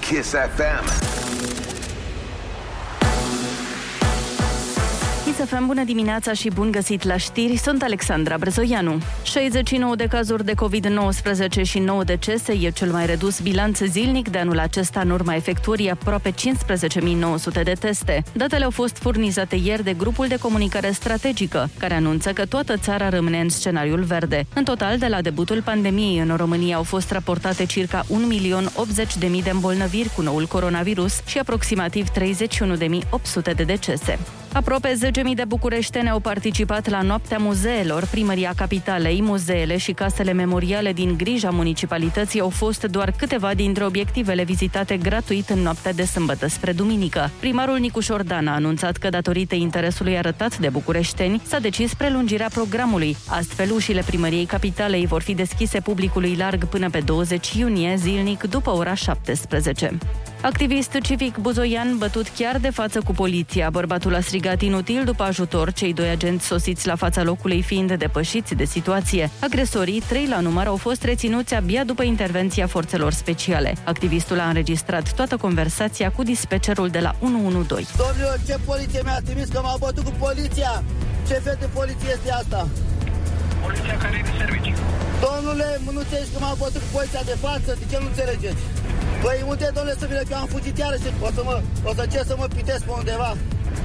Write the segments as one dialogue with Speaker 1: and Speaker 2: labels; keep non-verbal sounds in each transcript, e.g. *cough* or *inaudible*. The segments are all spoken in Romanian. Speaker 1: Kiss FM.
Speaker 2: Isafran, bună dimineața și bun găsit la știri, sunt Alexandra Brezoianu. 69 de cazuri de COVID-19 și 9 decese e cel mai redus bilanț zilnic de anul acesta în urma efectuării aproape 15.900 de teste. Datele au fost furnizate ieri de grupul de comunicare strategică, care anunță că toată țara rămâne în scenariul verde. În total, de la debutul pandemiei în România au fost raportate circa 1.080.000 de îmbolnăviri cu noul coronavirus și aproximativ 31.800 de decese. Aproape 10.000 de bucureșteni au participat la Noaptea Muzeelor. Primăria Capitalei, muzeele și casele memoriale din grija municipalității au fost doar câteva dintre obiectivele vizitate gratuit în noaptea de sâmbătă spre duminică. Primarul Nicu Șordan a anunțat că datorită interesului arătat de bucureșteni s-a decis prelungirea programului. Astfel, ușile Primăriei Capitalei vor fi deschise publicului larg până pe 20 iunie, zilnic după ora 17. Activist civic buzoian bătut chiar de față cu poliția. Bărbatul a strigat inutil după ajutor, cei doi agenți sosiți la fața locului fiind depășiți de situație. Agresorii, trei la număr, au fost reținuți abia după intervenția forțelor speciale. Activistul a înregistrat toată conversația cu dispecerul de la 112.
Speaker 3: Domnilor, ce poliție mi-a trimis că m-a bătut cu poliția? Ce fel de poliție este asta?
Speaker 4: Poliția care e de serviciu.
Speaker 3: Domnule, nu înțelegi că m-a bătut cu poliția de față? De ce nu înțelegeți? Păi unde, domnule, să vină că eu am fugit iarăși? O să, mă, o să încerc să mă pitesc pe undeva.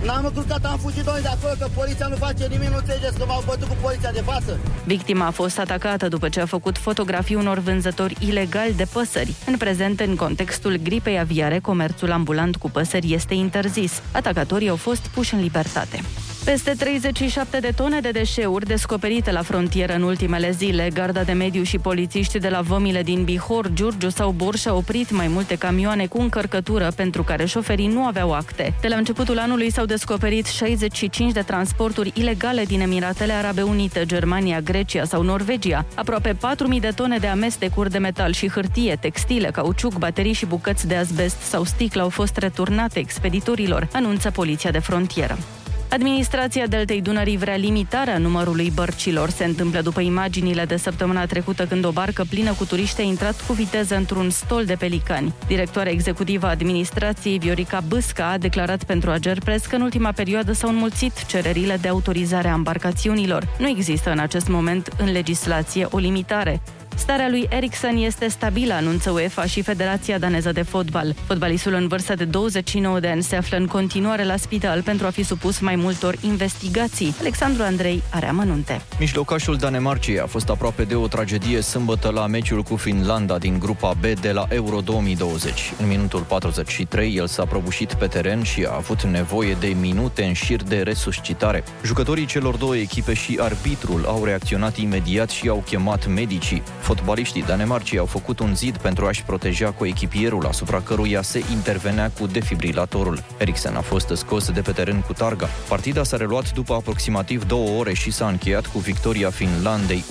Speaker 3: N-am încurcat, am fugit doi de acolo, că poliția nu face nimic, nu înțelegeți că m-au bătut cu poliția de față.
Speaker 2: Victima a fost atacată după ce a făcut fotografii unor vânzători ilegali de păsări. În prezent, în contextul gripei aviare, comerțul ambulant cu păsări este interzis. Atacatorii au fost puși în libertate. Peste 37 de tone de deșeuri descoperite la frontieră în ultimele zile, Garda de Mediu și polițiști de la vămile din Bihor, Giurgiu sau Borș au oprit mai multe camioane cu încărcătură pentru care șoferii nu aveau acte. De la începutul anului s-au descoperit 65 de transporturi ilegale din Emiratele Arabe Unite, Germania, Grecia sau Norvegia, aproape 4.000 de tone de amestecuri de metal și hârtie, textile, cauciuc, baterii și bucăți de azbest sau sticlă au fost returnate expeditorilor, anunță poliția de frontieră. Administrația Deltei Dunării vrea limitarea numărului bărcilor. Se întâmplă după imaginile de săptămâna trecută când o barcă plină cu turiști a intrat cu viteză într-un stol de pelicani. Directoarea executivă a administrației Viorica Bâsca a declarat pentru Agerpres că în ultima perioadă s-au înmulțit cererile de autorizare a embarcațiunilor. Nu există în acest moment în legislație o limitare. Starea lui Eriksen este stabilă, anunță UEFA și Federația Daneză de Fotbal. Fotbalistul în vârstă de 29 de ani se află în continuare la spital pentru a fi supus mai multor investigații. Alexandru Andrei are amănunte.
Speaker 5: Mijlocașul Danemarcei a fost aproape de o tragedie sâmbătă la meciul cu Finlanda din grupa B de la Euro 2020. În minutul 43, el s-a prăbușit pe teren și a avut nevoie de minute în șir de resuscitare. Jucătorii celor două echipe și arbitrul au reacționat imediat și au chemat medicii. Fotbaliștii Danemarcii au făcut un zid pentru a-și proteja coechipierul asupra căruia se intervenea cu defibrilatorul. Eriksen a fost scos de pe teren cu targa. Partida s-a reluat după aproximativ două ore și s-a încheiat cu victoria Finlandei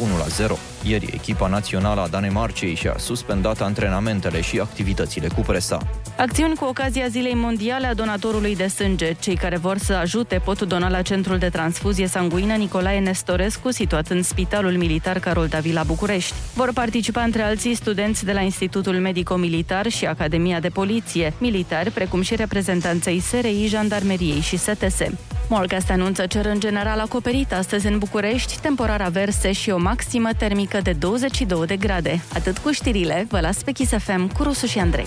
Speaker 5: 1-0. Ieri, echipa națională a Danemarcei și-a suspendat antrenamentele și activitățile cu presa.
Speaker 2: Acțiuni cu ocazia Zilei Mondiale a Donatorului de Sânge. Cei care vor să ajute pot dona la Centrul de Transfuzie Sanguină Nicolae Nestorescu, situat în Spitalul Militar Carol Davila București. Vor participa între alții studenți de la Institutul Medico-Militar și Academia de Poliție, militari, precum și reprezentanței SRI, Jandarmeriei și STS. Morgast anunță cer în general acoperit astăzi în București, temporar averse și o maximă termică de 22 de grade. Atât cu știrile, vă las pe Kiss FM cu Rusu și Andrei.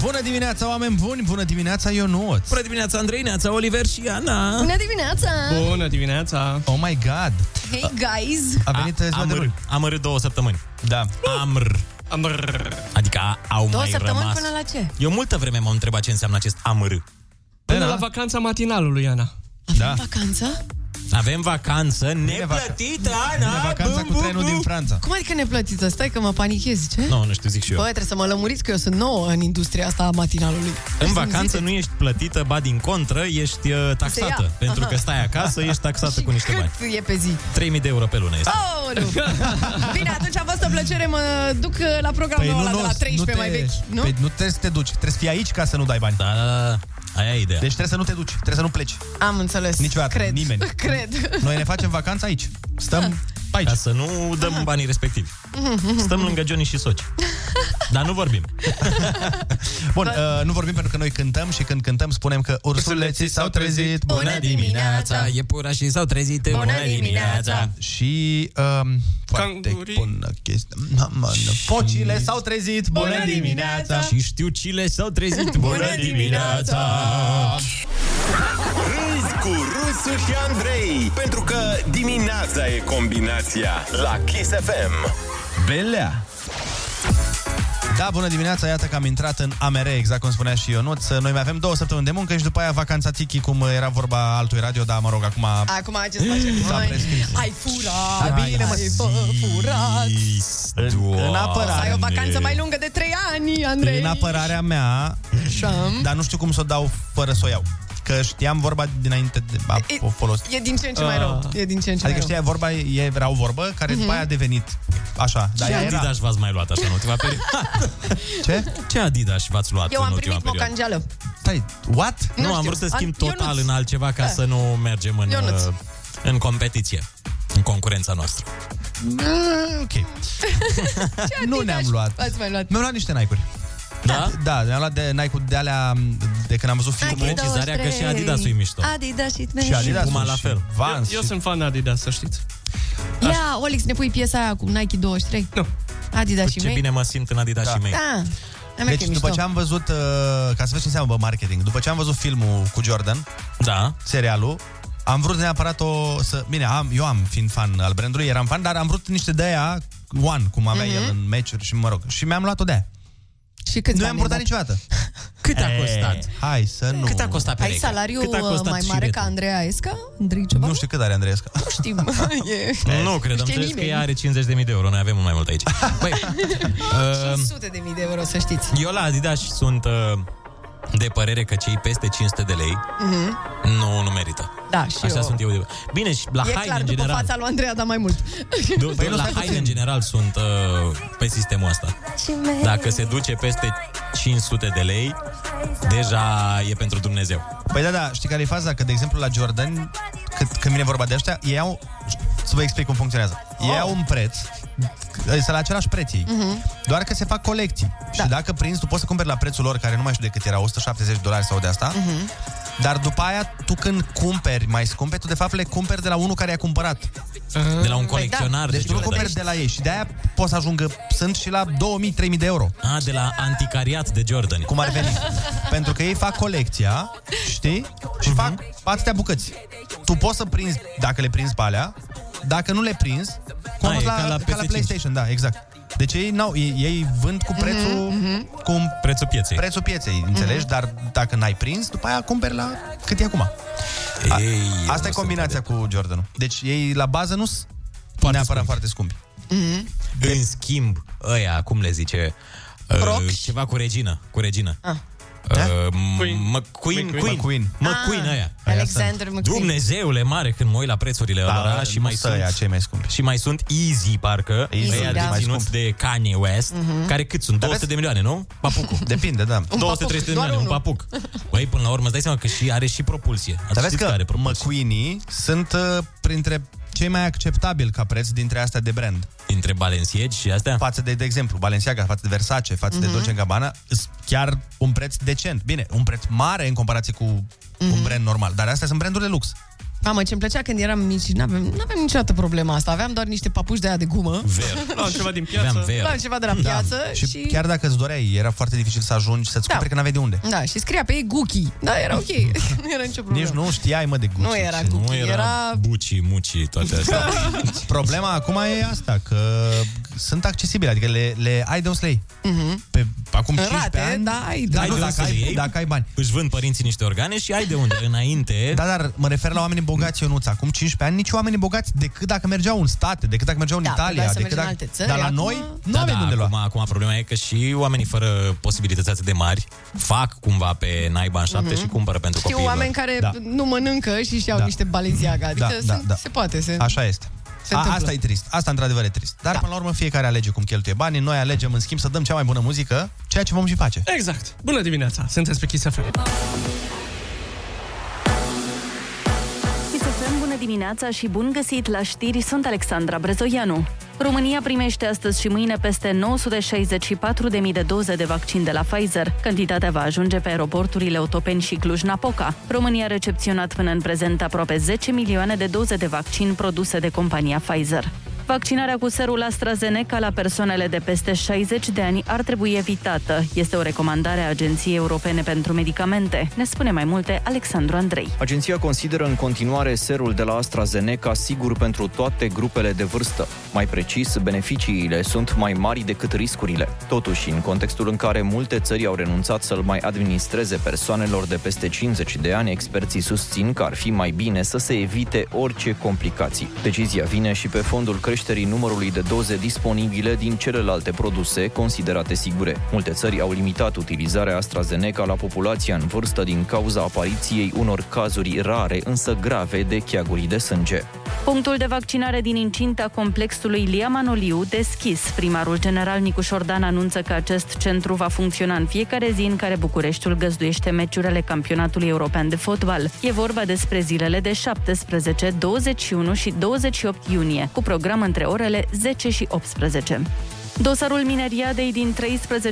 Speaker 6: Bună dimineața, oameni buni! Bună dimineața, Ionuț!
Speaker 7: Bună dimineața, Andrei, neața, Oliver și Ana!
Speaker 8: Bună dimineața!
Speaker 7: Bună dimineața!
Speaker 6: Oh my God!
Speaker 8: Hey guys!
Speaker 6: A venit ziua de
Speaker 7: Amr,
Speaker 6: luni.
Speaker 7: amr două săptămâni.
Speaker 6: Da.
Speaker 7: Amr. Amr. Adică a- au
Speaker 8: Două
Speaker 7: mai
Speaker 8: săptămâni
Speaker 7: rămas.
Speaker 8: până la ce?
Speaker 7: Eu multă vreme m-am întrebat ce înseamnă acest amr.
Speaker 9: Până la vacanța matinalului, Ana.
Speaker 8: Avem
Speaker 6: Da.
Speaker 8: vacanță?
Speaker 7: Avem vacanță neplătită, Ana!
Speaker 6: vacanța cu trenul din Franța.
Speaker 1: Cum adică neplătită? Stai că mă panichez, ce?
Speaker 7: Nu, nu știu, zic și eu.
Speaker 1: Bă, trebuie să mă lămuriți că eu sunt nouă în industria asta a matinalului. Deci,
Speaker 7: În vacanță nu ești plătită, ba din contră, ești uh, taxată.
Speaker 1: ia.
Speaker 7: Pentru că stai acasă, ești taxată cu niște bani.
Speaker 1: Cât e pe zi?
Speaker 7: 3000 de euro pe lună este. *laughs*
Speaker 1: Aoleu! Bine, atunci a fost o plăcere, mă duc uh, la programul
Speaker 7: Păi
Speaker 1: ăla de la 13 mai vechi, nu?
Speaker 6: Păi, nu trebuie să te duci. Trebuie să fii aici ca să nu dai bani.
Speaker 7: Da, da, da, da. Aia e ideea.
Speaker 6: Deci trebuie să nu te duci, trebuie să nu pleci.
Speaker 1: Am înțeles.
Speaker 6: Niciodată,
Speaker 1: *laughs* Cred.
Speaker 6: nimeni.
Speaker 1: Cred.
Speaker 6: Noi ne facem vacanța aici.
Speaker 1: *laughs*
Speaker 6: Stăm aici.
Speaker 7: Ca să nu
Speaker 1: Da.
Speaker 7: dăm banii respectivi. Stăm lângă Johnny și Soci. Dar nu vorbim.
Speaker 6: Bun, uh, nu vorbim pentru că noi cântăm și când cântăm spunem că ursuleții s-au trezit. Bună!
Speaker 1: Bună dimineața!
Speaker 7: Iepurașii s-au trezit.
Speaker 1: Bună dimineața!
Speaker 6: Și um, foarte
Speaker 7: Cangurii.
Speaker 6: bună chestie. Na, mă, na. Focile s-au trezit. Bună dimineața!
Speaker 7: Și știu cile s-au trezit. Bună dimineața!
Speaker 10: Râzi cu Rusu și Andrei Pentru că dimineața e combinația La Kiss FM
Speaker 11: Belea.
Speaker 6: Da, bună dimineața, iată că am intrat în AMR, exact cum spunea și Ionuț. Noi mai avem două săptămâni de muncă și după aia vacanța tiki, cum era vorba altui radio, dar mă rog, acum...
Speaker 1: Acum ce să facem? Măi,
Speaker 6: prescris.
Speaker 1: Ai furat,
Speaker 6: Da, bine, mă,
Speaker 1: ai fă- furat.
Speaker 6: În, în,
Speaker 1: Să ai
Speaker 6: apărare,
Speaker 1: o vacanță mai lungă de 3 ani, Andrei.
Speaker 6: în apărarea mea,
Speaker 1: Așa.
Speaker 6: dar nu știu cum să o dau fără să o iau. Că știam vorba dinainte de a
Speaker 1: E-
Speaker 6: o folosi.
Speaker 1: E din ce în ce mai rău. E din ce în
Speaker 6: Adică
Speaker 1: ce mai rău. Mhm.
Speaker 6: știa, vorba, e, era o vorbă care după aia a devenit așa. Dar
Speaker 7: Ce
Speaker 6: ea era...
Speaker 7: Adidas v-ați mai luat așa în ultima perioadă?
Speaker 6: *laughs* Ce?
Speaker 7: Ce Adidas v-ați luat
Speaker 1: Eu
Speaker 7: în
Speaker 1: am
Speaker 7: ultima
Speaker 1: primit
Speaker 7: perioadă?
Speaker 1: mocangeală.
Speaker 6: Stai, what?
Speaker 7: Nu,
Speaker 1: Nu
Speaker 7: am
Speaker 1: știu.
Speaker 7: vrut să
Speaker 1: An-
Speaker 7: schimb total
Speaker 1: Ionuț.
Speaker 7: în altceva ca
Speaker 1: Da.
Speaker 7: să nu mergem în,
Speaker 1: Ionuț.
Speaker 7: uh, în competiție, în concurența noastră.
Speaker 6: Ah,
Speaker 1: *laughs*
Speaker 6: ok. nu
Speaker 1: Adidas
Speaker 6: ne-am luat.
Speaker 1: Ați mai luat.
Speaker 6: Mi-am luat niște Nike-uri.
Speaker 7: Da?
Speaker 6: Da, ne-am luat de Nike-uri de alea de când am văzut filmul.
Speaker 7: Precizarea că și Adidas-ul e mișto.
Speaker 1: Adidas și
Speaker 6: Și Adidas
Speaker 7: Puma la fel. Păi
Speaker 6: Vans. și-
Speaker 7: fan Adidas, să știți.
Speaker 1: Ia, Olix, ne pui piesa aia cu Nike 23?
Speaker 7: Nu.
Speaker 1: Adidas și
Speaker 7: Ce
Speaker 1: mei?
Speaker 7: bine mă simt în Adidas
Speaker 6: Da.
Speaker 7: și mei.
Speaker 1: Da. Am
Speaker 6: Deci după ce am văzut, uh, ca să vezi ce înseamnă bă, marketing, după ce am văzut filmul cu Jordan,
Speaker 7: Da.
Speaker 6: serialul, am vrut neapărat o să... Bine, am, eu am, fiind fan al brandului, eram fan, dar am vrut niște de aia one, cum avea el în meciuri și mă rog. Și mi-am luat-o de aia.
Speaker 1: Mhm. Și câți
Speaker 6: Nu
Speaker 1: bani
Speaker 6: i-am
Speaker 1: ai
Speaker 6: purtat
Speaker 1: dat? *laughs*
Speaker 6: niciodată.
Speaker 7: Cât a costat?
Speaker 6: Hai să nu...
Speaker 7: Eh. Cât a costat
Speaker 1: Ai
Speaker 7: perechea?
Speaker 1: salariu
Speaker 7: Cât a
Speaker 1: uh,
Speaker 7: costat
Speaker 1: mai
Speaker 7: și
Speaker 1: mare ca
Speaker 7: biletul?
Speaker 1: Andreea Esca? Andrei ceva?
Speaker 6: Nu știu cât are Andreescu.
Speaker 1: Nu
Speaker 7: *laughs*
Speaker 1: știm. *laughs* e...
Speaker 7: Nu, cred, am
Speaker 1: știe
Speaker 7: înțeles că
Speaker 1: nimeni.
Speaker 7: ea are 50.000 de euro, noi avem mult mai mult
Speaker 6: *laughs*
Speaker 7: aici. Băi, uh,
Speaker 1: Sute de mii de euro, să știți.
Speaker 7: eu la Adidas sunt uh, de părere că cei peste 500 de lei nu, nu merită.
Speaker 1: Da, și
Speaker 7: Așa
Speaker 1: eu.
Speaker 7: sunt eu de Bine, și la
Speaker 1: Mhm. E
Speaker 7: haine
Speaker 1: clar,
Speaker 7: în
Speaker 1: după
Speaker 7: general.
Speaker 1: fața lui Andreea, dar mai
Speaker 7: *laughs*
Speaker 1: mult.
Speaker 7: Du-
Speaker 6: Păi nu,
Speaker 7: la
Speaker 6: stai
Speaker 7: haine
Speaker 6: puțin.
Speaker 7: în general sunt uh, pe sistemul ăsta. Dacă se duce peste 500 de lei, deja e pentru Dumnezeu.
Speaker 6: Păi da, da, știi care e faza? Că, de exemplu, la Jordan, cât, când vine vorba de ăștia, ei au... Să vă explic cum funcționează. Ei
Speaker 1: Oh.
Speaker 6: au un preț, este la același preț ei, doar că se fac colecții. Și dacă prinzi, tu poți să cumperi la prețul lor, care nu mai știu de cât era, 170 de dolari sau de asta, dar după aia, tu când cumperi mai scumpe, tu de fapt le cumperi de la unul care i-a cumpărat.
Speaker 7: De la un colecționar.
Speaker 6: Deci tu nu
Speaker 7: de Jordan.
Speaker 6: cumperi de la ei și de aia poți să ajungă, sunt și la 2000-3000 de euro.
Speaker 7: A, de la anticariat de Jordan.
Speaker 6: Cum ar veni. Pentru că ei fac colecția, știi? Și
Speaker 7: Mhm.
Speaker 6: uh-huh. fac atâtea bucăți. Tu poți să prinzi, dacă le prinzi pe alea, dacă nu le prinzi, cum
Speaker 7: Ah,
Speaker 6: a
Speaker 7: e
Speaker 6: fost la,
Speaker 7: ca
Speaker 6: ca
Speaker 7: la
Speaker 6: la,
Speaker 7: PS5.
Speaker 6: PlayStation, da, exact. Deci ei, n-au, ei, ei vând cu prețul, uh-huh. cu
Speaker 7: Mhm, Prețul pieței. Mhm.
Speaker 6: prețul pieței, înțelegi? Uh-huh. Dar dacă n-ai prins, după aia cumperi la cât e acum. A,
Speaker 7: Ei, nu
Speaker 6: asta
Speaker 7: se
Speaker 6: e combinația cu Jordanul. Deci ei la bază nu sunt
Speaker 7: Foarte
Speaker 6: neapărat
Speaker 7: scumpi.
Speaker 6: foarte scumpi. Deci
Speaker 7: poate. În schimb, ăia, cum le zice? Uh,
Speaker 1: Crocs?
Speaker 7: Ceva cu regină. Cu regină. Ah.
Speaker 6: Da?
Speaker 7: Queen. McQueen, Queen,
Speaker 6: McQueen.
Speaker 1: Ah,
Speaker 7: McQueen aia.
Speaker 1: Alexander McQueen.
Speaker 7: Dumnezeule mare când mă uit la prețurile ăla și mai
Speaker 6: Da, sunt. Aia,
Speaker 7: sunt
Speaker 6: cei mai scumpi.
Speaker 7: și mai sunt Easy, parcă,
Speaker 6: Easy,
Speaker 7: Easy,
Speaker 1: da.
Speaker 7: aia
Speaker 6: Mai
Speaker 7: deținuți
Speaker 6: scump.
Speaker 7: de Kanye West,
Speaker 1: Mhm.
Speaker 7: care cât sunt? 200 de milioane, nu? Papucu.
Speaker 6: *laughs* Depinde, da.
Speaker 7: 200-300 de
Speaker 1: doar
Speaker 7: milioane, un
Speaker 1: unul.
Speaker 7: papuc. Băi, până la urmă, îți dai seama că și are și propulsie. Ați
Speaker 6: Dar vezi
Speaker 7: știți
Speaker 6: că
Speaker 7: are propulsie?
Speaker 6: McQueenie sunt uh, printre cei mai acceptabili ca preț dintre astea de brand.
Speaker 7: Între Balenciagi și astea?
Speaker 6: Față de, de exemplu, Balenciaga, față de Versace, față
Speaker 1: Mhm.
Speaker 6: de Dolce Gabbana, sunt chiar un preț decent. Bine, un preț mare în comparație cu
Speaker 1: Mhm.
Speaker 6: un brand normal, dar astea sunt branduri de lux.
Speaker 1: Mamă, ce-mi plăcea când eram mici, n-aveam, n-aveam niciodată problema asta. Aveam doar niște papuși de aia de gumă. *laughs*
Speaker 7: Ver. Luam ceva din piață.
Speaker 1: Luam
Speaker 7: ver. Da.
Speaker 1: ceva de la piață
Speaker 6: Da. Și,
Speaker 1: și...
Speaker 6: și chiar dacă îți doreai, era foarte dificil să ajungi, să-ți
Speaker 1: Da.
Speaker 6: cumperi că n-aveai de unde.
Speaker 1: Da, și scria pe ei Gucci. Da, era ok. *laughs* nu era nicio problemă.
Speaker 6: Nici nu știai, mă, de Gucci.
Speaker 1: Nu era Gucci,
Speaker 7: Nu era,
Speaker 1: era...
Speaker 6: *laughs*
Speaker 7: buci, muci, toate astea.
Speaker 6: Problema acum e asta, că sunt accesibile, adică le, le ai de un să le iei.
Speaker 1: Mhm.
Speaker 6: Pe, acum
Speaker 1: În
Speaker 6: 15
Speaker 1: rate,
Speaker 6: ani,
Speaker 1: da, ai de
Speaker 6: da,
Speaker 1: unde
Speaker 6: nu,
Speaker 1: să
Speaker 6: dacă,
Speaker 1: le
Speaker 6: ai,
Speaker 1: iei.
Speaker 6: dacă ai bani.
Speaker 7: Își vând părinții niște organe și ai de
Speaker 1: *laughs*
Speaker 7: unde. Înainte...
Speaker 6: Da, dar mă refer la oamenii bogați, Ionuț. Acum 15 ani, nici oamenii bogați, decât dacă mergeau în state, decât dacă mergeau în
Speaker 1: Da,
Speaker 6: Italia.
Speaker 1: puteai să
Speaker 6: decât
Speaker 1: mergi în
Speaker 6: dacă...
Speaker 1: alte țări,
Speaker 6: dar la
Speaker 1: acum-
Speaker 6: noi nu
Speaker 7: da,
Speaker 6: avem
Speaker 7: da,
Speaker 6: unde lua.
Speaker 7: acum, acum problema e că și oamenii fără posibilități atât de mari fac cumva pe naiba în șapte și cumpără pentru
Speaker 1: Mhm. Știu
Speaker 7: copiii
Speaker 1: oameni
Speaker 7: lor.
Speaker 1: care
Speaker 6: Da.
Speaker 1: nu mănâncă și și-au
Speaker 6: Da.
Speaker 1: niște Balenciaga. Adică
Speaker 6: Da, da,
Speaker 1: sunt-
Speaker 6: da.
Speaker 1: se poate. Se...
Speaker 6: Așa este.
Speaker 1: Se
Speaker 6: A,
Speaker 1: întâmplă.
Speaker 6: asta e trist. Asta într-adevăr e trist. Dar da. până la urmă fiecare alege cum cheltuie banii. Noi alegem în schimb să dăm cea mai bună muzică, ceea ce vom și face.
Speaker 8: Exact. Bună dimineața, sunteți pe Kiss FM.
Speaker 2: Chisefem, bună dimineața și bun găsit la știri, sunt Alexandra Brezoianu. România primește astăzi și mâine peste 964.000 de doze de vaccin de la Pfizer. Cantitatea va ajunge pe aeroporturile Otopeni și Cluj-Napoca. România a recepționat până în prezent aproape 10 milioane de doze de vaccin produse de compania Pfizer. Vaccinarea cu serul AstraZeneca la persoanele de peste 60 de ani ar trebui evitată. Este o recomandare a Agenției Europene pentru Medicamente. Ne spune mai multe Alexandru Andrei.
Speaker 5: Agenția consideră în continuare serul de la AstraZeneca sigur pentru toate grupele de vârstă. Mai precis, beneficiile sunt mai mari decât riscurile. Totuși, în contextul în care multe țări au renunțat să-l mai administreze persoanelor de peste 50 de ani, experții susțin că ar fi mai bine să se evite orice complicații. Decizia vine și pe fondul creșterii numărului de doze disponibile din celelalte produse considerate sigure. Multe țări au limitat utilizarea AstraZeneca la populația în vârstă din cauza apariției unor cazuri rare, însă grave, de cheaguri de sânge.
Speaker 2: Punctul de vaccinare din incinta complexului Lia Manoliu deschis. Primarul general Nicu Șordan anunță că acest centru va funcționa în fiecare zi în care Bucureștiul găzduiește meciurile campionatului european de fotbal. E vorba despre zilele de 17, 21 și 28 iunie, cu program între orele 10 și 18. Dosarul mineriadei din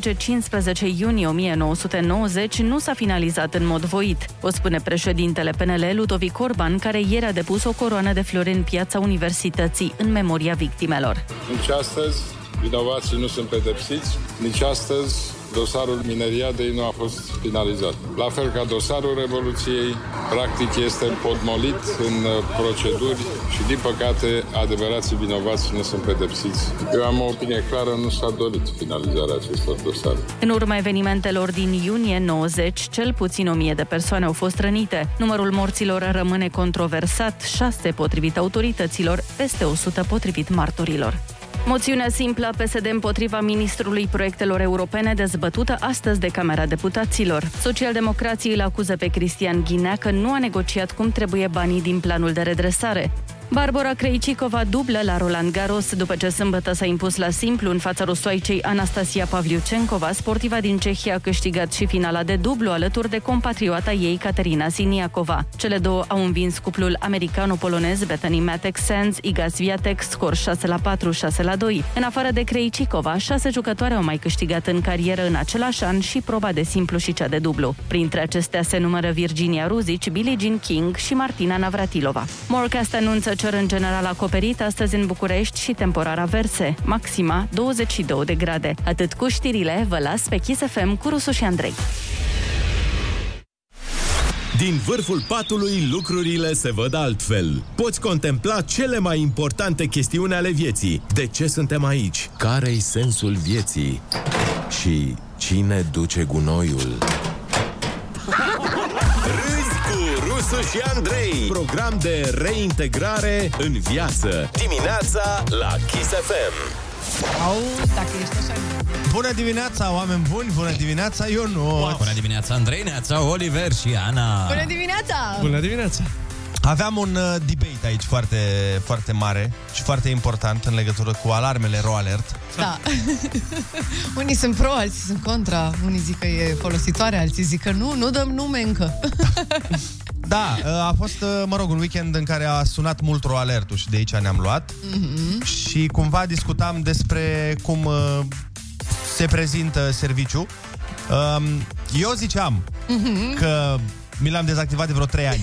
Speaker 2: 13-15 iunie 1990 nu s-a finalizat în mod voit, o spune președintele PNL Ludovic Orban, care ieri a depus o coroană de flori în piața universității în memoria victimelor.
Speaker 9: Nici astăzi vinovații nu sunt pedepsiți, nici astăzi dosarul mineriadei nu a fost finalizat. La fel ca dosarul Revoluției, practic este podmolit în uh, proceduri și, din păcate, adevărații vinovați nu sunt pedepsiți. Eu am o opinie clară, nu s-a dorit finalizarea acestor dosare.
Speaker 2: În urma evenimentelor din iunie 90, cel puțin 1000 de persoane au fost rănite. Numărul morților rămâne controversat, 6 potrivit autorităților, peste 100 potrivit martorilor. Moțiunea simplă a PSD împotriva ministrului proiectelor europene dezbătută astăzi de Camera Deputaților. Socialdemocrații îl acuză pe Cristian Ghinea că nu a negociat cum trebuie banii din planul de redresare. Barbara Krejcikova dublă la Roland Garros după ce sâmbătă s-a impus la simplu în fața rusoaicei Anastasia Pavliucenkova, sportiva din Cehia a câștigat și finala de dublu alături de compatriota ei Caterina Siniakova. Cele două au învins cuplul americano-polonez Bethany Matek Sands, Iga Swiatek, scor 6 la 4, 6 la 2. În afară de Krejcikova, șase jucătoare au mai câștigat în carieră în același an și proba de simplu și cea de dublu. Printre acestea se numără Virginia Ruzic, Billie Jean King și Martina Navratilova. Morcast anunță cer în general acoperit astăzi în București și temporar averse, maxima 22 de grade. Atât cu știrile, vă las pe Kiss FM cu Rusu și Andrei.
Speaker 10: Din vârful patului lucrurile se văd altfel. Poți contempla cele mai importante chestiuni ale vieții. De ce suntem aici? Care-i sensul vieții? Și cine duce gunoiul? Râzi cu Rusu și Andrei. Program de reintegrare în viață. Dimineața la Kiss FM.
Speaker 1: Au, dacă ești așa...
Speaker 6: Bună dimineața, oameni buni! Bună dimineața, Ionuț!
Speaker 7: Bună dimineața, Andrei, Neața, Oliver și Ana.
Speaker 1: Bună dimineața!
Speaker 8: Bună dimineața.
Speaker 6: Aveam un uh, debate aici foarte, foarte mare și foarte important în legătură cu alarmele RoAlert.
Speaker 1: Da. *laughs* unii sunt pro, alții sunt contra. Unii zic că e folositoare, alții zic că nu. Nu dăm nume încă. *laughs*
Speaker 6: Da, uh, a fost, uh, mă rog, un weekend în care a sunat mult RoAlert-ul și de aici ne-am luat mm-hmm. și cumva discutam despre cum uh, se prezintă serviciu. Um, Eu ziceam mm-hmm. că mi l-am dezactivat de vreo 3 ani.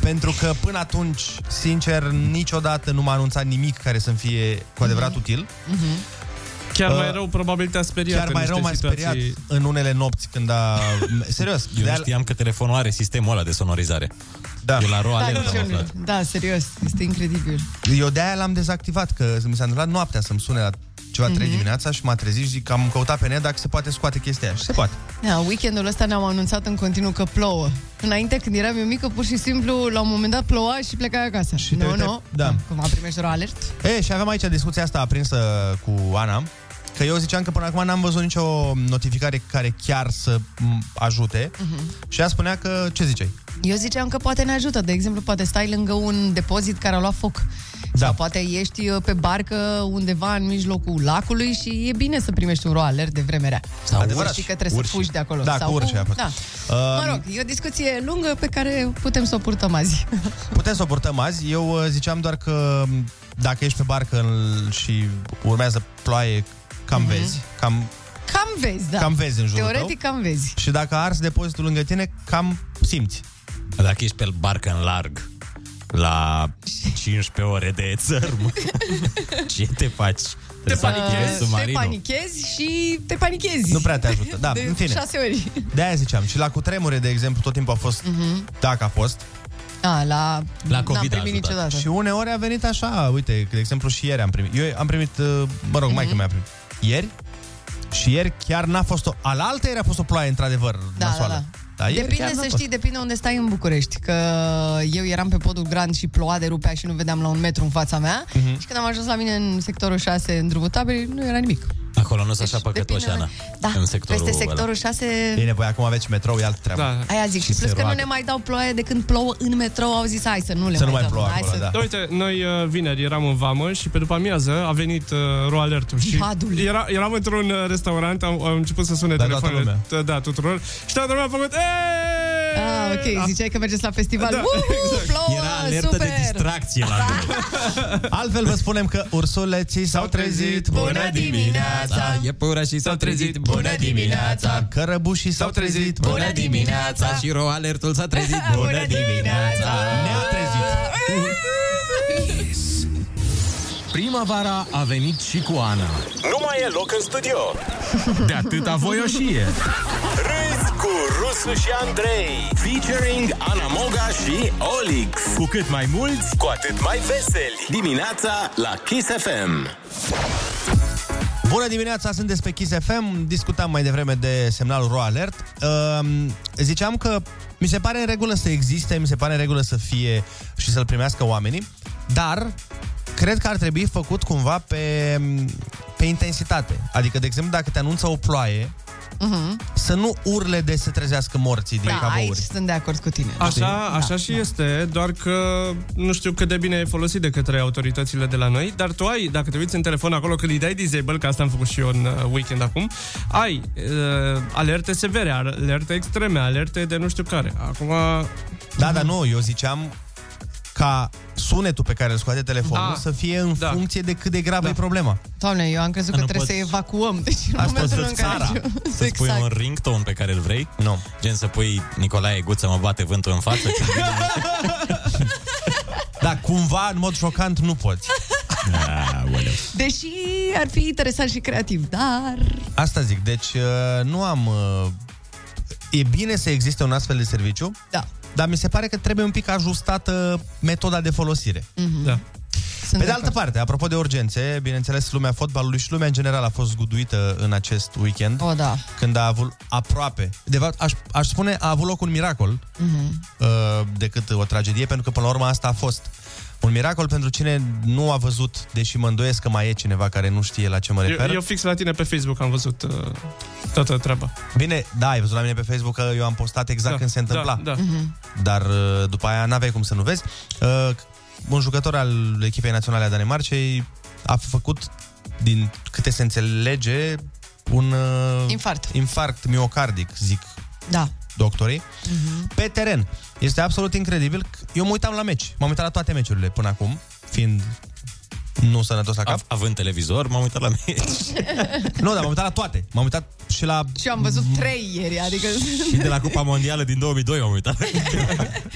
Speaker 6: Pentru că până atunci, sincer, niciodată nu m-a anunțat nimic care să-mi fie cu adevărat mm-hmm. util.
Speaker 8: Chiar mai
Speaker 6: Uh,
Speaker 8: rău, probabil te-a speriat.
Speaker 6: Chiar
Speaker 8: în
Speaker 6: mai
Speaker 8: niște
Speaker 6: rău m-a
Speaker 8: situații...
Speaker 6: speriat în unele nopți când a... Mm, Serios,
Speaker 7: Eu nu știam că telefonul are sistemul ăla de sonorizare.
Speaker 6: Da.
Speaker 7: Eu la
Speaker 1: Da,
Speaker 7: roale
Speaker 1: nici eu nu. da, serios, este incredibil.
Speaker 6: Eu de-aia l-am dezactivat, că mi s-a întâmplat noaptea să-mi sune la ceva trei
Speaker 1: Mhm.
Speaker 6: dimineața și m-a trezit și zic că am căutat pe net dacă se poate scoate chestia aia. Și se poate.
Speaker 1: Da, weekendul ăsta ne-am anunțat în continuu că plouă. Înainte, când eram eu mică, pur și simplu, la un moment dat ploua și plecai acasă. Și
Speaker 6: te
Speaker 1: nu,
Speaker 6: uitai-
Speaker 1: nu,
Speaker 6: da.
Speaker 1: Acum primești o alert.
Speaker 6: E, și aveam aici discuția asta aprinsă cu Ana, că eu ziceam că până acum n-am văzut nicio notificare care chiar să m, ajute
Speaker 1: Mhm.
Speaker 6: și ea spunea că, ce ziceai?
Speaker 1: Eu ziceam că poate ne ajută. De exemplu, poate stai lângă un depozit care a luat foc. Da. Sau poate ești uh, pe barcă undeva în mijlocul lacului și e bine să primești un alert de vreme rea.
Speaker 6: Sau
Speaker 1: să știi că trebuie să fugi de acolo.
Speaker 6: Da,
Speaker 1: Sau
Speaker 6: cu urși
Speaker 1: cum-
Speaker 6: a fost.
Speaker 1: Da.
Speaker 6: Um,
Speaker 1: Mă rog, e o discuție lungă pe care putem să o purtăm azi. *laughs*
Speaker 6: Putem să o purtăm azi. Eu uh, ziceam doar că m, dacă ești pe barcă în- și urmează ploaie, cam
Speaker 1: Mhm.
Speaker 6: vezi. Cam,
Speaker 1: Cam vezi, da.
Speaker 6: Cam vezi în jurul
Speaker 1: Teoretic cam vezi.
Speaker 6: și dacă arzi depozitul lângă tine, cam simți.
Speaker 7: Dacă ești pe barcă în larg, la 15 ore de
Speaker 1: *laughs*
Speaker 7: țărmă, ce te faci? Te
Speaker 1: Să
Speaker 7: activezi
Speaker 1: uh, te
Speaker 7: submarinul.
Speaker 1: panichezi și te panichezi.
Speaker 6: Nu prea te ajută, da,
Speaker 1: de
Speaker 6: în fine.
Speaker 1: șase ori. *laughs* Mhm.
Speaker 6: De aia ziceam. Și la cutremure, de exemplu, tot timpul a fost, dacă a fost.
Speaker 1: A, la...
Speaker 6: La
Speaker 1: COVID N-am primit a ajutat. niciodată.
Speaker 6: Și uneori a venit așa, uite, de exemplu și ieri am primit. Eu am primit, uh, mă
Speaker 1: Mhm.
Speaker 6: rog, mai că mi-a primit. Ieri? Și ieri chiar n-a fost o... Alaltă ieri a fost o ploaie, într-adevăr,
Speaker 1: Da,
Speaker 6: nasoală.
Speaker 1: da, da.
Speaker 6: Dar ieri
Speaker 1: depinde,
Speaker 6: chiar n-a
Speaker 1: să
Speaker 6: fost.
Speaker 1: știi, depinde unde stai în București. Că eu eram pe podul Grand și ploua de rupea și nu vedeam la un metru în fața mea.
Speaker 7: Mhm.
Speaker 1: Și când am ajuns la mine în sectorul 6, în drumul taberei, nu era nimic.
Speaker 7: Acolo nu sunt așa
Speaker 1: Deci,
Speaker 7: păcătoși, Ana.
Speaker 1: Da,
Speaker 7: în sectorul
Speaker 1: peste
Speaker 7: ăla.
Speaker 1: sectorul 6...
Speaker 6: Bine, voi acum aveți metrou, e altă treabă.
Speaker 8: Da.
Speaker 1: Aia zic, și, plus că nu ne mai dau ploaie de când plouă în metrou, au zis, hai să nu le mai dăm. hai să...
Speaker 8: Da, uite, noi uh, vineri eram în vamă și pe după amiază a venit uh, roalertul. Și
Speaker 1: Jihadul.
Speaker 8: era, eram într-un uh, restaurant, am, am început să sune
Speaker 6: Da,
Speaker 8: telefoanele.
Speaker 6: toată
Speaker 8: t- Da, tuturor. Și toată lumea a făcut... "Eee!"
Speaker 1: Ah, ok, ziceai că mergeți la festival.
Speaker 8: Da,
Speaker 1: Da, Uhu,
Speaker 8: exact.
Speaker 1: plouă,
Speaker 8: Era
Speaker 7: alertă
Speaker 1: Ah, super!
Speaker 7: de distracție la noi.
Speaker 6: *laughs* Altfel vă spunem că ursuleții s-au trezit
Speaker 1: Bună dimineața!
Speaker 7: Iepurașii s-au trezit, bună dimineața!
Speaker 6: Cărăbușii s-au trezit
Speaker 7: Bună dimineața! Și roalertul s-a trezit, bună dimineața!
Speaker 6: Ne-a trezit
Speaker 11: Primăvara a venit și cu Ana.
Speaker 12: Nu mai e loc în studio.
Speaker 11: De atâta voioșie.
Speaker 12: Râzi cu Rusu și Andrei. Featuring Ana Moga și Olix. Cu cât mai mulți, cu atât mai veseli. Dimineața la Kiss FM.
Speaker 6: Bună dimineața, sunt despre Kiss FM Discutam mai devreme de semnalul Ro Alert Um, Ziceam că Mi se pare în regulă să existe Mi se pare în regulă să fie și să-l primească oamenii Dar Cred că ar trebui făcut cumva pe Pe intensitate Adică, de exemplu, dacă te anunță o ploaie
Speaker 1: Mhm.
Speaker 6: Să nu urle de să trezească morții din
Speaker 1: Da, aici
Speaker 6: cavouri
Speaker 1: sunt de acord cu tine.
Speaker 8: Așa, așa
Speaker 1: Da,
Speaker 8: și este, doar că nu știu cât de bine e folosit de către autoritățile de la noi, dar tu ai, dacă te uiți în telefon acolo când îi dai disable, că asta am făcut și eu în uh, weekend acum, ai uh, alerte severe, alerte extreme, alerte de nu știu care. Acum...
Speaker 6: Da, dar nu, eu ziceam ca sunetul pe care îl scoate telefonul
Speaker 8: Ah,
Speaker 6: să fie în da. funcție de cât de gravă da. e problema.
Speaker 1: Doamne, eu am crezut că
Speaker 7: Nu
Speaker 1: trebuie
Speaker 7: poți-
Speaker 1: să evacuăm. Deci în
Speaker 7: Asta
Speaker 1: momentul
Speaker 7: să-ți
Speaker 1: în care... Exact.
Speaker 7: țara. Să-ți pui un ringtone pe care îl vrei?
Speaker 6: Nu.
Speaker 7: Gen să pui Nicolae Guță mă bate vântul în față? *laughs*
Speaker 6: Da, cumva, în mod șocant, nu poți.
Speaker 1: Deși ar fi interesant și creativ, dar...
Speaker 6: Asta zic, deci uh, nu am... uh, E bine să existe un astfel de serviciu,
Speaker 1: Da.
Speaker 6: dar mi se pare că trebuie un pic ajustată metoda de folosire.
Speaker 1: Mhm.
Speaker 8: Da.
Speaker 6: Pe de altă parte, apropo de urgențe, bineînțeles, lumea fotbalului și lumea în general a fost zguduită în acest weekend.
Speaker 1: O, da.
Speaker 6: Când a avut aproape, de fapt, aș, aș spune, a avut loc un miracol uh, decât o tragedie, pentru că până la urmă asta a fost. Un miracol pentru cine nu a văzut, deși mă îndoiesc că mai e cineva care nu știe la ce mă refer.
Speaker 8: Eu, eu fix la tine pe Facebook am văzut uh, toată treaba.
Speaker 6: Bine, da, ai văzut la mine pe Facebook că eu am postat exact
Speaker 8: Da,
Speaker 6: da, când se
Speaker 8: da,
Speaker 6: întâmpla.
Speaker 8: da. Mhm.
Speaker 6: Dar uh, după aia n-aveai cum să nu vezi. Uh, Un jucător al echipei naționale a Danemarcei a făcut, din câte se înțelege, un uh,
Speaker 1: Infart.
Speaker 6: infarct miocardic, zic
Speaker 1: Da.
Speaker 6: doctorii,
Speaker 1: Mhm.
Speaker 6: pe teren. Este absolut incredibil. Eu mă uitam la meci. M-am uitat la toate meciurile până acum, fiind nu sănătos la cap.
Speaker 7: Av- având televizor, m-am uitat la meci.
Speaker 6: nu, dar m-am uitat la toate. M-am uitat și la
Speaker 1: Și eu am văzut *laughs* trei ieri, adică...
Speaker 7: *laughs* Și de la Cupa Mondială din 2002 am
Speaker 1: *laughs*
Speaker 7: uitat.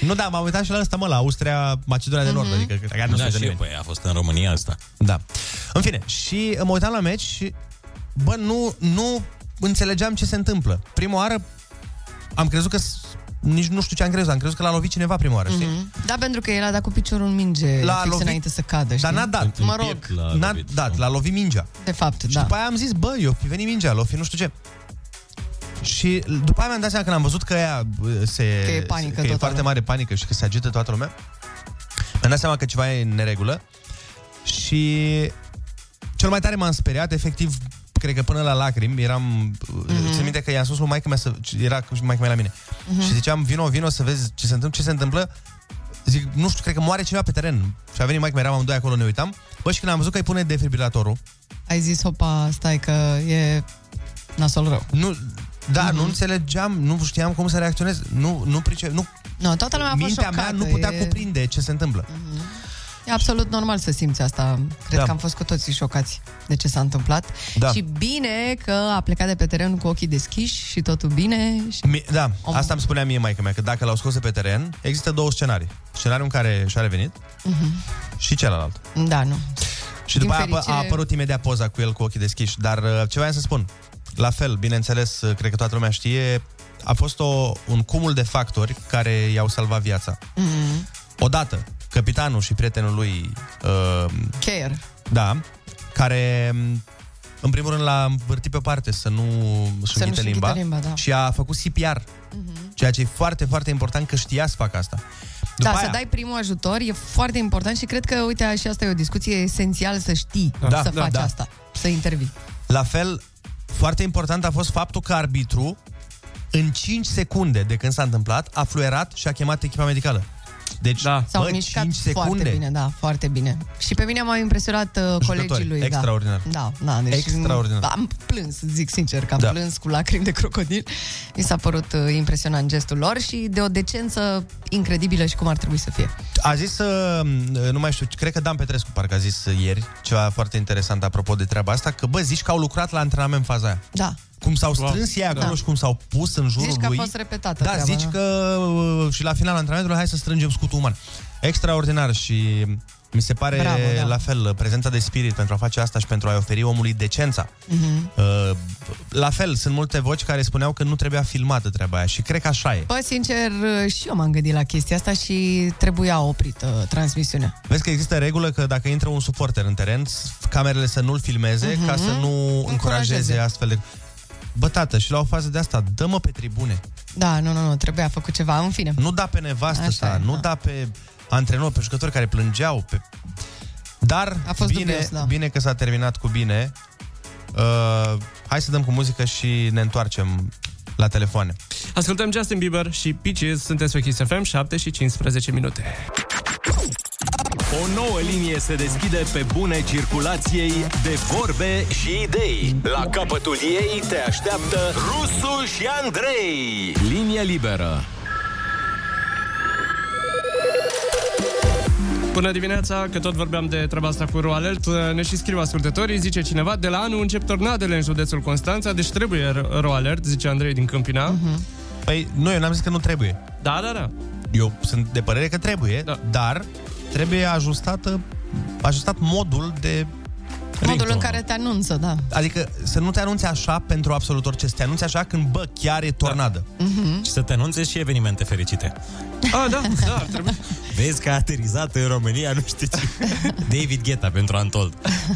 Speaker 6: Nu, da, m-am uitat și la ăsta, mă, la Austria, Macedonia de Nord, adică chiar nu
Speaker 7: da,
Speaker 6: se
Speaker 7: și
Speaker 6: vede
Speaker 7: eu,
Speaker 6: nimeni.
Speaker 7: păi, a fost în România asta.
Speaker 6: Da. În fine, și mă uitam la meci și bă, nu, nu înțelegeam ce se întâmplă. Prima oară am crezut că s- nici nu știu ce am crezut, am crezut că l-a lovit cineva prima oară, știi?
Speaker 1: Mhm. Da, pentru că el a dat cu piciorul în minge
Speaker 6: L-a
Speaker 1: l-a fix
Speaker 6: lovit,
Speaker 1: înainte să cadă, știi?
Speaker 6: Dar n-a dat.
Speaker 1: Mă rog,
Speaker 6: n-a dat, l-a lovit mingea.
Speaker 1: de fapt,
Speaker 6: Și
Speaker 1: da.
Speaker 6: după aia am zis, bă, eu fi venit mingea, l-o fi nu știu ce. Și după aia mi-am dat seama când am văzut că aia bă, se...
Speaker 1: Că e panică
Speaker 6: că e
Speaker 1: totală.
Speaker 6: foarte mare panică și că se agită toată lumea. Mi-am dat seama că ceva e în neregulă. Și cel mai tare m-am speriat, efectiv, cred că până la lacrimi, eram...
Speaker 1: Mhm.
Speaker 6: Mm-hmm. Țin minte că i-am spus lui maică mea să... Era maică mea la mine. Mm-hmm. Și ziceam, vino, vino să vezi ce se întâmplă, ce se întâmplă. Zic, nu știu, cred că moare cineva pe teren. Și a venit maică mea, eram amândoi acolo, ne uitam. Bă, și când am văzut că îi pune defibrilatorul,
Speaker 1: Ai zis, hopa, stai că e nasol rău.
Speaker 6: nu, da, mm-hmm.
Speaker 1: Mhm.
Speaker 6: nu înțelegeam, nu știam cum să reacționez, nu, nu pricep, nu,
Speaker 1: Nu, toată lumea a fost
Speaker 6: mintea mea
Speaker 1: șocată,
Speaker 6: nu putea
Speaker 1: e- Mhm.
Speaker 6: cuprinde ce se întâmplă. Mm-hmm.
Speaker 1: E absolut normal să simți asta. Cred
Speaker 6: Da.
Speaker 1: da. că am fost cu toții șocați de ce s-a întâmplat.
Speaker 6: Da.
Speaker 1: Și bine că a plecat de pe teren cu ochii deschiși și totul bine. Și...
Speaker 6: Mi- da, asta îmi spunea mie maica mea, că dacă l-au scos de pe teren, există două scenarii. Scenariul în care și-a revenit
Speaker 1: Mhm.
Speaker 6: și celălalt.
Speaker 1: Da, nu.
Speaker 6: Și
Speaker 1: Din
Speaker 6: după aia
Speaker 1: fericire-
Speaker 6: fericire... a apărut imediat poza cu el cu ochii deschiși. Dar uh, ce voiam să spun, la fel, bineînțeles, uh, cred că toată lumea știe, a fost o, un cumul de factori care i-au salvat viața.
Speaker 1: Mm.
Speaker 6: Odată, capitanul și prietenul lui uh,
Speaker 1: Care.
Speaker 6: Da, care m, în primul rând l-a învârtit pe o parte să nu își
Speaker 1: Să nu
Speaker 6: înghită
Speaker 1: își
Speaker 6: limba,
Speaker 1: înghită limba, da. Mhm.
Speaker 6: și a făcut CPR, ceea ce e foarte, foarte important că știa să facă asta.
Speaker 1: Da,
Speaker 6: După aia,
Speaker 1: să dai primul ajutor e foarte important și cred că, uite, și asta e o discuție esențială să știi
Speaker 6: Da,
Speaker 1: să
Speaker 6: da,
Speaker 1: faci
Speaker 6: da.
Speaker 1: asta, să intervii.
Speaker 6: La fel, foarte important a fost faptul că arbitru în 5 secunde de când s-a întâmplat a fluierat și a chemat echipa medicală. Deci, da.
Speaker 1: S-au
Speaker 6: bă,
Speaker 1: mișcat
Speaker 6: 5 secunde.
Speaker 1: foarte bine, da, foarte bine. Și pe mine m-au impresionat uh, colegii lui.
Speaker 6: extraordinar.
Speaker 1: Da, da, da deci
Speaker 6: Extraordinar.
Speaker 1: Am plâns, zic sincer, că am
Speaker 6: Da.
Speaker 1: da. plâns cu lacrimi de crocodil. Mi s-a părut uh, impresionant gestul lor și de o decență incredibilă și cum ar trebui să fie.
Speaker 6: A zis, uh, nu mai știu, cred că Dan Petrescu parcă a zis uh, ieri ceva foarte interesant apropo de treaba asta, că bă, zici că au lucrat la antrenament în faza aia.
Speaker 1: Da.
Speaker 6: Cum s-au strâns ei acolo
Speaker 1: Da.
Speaker 6: și cum s-au pus în jurul
Speaker 1: Zici că a
Speaker 6: lui.
Speaker 1: fost repetată
Speaker 6: Da,
Speaker 1: treaba,
Speaker 6: zici
Speaker 1: da.
Speaker 6: că uh, și la finalul antrenamentului hai să strângem scutul uman. Extraordinar și mi se pare
Speaker 1: Bravo, da.
Speaker 6: la fel prezența de spirit pentru a face asta și pentru a-i oferi omului decența.
Speaker 1: Mhm.
Speaker 6: Uh, La fel, sunt multe voci care spuneau că nu trebuia filmată treaba aia și cred că așa e.
Speaker 1: Bă, sincer, uh, și eu m-am gândit la chestia asta și trebuia oprită uh, transmisiunea.
Speaker 6: Vezi că există regulă că dacă intră un suporter în teren, s- camerele să nu-l filmeze
Speaker 1: Mhm.
Speaker 6: uh-huh. ca să nu încurajeze,
Speaker 1: Încurajeze.
Speaker 6: astfel de... Bă, tată, și la o fază de asta, dă-mă pe tribune.
Speaker 1: Da, nu, nu, nu, trebuia făcut ceva, în fine.
Speaker 6: Nu da pe nevastă sa, nu da pe antrenori, pe jucători care plângeau. Pe... Dar
Speaker 1: A fost
Speaker 6: bine,
Speaker 1: dubios, da.
Speaker 6: bine că s-a terminat cu bine. Uh, hai să dăm cu muzică și ne întoarcem la telefoane.
Speaker 8: Ascultăm Justin Bieber și Peaches, sunteți pe Kiss FM, 7 și 15 minute.
Speaker 12: O nouă linie se deschide pe bune circulației de vorbe și idei. La capătul ei te așteaptă Rusu și Andrei.
Speaker 11: Linie liberă.
Speaker 8: Bună dimineața, că tot vorbeam de treaba asta cu RoAlert, uh, ne și scriu ascultătorii, zice cineva, de la anul încep tornadele în județul Constanța, deci trebuie Ro- RoAlert, zice Andrei din Câmpina.
Speaker 6: Păi, nu, eu n-am zis că nu trebuie.
Speaker 8: Da, da, da.
Speaker 6: Eu sunt de părere că trebuie, da. dar trebuie ajustată, ajustat modul de
Speaker 1: Modul în
Speaker 6: ringtone.
Speaker 1: care te anunță, da.
Speaker 6: Adică să nu te anunți așa pentru absolut orice, să te anunți așa când, bă, chiar
Speaker 8: Da.
Speaker 6: e tornadă.
Speaker 1: Mhm.
Speaker 7: Și să te anunțe și evenimente fericite.
Speaker 8: Ah, da, da, ar trebui.
Speaker 7: Vezi că a aterizat în România, nu știu *laughs* ce. David Gheta pentru Antold.
Speaker 8: *laughs*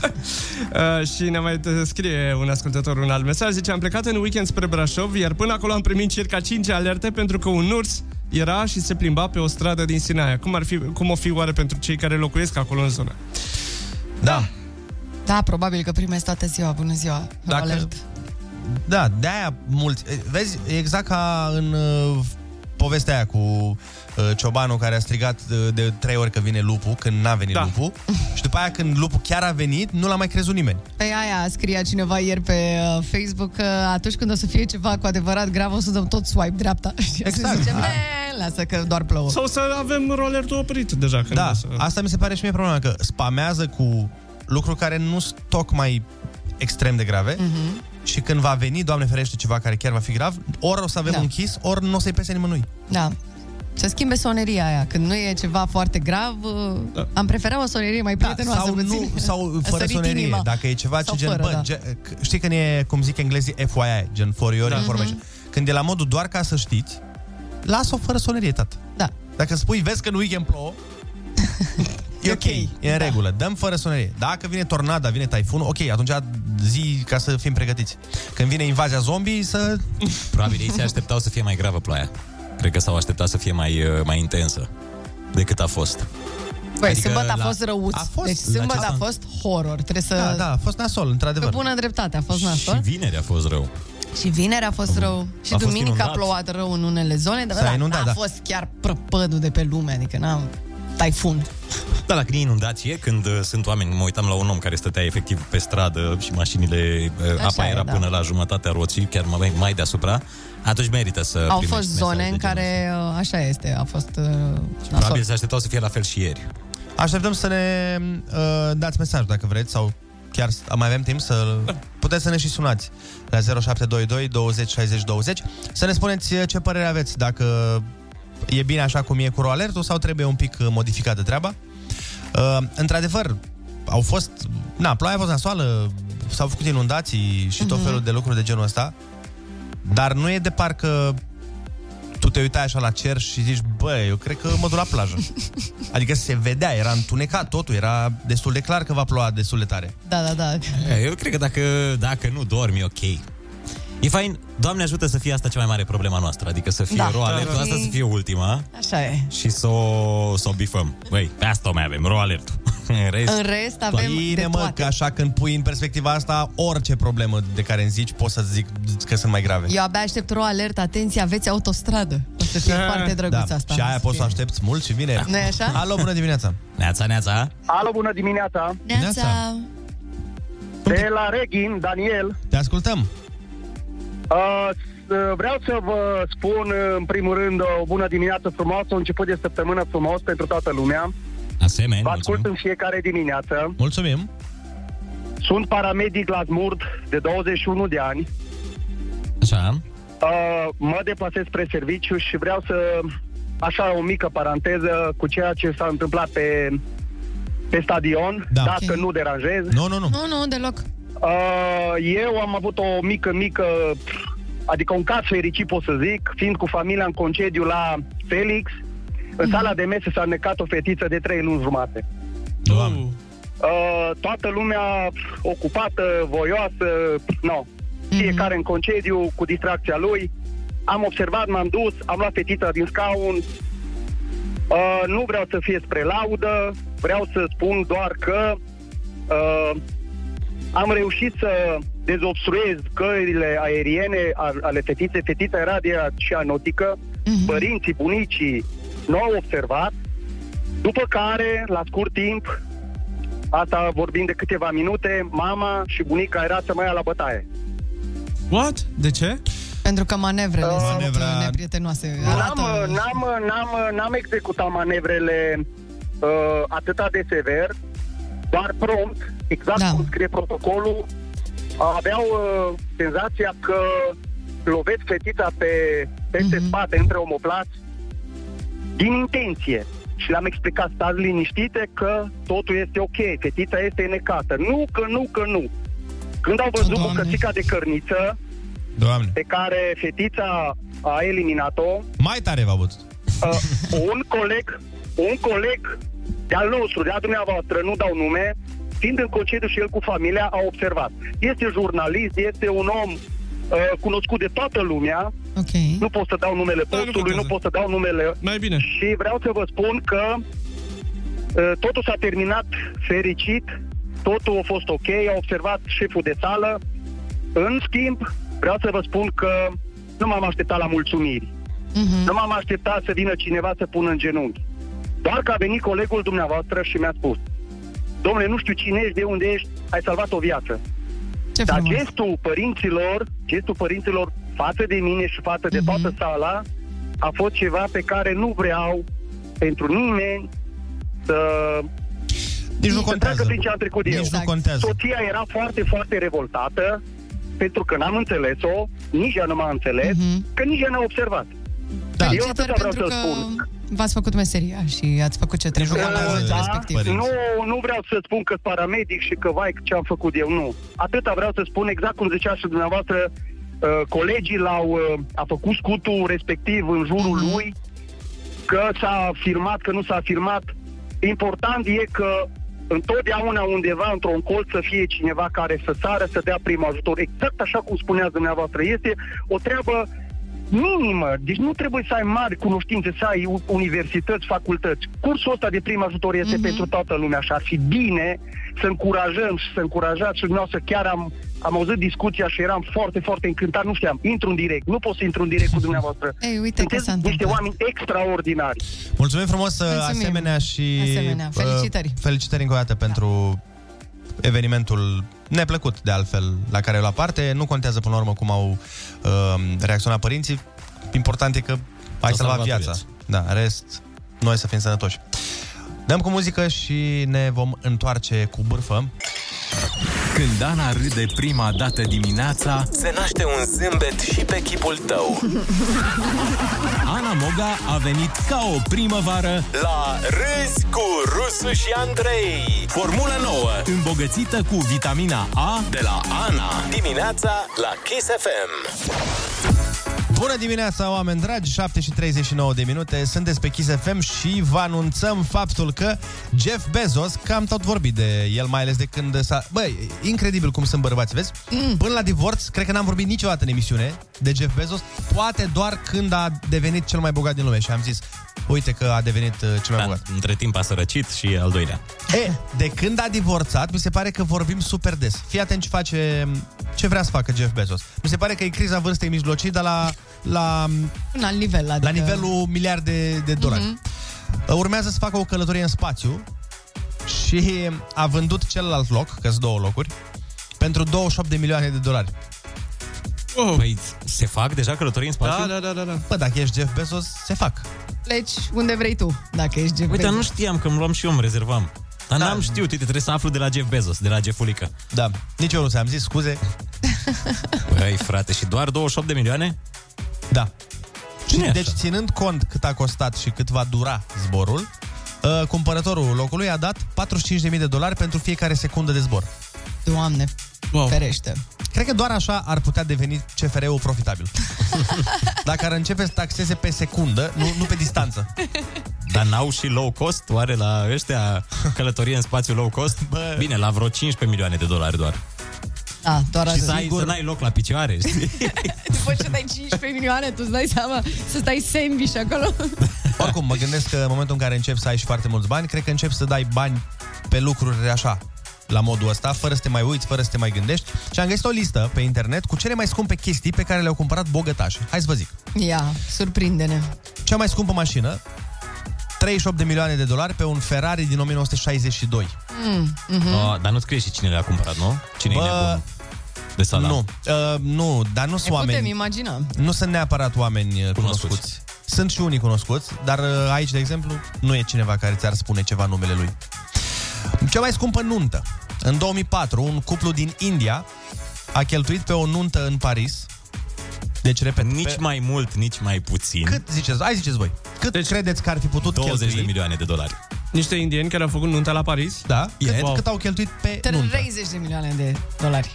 Speaker 8: Uh, și ne mai t- scrie un ascultător un alt mesaj, zice, am plecat în weekend spre Brașov, iar până acolo am primit circa 5 alerte pentru că un urs era și se plimba pe o stradă din Sinaia. Cum, ar fi, cum o fi oare pentru cei care locuiesc acolo în zonă?
Speaker 6: Da.
Speaker 1: Da, probabil că primesc toată ziua, bună ziua,
Speaker 6: Dacă-
Speaker 1: Dacă... alert.
Speaker 6: Da, de-aia mulți... e, Vezi, e exact ca în uh, povestea aia cu uh, ciobanul care a strigat uh, de trei ori că vine lupul, când n-a venit da. lupul. Și după aia când lupul chiar a venit, nu l-a mai crezut nimeni.
Speaker 1: Pe Păi aia scria cineva ieri pe uh, Facebook că atunci când o să fie ceva cu adevărat grav, o să dăm tot swipe dreapta. *laughs* Și exact. să zicem, "Ne, lasă că doar plouă.
Speaker 8: Sau să avem rollerul oprit deja. Când
Speaker 6: Da,
Speaker 8: o să...
Speaker 6: asta mi se pare și mie problema, că spamează cu lucruri care nu sunt tocmai extrem de grave
Speaker 1: Mhm.
Speaker 6: mm-hmm. și când va veni, Doamne ferește, ceva care chiar va fi grav, ori o să avem da. închis, ori nu o să-i pese nimănui.
Speaker 1: Da. Să schimbe soneria aia. Când nu e ceva foarte grav, da. am preferat o sonerie mai prietenoasă.
Speaker 6: Da, sau nu,
Speaker 1: puțin. *laughs*
Speaker 6: sau
Speaker 1: A
Speaker 6: fără
Speaker 1: sărit
Speaker 6: sonerie,
Speaker 1: inima.
Speaker 6: dacă e ceva
Speaker 1: Sau
Speaker 6: ce gen,
Speaker 1: fără,
Speaker 6: bă,
Speaker 1: da.
Speaker 6: gen, știi când e, cum zic englezii, FYI, gen for your
Speaker 1: Da.
Speaker 6: information. Când e la modul doar ca să știți, las-o fără sonerie, tată.
Speaker 1: Da.
Speaker 6: Dacă spui, vezi că în weekend
Speaker 1: *laughs*
Speaker 6: plouă, e ok, e în
Speaker 1: Da.
Speaker 6: regulă, dăm fără sonerie. Dacă vine tornada, vine taifunul, ok, atunci zi ca să fim pregătiți. Când vine invazia zombie, să...
Speaker 7: *laughs* Probabil ei se așteptau să fie mai gravă ploaia. Cred că s-au așteptat să fie mai, uh, mai intensă decât a fost.
Speaker 1: Băi,
Speaker 7: Adică
Speaker 1: Păi, sâmbătă
Speaker 7: la-
Speaker 1: a fost răuț.
Speaker 7: a fost-
Speaker 1: deci
Speaker 7: la ce
Speaker 1: sâmbătă
Speaker 7: s-a-
Speaker 1: a fost horror. Trebuie să...
Speaker 7: Da, da,
Speaker 6: a fost nasol,
Speaker 1: Pe
Speaker 6: într-adevăr.
Speaker 1: bună dreptate a fost
Speaker 7: Și
Speaker 1: nasol.
Speaker 7: vineri a fost rău.
Speaker 1: Și vineri a fost rău. Și
Speaker 7: A fost
Speaker 1: duminica a
Speaker 7: inundat.
Speaker 1: plouat rău în unele zone, dar
Speaker 7: S-a
Speaker 1: ăla
Speaker 7: inundat,
Speaker 1: n-a
Speaker 7: da.
Speaker 1: fost chiar prăpădul de pe lume, adică n-am taifun.
Speaker 7: Da, la când e inundație, când uh, sunt oameni, mă uitam la un om care stătea efectiv pe stradă și mașinile, uh,
Speaker 1: Așa
Speaker 7: apa
Speaker 1: e,
Speaker 7: era
Speaker 1: da.
Speaker 7: până la jumătatea roții, chiar mai, mai deasupra, atunci merită să
Speaker 1: Au
Speaker 7: primești
Speaker 1: fost
Speaker 7: mesaje
Speaker 1: zone
Speaker 7: de
Speaker 1: în
Speaker 7: genul
Speaker 1: care uh, așa este, a fost uh,
Speaker 7: ăsta.
Speaker 1: nasol.
Speaker 7: Probabil se așteptau să fie la fel și ieri.
Speaker 6: Așteptăm să ne uh, dați mesaj dacă vreți sau chiar s- mai avem timp să puteți să ne și sunați la 0722 20 60 20 să ne spuneți uh, ce părere aveți dacă e bine așa cum e cu roalertul sau trebuie un pic uh, modificată treaba. Uh, într-adevăr, au fost, na, ploaia a fost nasoală, s-au făcut inundații și tot felul de lucruri de genul ăsta, dar nu e de parcă tu te uitai așa la cer și zici, bă, eu cred că mă duc la plajă. Adică se vedea, era întunecat totul, era destul de clar că va ploua destul de *laughs* tare.
Speaker 1: Da, da, da.
Speaker 7: E, Eu cred că dacă, dacă nu dormi, e ok. E fain, Doamne ajută să fie asta cea mai mare problema noastră, adică să fie da.
Speaker 1: Da.
Speaker 7: roalertul
Speaker 1: Da, da.
Speaker 7: asta să fie ultima
Speaker 1: Așa e.
Speaker 7: și să o, să o bifăm. Băi, pe asta o mai avem, roalertul. În rest,
Speaker 1: În rest avem
Speaker 6: Bine,
Speaker 1: de
Speaker 6: mă,
Speaker 1: toate.
Speaker 6: că așa când pui în perspectiva asta orice problemă de care îmi zici, poți să zic că sunt mai grave.
Speaker 1: Eu abia aștept o alertă, atenție, aveți autostradă. O să
Speaker 6: *laughs*
Speaker 1: fie foarte drăguț
Speaker 6: da.
Speaker 1: asta.
Speaker 6: Și aia poți să o aștepți mult și vine.
Speaker 1: Nu-i așa?
Speaker 6: Alo, bună dimineața!
Speaker 7: Neața, neața!
Speaker 13: Alo, bună dimineața!
Speaker 1: Neața.
Speaker 13: De la Reghin, Daniel.
Speaker 6: Te ascultăm!
Speaker 13: Uh, s- vreau să vă spun, uh, în primul rând, o bună dimineață frumoasă, un început de săptămână frumos pentru toată lumea.
Speaker 7: Asemenea,
Speaker 13: Vă ascult în fiecare dimineață.
Speaker 6: Mulțumim!
Speaker 13: Sunt paramedic la Zmurd de 21 de ani.
Speaker 7: *laughs* Așa.
Speaker 13: Uh, mă deplasez spre serviciu și vreau să... Așa, o mică paranteză cu ceea ce s-a întâmplat pe, pe stadion,
Speaker 6: da.
Speaker 13: dacă nu deranjez.
Speaker 6: Nu, nu,
Speaker 1: Nu, nu, deloc.
Speaker 13: Uh, eu am avut o mică, mică, pf, adică un caz fericit, pot să zic, fiind cu familia în concediu la Felix, în
Speaker 6: Mhm.
Speaker 13: sala de mese s-a necat o fetiță de 3 luni jumate.
Speaker 6: Doamne.
Speaker 13: Uh, toată lumea pf, ocupată, voioasă, pf, no, fiecare în concediu, cu distracția lui. Am observat, m-am dus, am luat fetița din scaun. Uh, nu vreau să fie spre laudă, vreau să spun doar că uh, am reușit să dezobstruez cările aeriene a- ale fetiței. Fetița era de aceea notică, părinții, bunicii nu au observat, după care, la scurt timp, asta vorbim de câteva minute, mama și bunica era să mai ia la bătaie.
Speaker 8: What? De ce?
Speaker 1: Pentru că manevrele
Speaker 13: Uh,
Speaker 1: sunt
Speaker 13: manevra-
Speaker 1: uh, neprietenoase.
Speaker 13: N-am, n-am, n-am, n-am executat manevrele uh, atâta de sever, doar prompt, exact da. cum scrie protocolul, aveau uh, senzația că lovesc fetița pe, peste mm-hmm. spate, între omoplați, din intenție. Și le-am explicat, stați liniștite, că totul este ok, fetița este necată. Nu, că nu, că nu. Când au văzut bucățica de cărniță,
Speaker 6: Doamne.
Speaker 13: pe care fetița a eliminat-o,
Speaker 6: Mai tare v-a bătut.
Speaker 13: Uh, un coleg, un coleg de-al nostru, de-a dumneavoastră, nu dau nume, fiind în concediu și el cu familia, a observat. Este jurnalist, este un om uh, cunoscut de toată lumea.
Speaker 1: Okay.
Speaker 13: Nu pot să dau numele postului, nu pot să dau numele.
Speaker 8: Mai bine.
Speaker 13: Și vreau să vă spun că uh, totul s-a terminat fericit, totul a fost ok, a observat șeful de sală. În schimb, vreau să vă spun că nu m-am așteptat la mulțumiri.
Speaker 1: Mm-hmm.
Speaker 13: Nu m-am așteptat să vină cineva să pună în genunchi. Doar că a venit colegul dumneavoastră și mi-a spus Domnule, nu știu cine ești, de unde ești, ai salvat o viață.
Speaker 1: Ce
Speaker 13: Dar gestul părinților, gestul părinților față de mine și față de toată sala a fost ceva pe care nu vreau pentru nimeni să...
Speaker 6: Nici
Speaker 13: nu contează. Prin ce am trecut
Speaker 6: Nici
Speaker 13: eu. Exact.
Speaker 6: nu contează.
Speaker 13: Soția era foarte, foarte revoltată pentru că n-am înțeles-o, nici ea nu m-a înțeles, că nici ea n-a observat.
Speaker 1: Da.
Speaker 13: Eu atâta vreau
Speaker 1: pentru
Speaker 13: să
Speaker 1: că
Speaker 13: spun.
Speaker 1: v-ați făcut meseria și ați făcut ce trebuie.
Speaker 13: Da, nu, nu vreau să spun că paramedic și că vai ce am făcut eu, nu. Atâta vreau să spun exact cum zicea și dumneavoastră, uh, colegii l-au, uh, a făcut scutul respectiv în jurul lui, că s-a afirmat, că nu s-a afirmat. Important e că întotdeauna undeva într-un colț să fie cineva care să sară, să dea primul ajutor. Exact așa cum spuneați dumneavoastră. Este o treabă minimă. Deci nu trebuie să ai mari cunoștințe, să ai u- universități, facultăți. Cursul ăsta de prim ajutor este mm-hmm. pentru toată lumea și ar fi bine să încurajăm și să încurajați și dumneavoastră chiar am, am auzit discuția și eram foarte, foarte încântat, nu știam, intru în direct, nu pot să intru în direct cu dumneavoastră.
Speaker 1: *laughs* Ei, uite
Speaker 13: Sunteți
Speaker 1: că s-a
Speaker 13: niște
Speaker 1: întâmplat.
Speaker 13: oameni extraordinari.
Speaker 6: Mulțumim frumos, uh,
Speaker 13: Mulțumim.
Speaker 6: asemenea și...
Speaker 13: Asemenea.
Speaker 6: uh,
Speaker 13: Felicitări. Da.
Speaker 6: felicitări încă o dată pentru evenimentul neplăcut, de altfel, la care a luat parte. Nu contează până la urmă cum au uh, reacționat părinții. Important e că ai salvat
Speaker 7: salvat
Speaker 6: viața.
Speaker 7: vieți.
Speaker 6: Da, rest, noi să fim sănătoși. Dăm cu muzică și ne vom întoarce cu bârfă.
Speaker 11: Când Ana râde prima dată dimineața,
Speaker 12: Se naște un zâmbet și pe chipul tău.
Speaker 11: Ana Moga a venit ca o primăvară
Speaker 12: La Râzi cu Rusu și Andrei. Formula nouă
Speaker 11: îmbogățită cu vitamina A
Speaker 12: de la Ana. Dimineața la Kiss FM.
Speaker 6: Bună dimineața, oameni dragi! 7 și 39 de minute, sunteți pe Kiss FM și vă anunțăm faptul că Jeff Bezos, că am tot vorbit de el, mai ales de când s-a... Băi, incredibil cum sunt bărbați, vezi? Mm. Până la divorț, cred că n-am vorbit niciodată în emisiune de Jeff Bezos, poate doar când a devenit cel mai bogat din lume și am zis, uite că a devenit uh, cel mai bogat.
Speaker 7: Da. Între timp a sărăcit și al doilea.
Speaker 6: E, de când a divorțat, mi se pare că vorbim super des. Fii atent ce face, ce vrea să facă Jeff Bezos. Mi se pare că e criza vârstei mijlocii, dar la, la,
Speaker 1: Un alt nivel. Adică... Mhm.
Speaker 6: la nivelul miliarde de dolari. Uh, Urmează să facă o călătorie în spațiu și a vândut celălalt loc, că sunt două locuri, pentru 28 de milioane de dolari.
Speaker 8: Oh.
Speaker 7: Păi, se fac deja călătorii în spațiu?
Speaker 8: Da, da, da, da.
Speaker 6: Bă, dacă ești Jeff Bezos, se fac.
Speaker 1: Pleci unde vrei tu, dacă ești Jeff
Speaker 7: Uite, dar nu
Speaker 1: Bezos.
Speaker 7: știam că îmi luam și eu, îmi rezervam. Dar n-am știut, uite, trebuie să aflu de la Jeff Bezos, de la Jeffulică.
Speaker 6: Da, nici eu nu ți-am zis, scuze.
Speaker 7: *laughs* Băi, frate, și doar 28 de milioane?
Speaker 6: Da.
Speaker 7: Cine
Speaker 6: și,
Speaker 7: e
Speaker 6: deci, ținând cont cât a costat și cât va dura zborul, uh, cumpărătorul locului a dat 45.000 de dolari pentru fiecare secundă de zbor.
Speaker 1: Doamne,
Speaker 6: Wow.
Speaker 1: ferește.
Speaker 6: Cred că doar așa ar putea deveni CFR-ul profitabil. Dacă ar începe să taxeze pe secundă, nu, nu pe distanță.
Speaker 7: *laughs* Dar n-au și low cost? Oare la ăștia călătorie în spațiu low cost? Bă. Bine, la vreo 15 milioane de dolari doar.
Speaker 1: Da, doar
Speaker 7: și
Speaker 1: atât.
Speaker 7: să, ai, să n-ai loc la
Speaker 6: *laughs*
Speaker 7: picioare, știi?
Speaker 1: După ce dai 15 milioane, tu îți dai seama să stai sandwich acolo.
Speaker 6: Oricum, mă gândesc că în momentul în care începi să ai și foarte mulți bani, cred că începi să dai bani pe lucruri așa, la modul ăsta, fără să te mai uiți, fără să te mai gândești. Și am găsit o listă pe internet cu cele mai scumpe chestii pe care le-au cumpărat bogătașii. Hai să vă zic.
Speaker 1: Ia, surprinde-ne.
Speaker 6: Cea mai scumpă mașină, 38 de milioane de dolari pe un Ferrari din 1962.
Speaker 1: Mm,
Speaker 6: Ah.
Speaker 1: mhm.
Speaker 7: No, Oh, dar nu scrie și cine le-a cumpărat, nu? Cine e nebun de salam?
Speaker 6: Nu, uh, nu, dar nu sunt
Speaker 1: Ne putem
Speaker 6: oameni.
Speaker 1: imagina.
Speaker 6: Nu sunt neapărat oameni uh, cunoscuți. cunoscuți. Sunt și unii cunoscuți, dar uh, aici, de exemplu, nu e cineva care ți-ar spune ceva numele lui. Cea mai scumpă nuntă. În 2004, un cuplu din India a cheltuit pe o nuntă în Paris. Deci, repet,
Speaker 7: Nici
Speaker 6: pe...
Speaker 7: mai mult, nici mai puțin.
Speaker 6: Cât ziceți? Hai ziceți voi. Cât deci, credeți că ar fi putut
Speaker 7: 20
Speaker 6: cheltui?
Speaker 7: de milioane de dolari.
Speaker 8: Niște indieni care au făcut nunta la Paris.
Speaker 6: Da.
Speaker 8: Cât,
Speaker 6: Cât, wow. cât au cheltuit pe nuntă?
Speaker 1: 30 de milioane de dolari.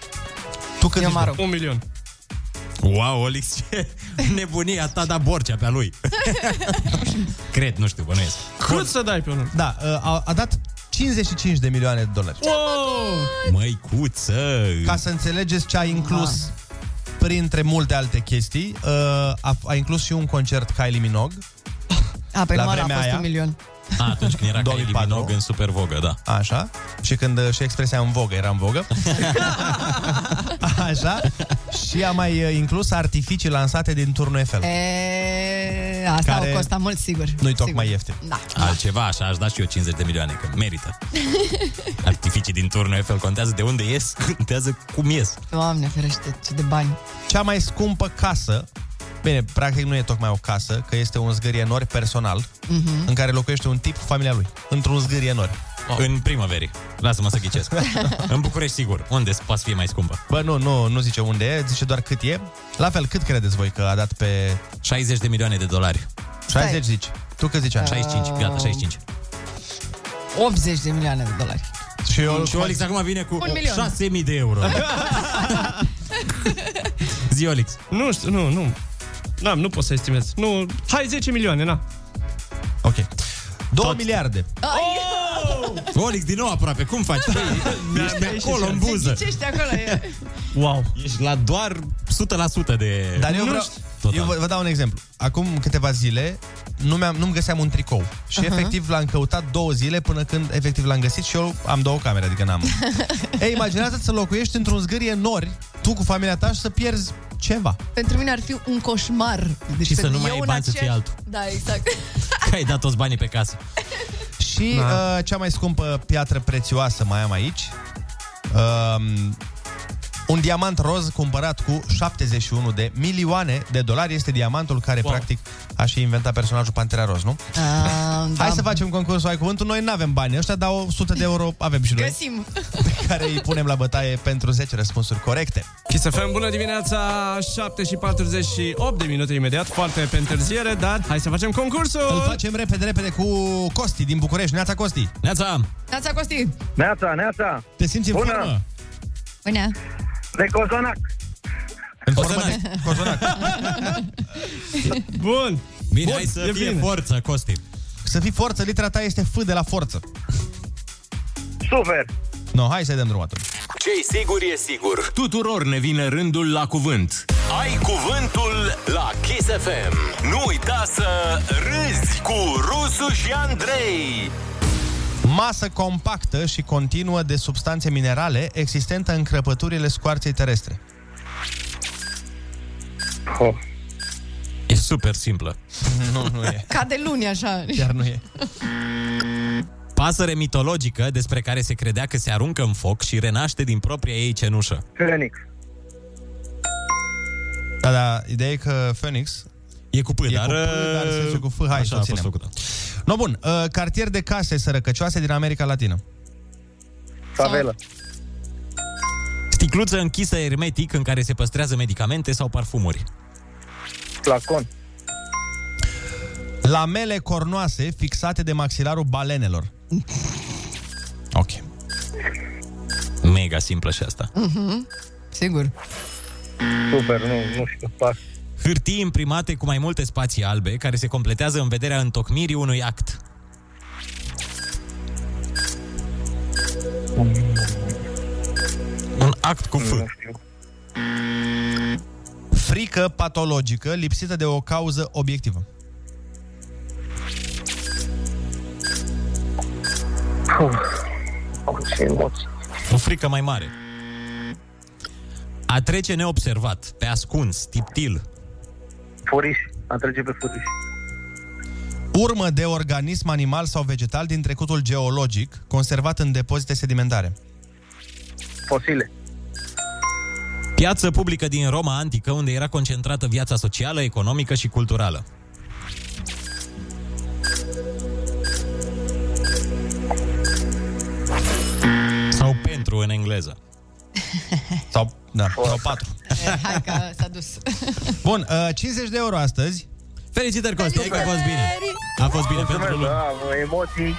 Speaker 6: Tu cât
Speaker 1: Eu mă rog.
Speaker 8: Un milion.
Speaker 7: Wow, Olix, ce nebunie a ta, da Borcea pe-a lui. Cred, nu știu, bănuiesc.
Speaker 8: Cât să dai pe unul?
Speaker 6: Da, uh, a, a dat 55 de milioane de dolari.
Speaker 8: Wow!
Speaker 7: Măicuță!
Speaker 6: Ca să înțelegeți ce a inclus printre multe alte chestii, uh, a, a inclus și un concert Kylie Minogue.
Speaker 1: *laughs* A, pe
Speaker 6: La
Speaker 1: la a
Speaker 6: vremea
Speaker 1: fost
Speaker 6: aia.
Speaker 1: un milion.
Speaker 7: A, atunci când era Kylie Minogue în super vogă, da.
Speaker 6: Așa. Și când uh, și expresia în vogă era în
Speaker 7: *laughs*
Speaker 6: vogă. Așa. Și a mai uh, inclus artificii lansate din turnul Eiffel.
Speaker 1: E, asta
Speaker 6: Care-
Speaker 1: Care... o costat mult,
Speaker 6: *laughs*
Speaker 1: sigur.
Speaker 6: Nu-i
Speaker 1: Sigur.
Speaker 6: tocmai ieftin.
Speaker 1: Da.
Speaker 7: Altceva, așa, aș da și eu 50 de milioane, că merită. Artificii din turnul Eiffel contează de unde ies, *laughs* contează cum ies.
Speaker 1: Doamne, ferește, ce de bani.
Speaker 6: Cea mai scumpă casă, bine, practic nu e tocmai o casă, că este un zgârie nori personal,
Speaker 1: Mhm.
Speaker 6: în care locuiește un tip cu familia lui, într-un zgârie nori.
Speaker 7: În primăveri. Lasă-mă să
Speaker 1: *laughs*
Speaker 7: ghicesc. în București, sigur. Unde să fie mai scumpă?
Speaker 6: Bă, nu, nu, nu zice unde e, zice doar cât e. La fel, cât credeți voi că a dat pe...
Speaker 7: 60 de milioane de dolari.
Speaker 6: 60 zici. Tu cât zici?
Speaker 7: 65, gata, 65.
Speaker 1: 80 de milioane de dolari.
Speaker 6: Și eu...
Speaker 7: Și Olix acum vine cu
Speaker 1: Un milion.
Speaker 7: 6000 de euro. Zi, Olix.
Speaker 8: Nu știu, nu, nu. N-am, nu pot să estimez. Nu, hai 10 milioane, na.
Speaker 6: Ok. 2 Tot. miliarde.
Speaker 1: Oh!
Speaker 7: Olix, din nou aproape, cum
Speaker 1: *laughs*
Speaker 7: faci?
Speaker 1: Da.
Speaker 7: Păi, ești pe acolo, în buză.
Speaker 1: Ghicește acolo, e.
Speaker 7: Wow. Ești la doar 100% de...
Speaker 6: Dar eu, vreau, eu vă, vă dau un exemplu. Acum câteva zile nu mi-am, nu-mi găseam un tricou. Și
Speaker 1: Aha.
Speaker 6: uh-huh. efectiv l-am căutat două zile până când efectiv l-am găsit și eu am două camere, adică n-am. Ei, imaginează-ți să locuiești într-un zgârie nori, tu cu familia ta și să pierzi ceva.
Speaker 1: Pentru mine ar fi un coșmar. Deci
Speaker 7: Și să
Speaker 1: pentru
Speaker 7: nu mai
Speaker 1: eu
Speaker 7: ai
Speaker 1: în
Speaker 7: bani să
Speaker 1: acea-
Speaker 7: ții altul.
Speaker 1: Da, exact.
Speaker 7: Că ai dat toți banii pe casă.
Speaker 6: Și
Speaker 1: Da.
Speaker 6: uh, cea mai scumpă piatră prețioasă mai am aici. Uh, un diamant roz cumpărat cu 71 de milioane de dolari este diamantul care, wow. practic, a și inventat personajul Pantera Roz, nu?
Speaker 1: Ah,
Speaker 6: Hai să facem concursul Ai Cuvântul. Noi nu avem bani. Ăștia dau 100 de euro, avem și noi.
Speaker 1: Găsim.
Speaker 6: Pe care îi punem la bătaie pentru 10 răspunsuri corecte.
Speaker 8: Kiss FM, bună dimineața, 7 și 48 de minute imediat, foarte pe întârziere, dar hai să facem concursul!
Speaker 6: Îl facem repede, repede cu Costi din București. Neața Costi.
Speaker 7: Neața.
Speaker 1: Neața Costi.
Speaker 6: Neața, neața. Te simți în
Speaker 1: Bună.
Speaker 6: formă?
Speaker 1: Bună.
Speaker 13: De cozonac.
Speaker 6: În formă de cozonac.
Speaker 8: Bun.
Speaker 7: Bine,
Speaker 6: *laughs* Bun,
Speaker 7: hai să
Speaker 6: e
Speaker 7: fie
Speaker 6: bine.
Speaker 7: forță, Costi.
Speaker 6: Să fii forță, litera ta este F de la forță.
Speaker 13: Super.
Speaker 6: No, hai să-i dăm drumul atunci.
Speaker 12: Ce-i sigur e sigur.
Speaker 11: Tuturor ne vine rândul la cuvânt.
Speaker 12: Ai cuvântul la Kiss FM. Nu uita să râzi cu Rusu și Andrei.
Speaker 6: Masă compactă și continuă de substanțe minerale existentă în crăpăturile scoarței terestre.
Speaker 7: Oh. E super simplă.
Speaker 6: *laughs* nu, nu e.
Speaker 1: Ca de luni, așa.
Speaker 6: nu e.
Speaker 7: Pasăre mitologică despre care se credea că se aruncă în foc și renaște din propria ei cenușă.
Speaker 13: Phoenix.
Speaker 6: Da, da, ideea e că Phoenix
Speaker 7: e cu P,
Speaker 6: e
Speaker 7: dar,
Speaker 6: Cu P, dar uh, se zice cu F. Hai,
Speaker 7: așa
Speaker 6: să
Speaker 7: a
Speaker 6: o
Speaker 7: fost
Speaker 6: ținem.
Speaker 7: făcută.
Speaker 6: No, bun. Uh, cartier de case sărăcăcioase din America Latină.
Speaker 13: Favela.
Speaker 7: Sticluță închisă hermetic în care se păstrează medicamente sau parfumuri.
Speaker 13: Flacon.
Speaker 6: Lamele cornoase fixate de maxilarul balenelor. Ok.
Speaker 7: Mega simplă și asta.
Speaker 1: Mhm. Sigur.
Speaker 13: Super, nu, nu știu, pas.
Speaker 7: Hârtii imprimate cu mai multe spații albe care se completează în vederea întocmirii unui act. Un act cu F.
Speaker 6: Frică patologică lipsită de o cauză obiectivă.
Speaker 7: O frică mai mare. A trece neobservat, pe ascuns, tiptil.
Speaker 13: Furiș. A trece pe furiș.
Speaker 6: Urmă de organism animal sau vegetal din trecutul geologic, conservat în depozite sedimentare.
Speaker 13: Fosile.
Speaker 7: Piață publică din Roma antică, unde era concentrată viața socială, economică și culturală. Sau pentru în engleză.
Speaker 6: Sau, da, sau patru.
Speaker 1: E, Eh, Hai că s-a dus.
Speaker 6: Bun, uh, 50 de euro astăzi.
Speaker 7: Felicitări, Costi, a fost bine. A fost bine pentru lume.
Speaker 13: Da, emoții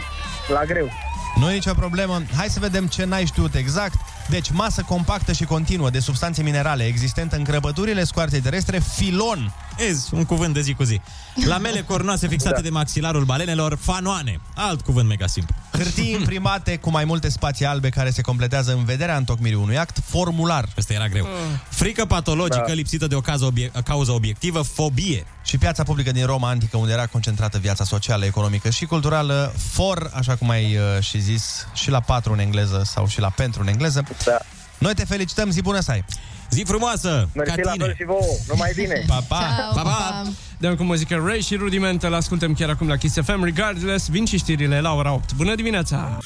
Speaker 13: la greu.
Speaker 6: Nu e nicio problemă. Hai să vedem ce n-ai știut exact. Deci, masă compactă și continuă de substanțe minerale existentă în crăpăturile scoarței terestre, filon.
Speaker 7: Ez, un cuvânt de zi cu zi. Lamele cornoase fixate de maxilarul balenelor, fanoane. Alt cuvânt mega simplu.
Speaker 6: Hârtii imprimate cu mai multe spații albe care se completează în vederea întocmirii unui act, formular.
Speaker 7: Asta era greu. Frică patologică da. lipsită de o cauză, obie- cauză obiectivă, fobie.
Speaker 6: Și piața publică din Roma antică, unde era concentrată viața socială, economică și culturală, for, așa cum ai uh, și zis, și la patru în engleză sau și la pentru în engleză. Da. Noi te felicităm, zi bună să ai!
Speaker 7: Zi frumoasă!
Speaker 8: Mersi la fel
Speaker 13: și vouă. Numai bine.
Speaker 7: Pa,
Speaker 1: Ciao,
Speaker 8: pa, pa! Dăm cu muzică Ray și Rudimental, ascultăm chiar acum la Kiss FM. Regardless, vin și știrile la ora 8. Bună dimineața!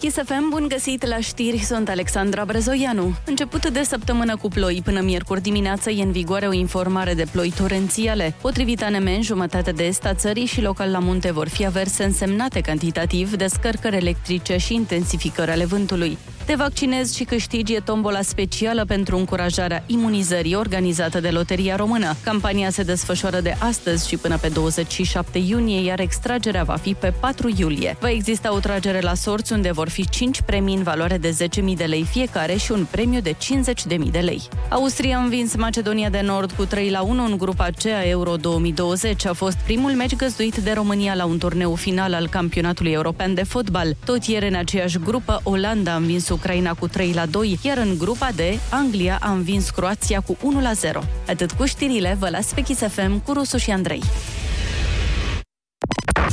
Speaker 2: Kiss FM, bun găsit la știri, sunt Alexandra Brezoianu. Început de săptămână cu ploi până miercuri dimineață e în vigoare o informare de ploi torențiale. Potrivit ANM, în jumătate de est a țării și local la munte vor fi averse însemnate cantitativ, descărcări electrice și intensificări ale vântului. Te vaccinezi și câștigi e tombola specială pentru încurajarea imunizării organizată de Loteria Română. Campania se desfășoară de astăzi și până pe 27 iunie, iar extragerea va fi pe 4 iulie. Va exista o tragere la sorți unde vor fi 5 premii în valoare de 10.000 de lei fiecare și un premiu de 50.000 de lei. Austria a învins Macedonia de Nord cu 3 la 1 în grupa C a Euro 2020. A fost primul meci găzduit de România la un turneu final al campionatului european de fotbal. Tot ieri în aceeași grupă, Olanda a învins Ucraina cu 3 la 2, iar în grupa D, Anglia a învins Croația cu 1 la 0. Atât cu știrile, vă las pe Kiss FM cu Rusu și Andrei.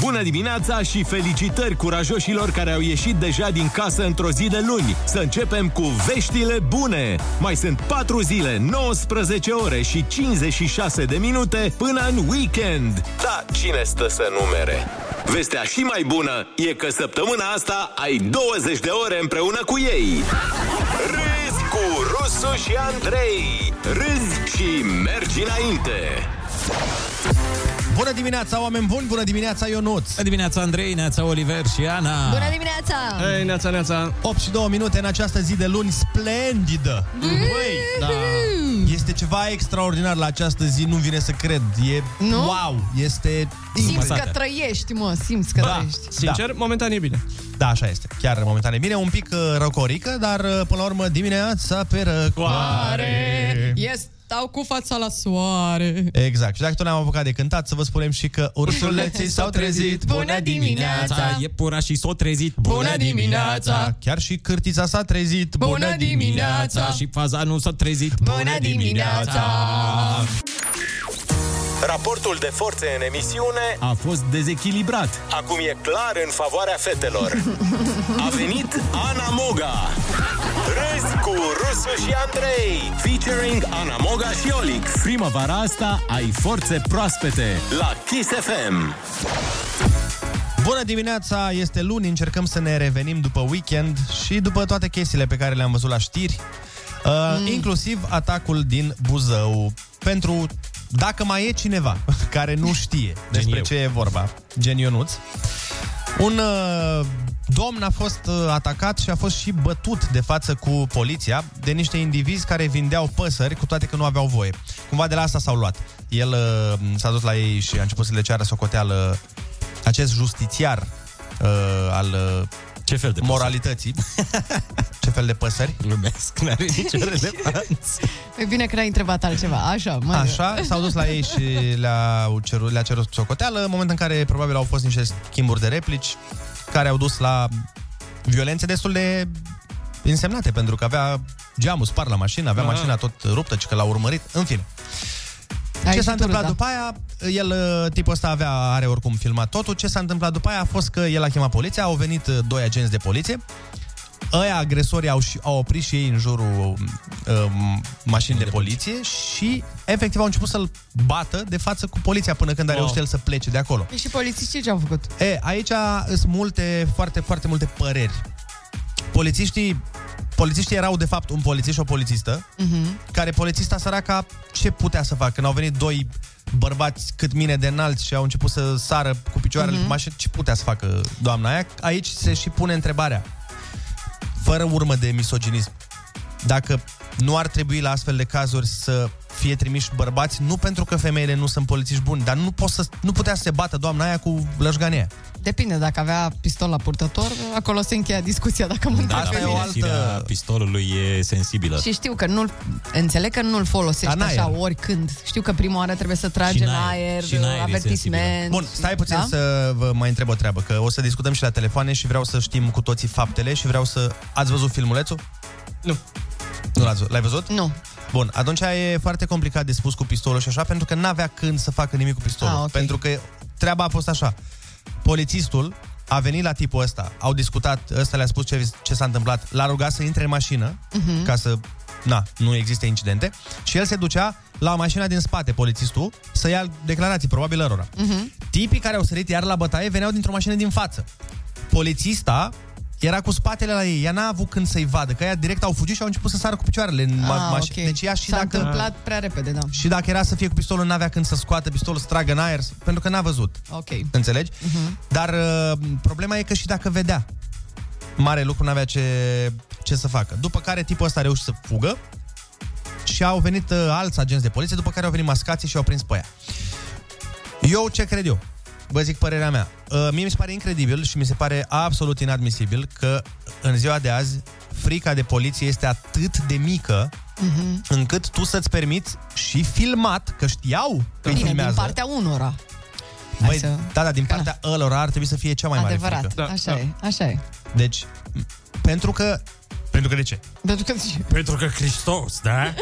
Speaker 10: Bună dimineața și felicitări curajoșilor care au ieșit deja din casă într-o zi de luni. Să începem cu veștile bune. Mai sunt 4 zile, 19 ore și 56 de minute până în weekend.
Speaker 12: Da, cine stă să numere? Vestea și mai bună e că săptămâna asta ai 20 de ore împreună cu ei. Râzi cu Rusu și Andrei. Râzi și mergi înainte.
Speaker 6: Bună dimineața, oameni buni! Bună dimineața, Ionuț! Bună
Speaker 7: dimineața, Andrei, neața, Oliver și Ana!
Speaker 1: Bună dimineața!
Speaker 7: Hei, neața, neața!
Speaker 6: 8 și 2 minute în această zi de luni splendidă! Băi, da! Este ceva extraordinar la această zi, nu vine să cred. E
Speaker 1: Nu?
Speaker 6: wow! Este
Speaker 1: Simți
Speaker 6: incredibil.
Speaker 1: că trăiești, mă, simți că trăiești.
Speaker 6: Sincer, da. momentan e bine. Da, așa este. Chiar momentan e bine. Un pic uh, răcorică, dar uh, până la urmă dimineața pe răcoare.
Speaker 1: Yes, stau cu fața la soare.
Speaker 6: Exact. Și dacă tot ne-am apucat de cântat, să vă spunem și că ursuleții s-au trezit.
Speaker 1: Bună dimineața!
Speaker 6: Iepura și s-au trezit.
Speaker 1: Bună dimineața!
Speaker 6: Chiar și cârtița s-a trezit.
Speaker 1: Bună dimineața!
Speaker 7: Și fazanul s-a trezit.
Speaker 1: Bună dimineața!
Speaker 12: Raportul de forțe în emisiune
Speaker 7: A fost dezechilibrat.
Speaker 12: acum e clar în favoarea fetelor. A venit Ana Moga. Râzi cu Rusu și Andrei. Featuring Ana Moga și Olix.
Speaker 7: Primăvara asta ai forțe proaspete.
Speaker 12: La Kiss FM.
Speaker 6: Bună dimineața, este luni, încercăm să ne revenim după weekend și după toate chestiile pe care le-am văzut la știri, uh, inclusiv atacul din Buzău. Pentru dacă mai e cineva *laughs* care nu știe despre ce e vorba, gen Ionuț, un uh, domn a fost uh, atacat și a fost și bătut de față cu poliția de niște indivizi care vindeau păsări, cu toate că nu aveau voie. Cumva de la asta s-au luat. El uh, s-a dus la ei și a început să le ceară socoteală acest justițiar uh, al uh,
Speaker 7: ce fel de
Speaker 6: moralității. *laughs* ce fel de păsări?
Speaker 7: Glumesc, n-are
Speaker 6: *laughs*
Speaker 7: nicio relevanță.
Speaker 1: E bine că n-ai întrebat altceva. Așa, mă.
Speaker 6: Așa, s-au dus la ei și le-au cerut, le-a cerut socoteală, în momentul în care probabil au fost niște schimburi de replici care au dus la violențe destul de însemnate, pentru că avea geamul spart la mașină, avea
Speaker 7: Aha.
Speaker 6: mașina tot ruptă, ci că l-a urmărit, în fine.
Speaker 7: Ai
Speaker 6: ce
Speaker 7: și
Speaker 6: s-a
Speaker 7: tu
Speaker 6: întâmplat
Speaker 7: râs, da.
Speaker 6: după aia, el, uh, tipul ăsta avea, are oricum filmat totul, ce s-a întâmplat după aia a fost că el a chemat poliția, au venit uh, doi agenți de poliție, ăia agresorii au, și, au oprit și ei în jurul um, mașinii de, poliție și efectiv au început să-l bată de față cu poliția până când a
Speaker 1: Wow.
Speaker 6: reușit el să plece de acolo.
Speaker 1: Păi Și polițiștii ce au făcut?
Speaker 6: E, aici sunt multe, foarte, foarte multe păreri. Polițiștii, polițiștii erau de fapt un polițist și o polițistă,
Speaker 1: Mhm.
Speaker 6: care polițista săraca ce putea să facă? Când au venit doi bărbați cât mine de înalți și au început să sară cu picioarele
Speaker 7: Mhm.
Speaker 6: uh-huh. mașină, ce putea să facă doamna aia? Aici se și pune întrebarea, fără urmă de misoginism, dacă nu ar trebui la astfel de cazuri să fie trimiși bărbați, nu pentru că femeile nu sunt polițiști buni, dar nu, pot să, nu putea să se bată doamna aia cu lășgania.
Speaker 1: Depinde, dacă avea pistol la purtător, acolo se încheia discuția dacă mă
Speaker 7: Da,
Speaker 1: întrebi
Speaker 7: da,
Speaker 1: pe
Speaker 7: e
Speaker 1: mine.
Speaker 7: altă... pistolului e
Speaker 6: Da.
Speaker 7: sensibilă.
Speaker 1: Și știu că nu-l... Înțeleg că nu-l folosești
Speaker 7: Dar în aer.
Speaker 1: așa oricând. Știu că prima oară trebuie să tragi
Speaker 6: Și
Speaker 1: în
Speaker 6: în aer,
Speaker 1: aer,
Speaker 6: și în aer e
Speaker 1: avertisment.
Speaker 6: Bun, stai puțin da? să vă mai întreb o treabă, că o să discutăm și la telefoane și vreau să știm cu toții faptele și vreau să... Ați văzut filmulețul? Nu. Nu l-ați văzut? L-ai văzut?
Speaker 1: Nu.
Speaker 6: Bun, atunci e foarte complicat de spus cu pistolul și așa, pentru că n-avea când să facă nimic cu pistolul.
Speaker 1: Ah,
Speaker 6: Ah,
Speaker 1: ok.
Speaker 6: okay. Pentru că treaba a fost așa. Polițistul a venit la tipul ăsta, au discutat, ăsta le-a spus ce, ce s-a întâmplat, l-a rugat să intre în mașină,
Speaker 7: Mhm.
Speaker 6: uh-huh. ca să na, nu existe incidente, și el se ducea la mașina din spate, polițistul, să ia declarații, probabil lărora.
Speaker 7: Mhm.
Speaker 6: Tipii care au sărit iar la bătaie veneau dintr-o mașină din față. Polițista Era cu spatele la ei, ea n-a avut când să-i vadă, că ea direct au fugit și au început să sară cu picioarele în ma-
Speaker 1: Ah,
Speaker 6: mașină.
Speaker 1: ok.
Speaker 6: Deci ea și
Speaker 1: S-a
Speaker 6: dacă...
Speaker 1: întâmplat prea repede, da.
Speaker 6: Și dacă era să fie cu pistolul, n-avea când să scoată pistolul, să tragă în aer, pentru că n-a văzut.
Speaker 1: Ok.
Speaker 6: Înțelegi? Dar uh, problema e că și dacă vedea, mare lucru n-avea ce, ce să facă. După care tipul ăsta a reușit să fugă și au venit uh, alți agenți de poliție, după care au venit mascații și au prins pe aia. Eu ce cred eu? Vă zic părerea mea. Uh, Mie mi se pare incredibil și mi se pare absolut inadmisibil că în ziua de azi frica de poliție este atât de mică
Speaker 1: Mhm.
Speaker 6: încât tu să-ți permiți și filmat, că știau că
Speaker 1: Bine,
Speaker 6: filmează.
Speaker 1: din partea unora.
Speaker 6: Băi, da, da, din partea ălora ar trebui să fie cea mai
Speaker 1: Adevărat,
Speaker 6: mare frică.
Speaker 1: așa e, așa e.
Speaker 6: Deci, m- pentru că... Pentru că de ce?
Speaker 1: Pentru că...
Speaker 6: Pentru că Hristos,
Speaker 1: *laughs*
Speaker 6: da?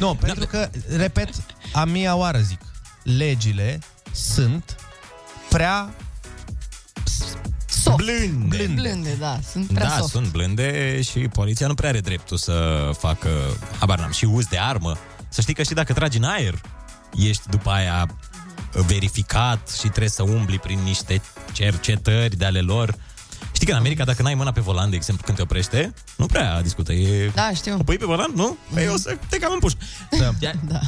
Speaker 6: nu, pentru că, repet, a mia oară zic, legile sunt prea
Speaker 1: soft.
Speaker 7: Blânde.
Speaker 1: Blânde, da, sunt prea
Speaker 7: da,
Speaker 1: soft.
Speaker 7: sunt blânde și poliția nu prea are dreptul să facă, habar n-am, și uz de armă. Să știi că și dacă tragi în aer, ești după aia verificat și trebuie să umbli prin niște cercetări de ale lor. Știi că în America, dacă n-ai mâna pe volan, de exemplu, când te oprește, nu prea discută. E...
Speaker 1: Da, știu. Mhm.
Speaker 7: Păi pe volan, nu? Păi eu o să te cam împușc. Da.
Speaker 1: *laughs* da.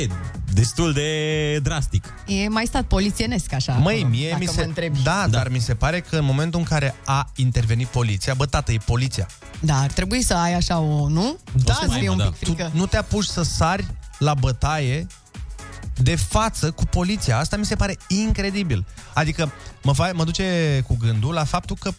Speaker 7: E destul de drastic.
Speaker 1: E mai stat polițienesc așa.
Speaker 6: Măi,
Speaker 1: acolo,
Speaker 6: mie
Speaker 1: dacă
Speaker 6: mi
Speaker 1: mă
Speaker 6: se...
Speaker 1: întrebi.
Speaker 6: Da, da, dar mi se pare că în momentul în care a intervenit poliția, bă, tată, e poliția.
Speaker 1: Da, ar trebui să ai așa o, nu?
Speaker 6: Da,
Speaker 1: să fie un pic
Speaker 6: tu
Speaker 1: frică.
Speaker 6: nu te apuci să sari la bătaie de față cu poliția. Asta mi se pare incredibil. Adică mă, fa- mă duce cu gândul la faptul că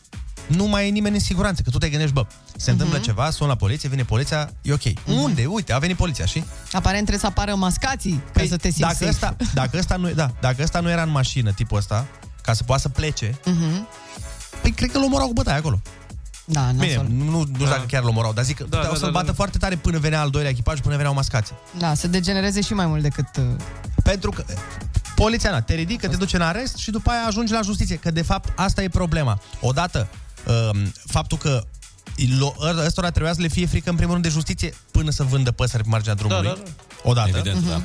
Speaker 6: nu mai e nimeni în siguranță, că tu te gândești, bă,
Speaker 1: Mhm.
Speaker 6: se întâmplă ceva, sun la poliție, vine poliția, e ok. Unde? Uite, a venit poliția, și?
Speaker 1: Aparent trebuie să apară mascații ca să te simți
Speaker 6: Păi, Dacă
Speaker 1: safe.
Speaker 6: ăsta, dacă, ăsta nu, da, dacă ăsta nu era în mașină, tipul ăsta, ca să poată să plece,
Speaker 1: Mhm.
Speaker 6: păi cred că l omorau cu bătaia acolo.
Speaker 1: Da,
Speaker 6: Bine,
Speaker 1: nasol.
Speaker 6: nu, nu știu dacă chiar l omorau, dar zic că
Speaker 1: Da,
Speaker 6: da,
Speaker 1: da,
Speaker 6: o să-l
Speaker 1: da,
Speaker 6: bată
Speaker 1: da.
Speaker 6: foarte tare până venea al doilea echipaj, până veneau mascații.
Speaker 1: Da, să degenereze și mai mult decât... uh,
Speaker 6: Pentru că poliția na, te ridică, te duce în arest și după aia ajungi la justiție. Că de fapt asta e problema. Odată, um, faptul că lo- ă, ăstora trebuia să le fie frică în primul rând de justiție până să vândă păsări pe marginea drumului.
Speaker 7: da, da.
Speaker 6: Odată. Mhm.
Speaker 7: Evident, da.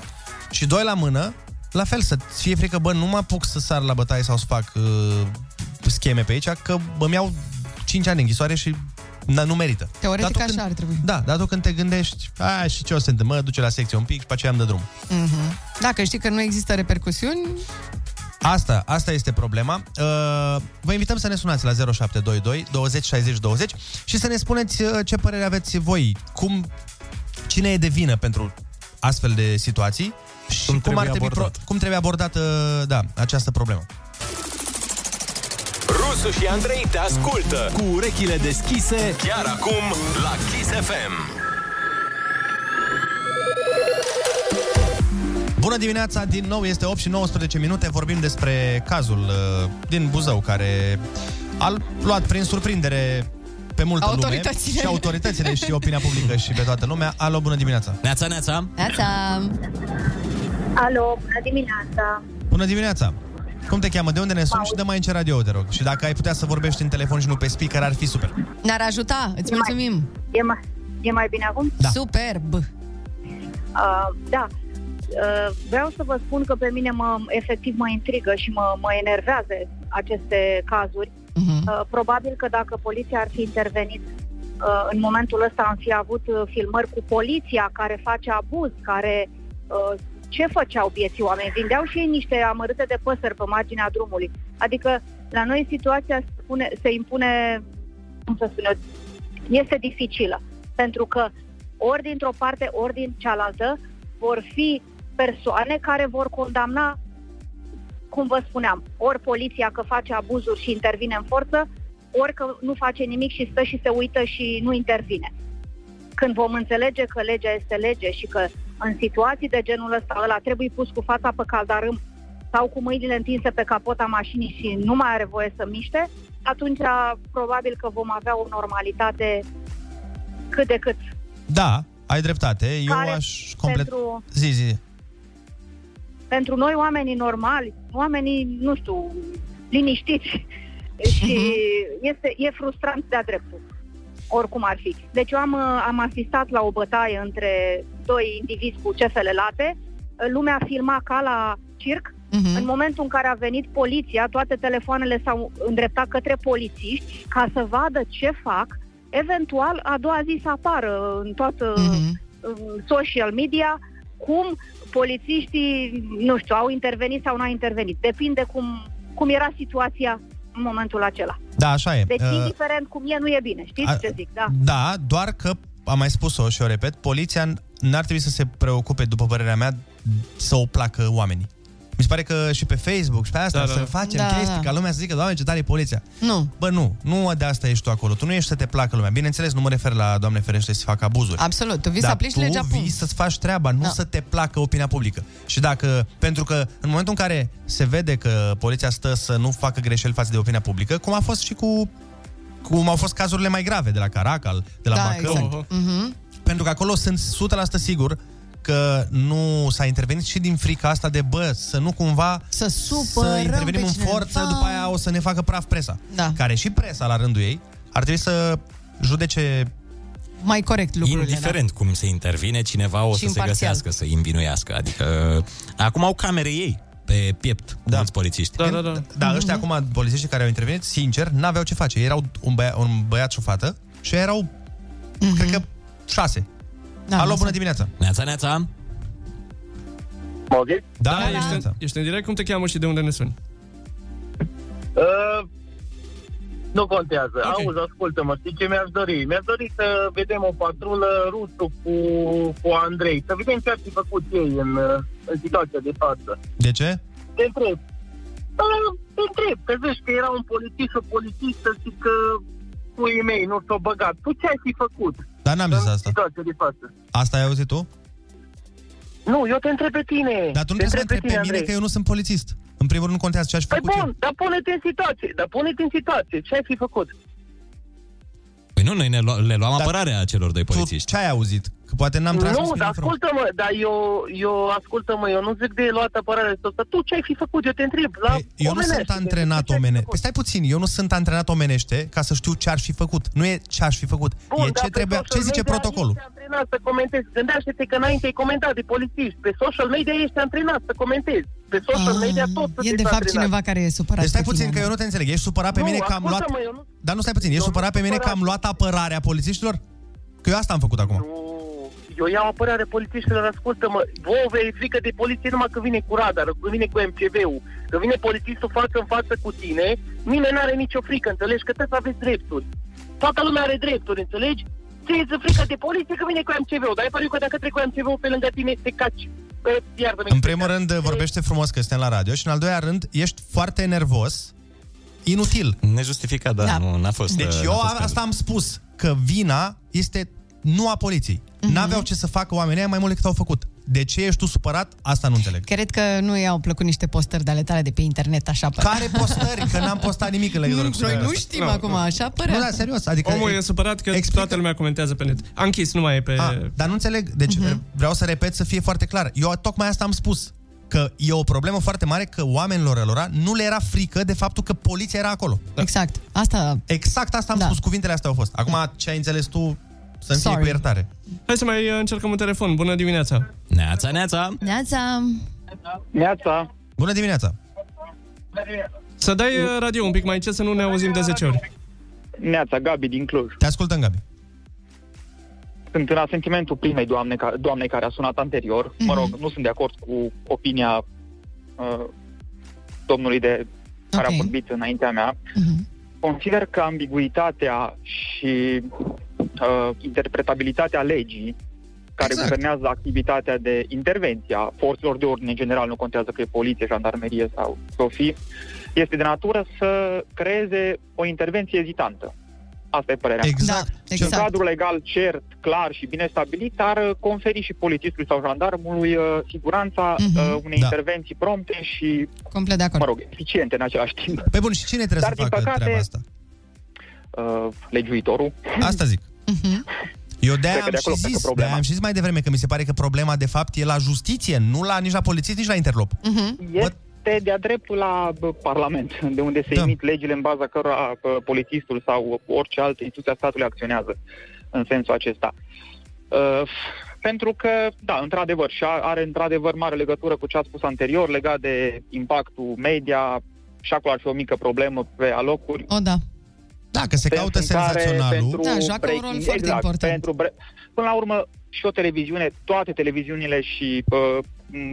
Speaker 6: Și doi la mână, la fel, să-ți fie frică, bă, nu mă apuc să sar la bătaie sau să fac uh, scheme pe aici, că bă, mi-au 5 ani de închisoare și na, nu merită.
Speaker 1: Teoretic
Speaker 6: Dar tu
Speaker 1: așa ar trebui.
Speaker 6: Da, dar tu când te gândești, a, și ce o să se întâmplă, mă duce la secție un pic și pe aceea îmi dă drumul.
Speaker 1: Mhm. Dacă știi că nu există repercusiuni,
Speaker 6: Asta, asta este problema. Uh, vă invităm să ne sunați la 0722 20 60 20 și să ne spuneți uh, ce părere aveți voi, cum, cine e de vină pentru astfel de situații și cum,
Speaker 7: trebuie
Speaker 6: ar trebui
Speaker 7: abordat.
Speaker 6: Pro- cum trebuie abordată da, această problemă.
Speaker 12: Rusu și Andrei te ascultă cu urechile deschise chiar acum la Kiss FM.
Speaker 6: Bună dimineața, din nou este 8 și 19 minute, vorbim despre cazul uh, din Buzău care a luat prin surprindere pe multă
Speaker 1: Autoritățile.
Speaker 6: lume și autoritățile și opinia publică și pe toată lumea. Alo, bună dimineața!
Speaker 7: Neața, neața!
Speaker 1: Neața!
Speaker 14: Alo, bună dimineața!
Speaker 6: Bună dimineața! Cum te cheamă? De unde ne suni și dă mai ce radio, te rog. Și dacă ai putea să vorbești în telefon și nu pe speaker, ar fi super.
Speaker 1: ne-ar ajuta. Îți
Speaker 14: E mai-
Speaker 1: mulțumim! Da.
Speaker 14: E mai, e mai bine acum?
Speaker 1: Superb!
Speaker 14: Uh, da. Uh, vreau să vă spun că pe mine mă, efectiv mă intrigă și mă, mă enervează aceste cazuri.
Speaker 1: Mhm.
Speaker 14: Uh, probabil că dacă poliția ar fi intervenit uh, în momentul ăsta am fi avut uh, filmări cu poliția care face abuz, care uh, ce făceau vieții oameni? Vindeau și ei niște amărâte de păsări pe marginea drumului. Adică la noi situația se, pune, se impune, cum să spun eu, este dificilă. Pentru că ori dintr-o parte, ori din cealaltă, vor fi persoane care vor condamna, cum vă spuneam, ori poliția că face abuzuri și intervine în forță, ori că nu face nimic și stă și se uită și nu intervine. Când vom înțelege că legea este lege și că în situații de genul ăsta ăla trebuie pus cu fața pe caldarâm sau cu mâinile întinse pe capota mașinii și nu mai are voie să miște, atunci probabil că vom avea o normalitate cât de cât
Speaker 6: Da, ai dreptate. Eu aș complet...
Speaker 14: pentru-
Speaker 6: Zi, zi.
Speaker 14: pentru noi oamenii normali, oamenii, nu știu, liniștiți *laughs* și
Speaker 6: Mhm.
Speaker 14: este, e frustrant de-a dreptul, oricum ar fi. Deci eu am, uh, am asistat la o bătaie Uh, între doi indivizi cu cefele late, lumea filma ca la circ Uh-huh. În momentul în care a venit poliția, toate telefoanele s-au îndreptat către polițiști ca să vadă ce fac. Eventual, a doua zi să apară în toată uh-huh. social media cum polițiștii, nu știu, au intervenit sau nu au intervenit. Depinde cum, cum era situația în momentul acela.
Speaker 6: Da, așa e.
Speaker 14: Deci,
Speaker 6: Uh,
Speaker 14: indiferent cum e, nu e bine. Știți
Speaker 6: a-
Speaker 14: ce zic, da?
Speaker 6: Da, doar că am mai spus-o și o repet, poliția n- n-ar trebui să se preocupe, după părerea mea, să o placă oamenii. Mi se pare că și pe Facebook și pe asta
Speaker 15: Da,
Speaker 6: da,
Speaker 15: da.
Speaker 6: să facem
Speaker 15: Da,
Speaker 6: da, chestii
Speaker 15: da.
Speaker 6: ca lumea să zică, doamne, ce tare e poliția.
Speaker 1: Nu.
Speaker 6: Bă, nu, nu de asta ești tu acolo. Tu nu ești să te placă lumea. Bineînțeles, nu mă refer la, doamne ferește, să fac abuzuri.
Speaker 1: Absolut, tu vii să
Speaker 6: Dar
Speaker 1: aplici legea,
Speaker 6: tu
Speaker 1: punct.
Speaker 6: vii să-ți faci treaba, nu
Speaker 1: Da.
Speaker 6: da. să te placă opinia publică. Și dacă, pentru că în momentul în care se vede că poliția stă să nu facă greșeli față de opinia publică, cum a fost și cu cum au fost cazurile mai grave de la Caracal, de la
Speaker 1: da,
Speaker 6: Bacău,
Speaker 1: exact. Mhm.
Speaker 6: pentru că acolo sunt 100% sigur că nu s-a intervenit și din frica asta de bă, să nu cumva
Speaker 1: să,
Speaker 6: să
Speaker 1: supărăm
Speaker 6: intervenim
Speaker 1: pe
Speaker 6: în
Speaker 1: cineva.
Speaker 6: forță, după aia o să ne facă praf presa.
Speaker 1: Da.
Speaker 6: Care și presa la rândul ei ar trebui să judece
Speaker 1: Mai corect lucrurile. da.
Speaker 7: Indiferent cum se intervine, cineva o
Speaker 1: Și
Speaker 7: să
Speaker 1: imparțial.
Speaker 7: se găsească să-i învinuiască. Adică acum au camere ei pe piept, da. mulți polițiști.
Speaker 6: Da, da, da.
Speaker 1: Mhm.
Speaker 6: da ăștia acum, polițiștii care au intervenit, sincer, n-aveau ce face. Erau un, băia, un băiat și o fată și erau, mm-hmm. cred că, șase.
Speaker 1: Mhm. Da,
Speaker 6: Da, Alo,
Speaker 1: înțeleg.
Speaker 6: bună dimineața! Neața, neața!
Speaker 8: Mogi?
Speaker 6: Da,
Speaker 8: da, ești, în, ești în direct, cum te cheamă și de unde ne suni?
Speaker 16: Uh, nu contează. Okay. Auzi, ascultă-mă, știi ce mi-aș dori? Mi-aș dori să vedem o patrulă rusă cu, cu Andrei, să vedem ce ar fi făcut ei în, uh, în situația de față.
Speaker 6: De ce?
Speaker 16: Te întreb. Da, te întreb, că zici că era un polițist, o polițistă și că puii mei nu s-au băgat. Tu ce ai fi făcut
Speaker 6: Dar n-am zis
Speaker 16: în
Speaker 6: asta.
Speaker 16: situația de față?
Speaker 6: Asta ai auzit tu?
Speaker 16: Nu, eu te întreb pe tine.
Speaker 6: Dar tu nu
Speaker 16: Te
Speaker 6: trebuie să mă
Speaker 16: întreb
Speaker 6: întrebi pe mine
Speaker 16: Andrei.
Speaker 6: că eu nu sunt polițist. În primul rând nu contează ce aș fi
Speaker 16: Păi
Speaker 6: făcut eu.
Speaker 16: bun, dar pune-te în situație, dar pune-te în situație. Ce ai fi făcut?
Speaker 7: Păi nu, noi ne lu- le luam apărarea celor doi polițiști.
Speaker 6: ce ai auzit? Că poate n-am
Speaker 16: Nu, dar ascultă-mă, dar eu, eu ascultă-mă, eu nu zic de luat apărare sau tu ce ai fi făcut, eu te întreb, la
Speaker 6: Păi, Eu nu
Speaker 16: omenește,
Speaker 6: sunt antrenat omenește. Păi stai puțin, eu nu sunt antrenat omenește ca să știu ce ar fi făcut. Nu e ce aș fi făcut,
Speaker 16: Bun,
Speaker 6: e
Speaker 16: dar
Speaker 6: ce
Speaker 16: pe
Speaker 6: trebuie, ce
Speaker 16: social
Speaker 6: zice
Speaker 16: media
Speaker 6: protocolul.
Speaker 16: Ești antrenat să comentezi. Gândește-te că înainte ai comentat de polițiști. Pe social media ești antrenat să comentezi. Pe
Speaker 6: Ah,
Speaker 16: social media tot să
Speaker 1: E
Speaker 16: fii
Speaker 1: de fapt
Speaker 16: antrenat.
Speaker 1: cineva care e supărat.
Speaker 6: Deci stai
Speaker 1: pe
Speaker 6: puțin
Speaker 1: tine,
Speaker 6: că eu nu te înțeleg. Ești supărat pe
Speaker 16: Nu,
Speaker 6: mine că am luat...
Speaker 16: ascultă-mă, eu nu-
Speaker 6: Dar nu stai puțin, ești supărat pe mine că am luat apărarea polițiștilor? Că eu asta am făcut acum.
Speaker 16: Eu iau apărare polițiștilor, ascultă-mă, vouă vă e frică de poliție numai că vine cu radar, că vine cu MCV-ul, că vine polițistul față în față cu tine, nimeni n-are nicio frică, înțelegi, că trebuie să aveți drepturi. Toată lumea are drepturi, înțelegi? Ți e frică de poliție că vine cu MCV-ul, dar ai pariu că dacă trec cu MCV-ul pe lângă tine, te caci. Eh, Iartă-mă.
Speaker 6: În primul rând vorbește frumos că suntem la radio și în al doilea rând ești foarte nervos, inutil.
Speaker 7: Nejustificat, da,
Speaker 6: Da.
Speaker 7: da. nu, n-a fost.
Speaker 6: Deci
Speaker 7: uh,
Speaker 6: eu
Speaker 7: n-a fost
Speaker 6: a- asta am spus, că vina este nu a poliției. N-aveau ce să facă oamenii aia mai mult decât au făcut. De ce ești tu supărat? Asta nu înțeleg.
Speaker 1: Cred că nu i-au plăcut niște postări de ale tale de pe internet, așa pe...
Speaker 6: Care postări? Că n-am postat nimic în legătură cu
Speaker 1: Noi
Speaker 6: subiectul
Speaker 1: nu
Speaker 6: ăsta.
Speaker 1: știm acum, *laughs* așa părea.
Speaker 6: Nu, da, serios, adică...
Speaker 8: Omul e supărat că toată lumea comentează pe net. A închis, nu mai e pe...
Speaker 6: A, dar nu înțeleg, deci vreau să repet să fie foarte clar. Eu tocmai asta am spus, că e o problemă foarte mare că oamenilor lor nu le era frică de faptul că poliția era acolo.
Speaker 1: Exact, asta...
Speaker 6: Exact asta am da. spus, cuvintele astea au fost. Acum ce ai înțeles tu, să-mi fie
Speaker 8: Sorry.
Speaker 6: cu iertare.
Speaker 8: Hai să mai uh, încercăm un telefon. Bună dimineața!
Speaker 7: Neața, neața!
Speaker 1: Neața!
Speaker 8: Neața!
Speaker 6: Bună dimineața!
Speaker 8: Să dai uh, radio un pic mai încet să nu ne auzim de 10 ori. Uh,
Speaker 16: Neața, Gabi din Cluj.
Speaker 6: Te ascultăm, Gabi.
Speaker 16: Sunt în asentimentul primei doamne, ca- doamne care a sunat anterior. Mm-hmm. Mă rog, nu sunt de acord cu opinia uh, domnului de care okay. a vorbit înaintea mea. Mm-hmm. Consider că ambiguitatea și uh, interpretabilitatea legii care exact. guvernează activitatea de intervenție a forțelor de ordine în general, nu contează că e poliție, jandarmerie sau ce o fi, este de natură să creeze o intervenție ezitantă. Asta e părerea
Speaker 6: exact.
Speaker 16: mea. Da, exact. Un cadru legal cert, clar și bine stabilit ar uh, conferi și polițistului sau jandarmului uh, siguranța
Speaker 1: Mhm.
Speaker 16: uh, unei da. intervenții prompte și,
Speaker 1: Complet de acord.
Speaker 16: mă rog, eficiente în același timp.
Speaker 6: Păi bun, și cine trebuie
Speaker 16: Dar,
Speaker 6: să
Speaker 16: din
Speaker 6: facă
Speaker 16: păcate,
Speaker 6: treaba asta?
Speaker 16: Uh, legiuitorul.
Speaker 6: Asta zic.
Speaker 1: Mhm.
Speaker 6: Eu de
Speaker 16: Cred că
Speaker 6: am
Speaker 16: de
Speaker 6: și
Speaker 16: acolo pleacă
Speaker 6: zis, de
Speaker 16: problema.
Speaker 6: am și zis mai devreme că mi se pare că problema de fapt e la justiție, nu la nici la poliție, nici la interlop.
Speaker 16: Este de-a dreptul la bă, Parlament, de unde se emit legile în baza cărora bă, polițistul sau orice altă instituție a statului acționează în sensul acesta. Uh, Pentru că, da, într-adevăr, și a- are într-adevăr mare legătură cu ce ați spus anterior, legat de impactul media, și acolo ar fi o mică problemă pe alocuri.
Speaker 1: O, da.
Speaker 6: Da, că se
Speaker 16: caută
Speaker 6: senzaționalul.
Speaker 1: Da, joacă un rol foarte
Speaker 16: exact,
Speaker 1: important.
Speaker 16: Pentru bre- Până la urmă, și o televiziune, toate televiziunile și uh,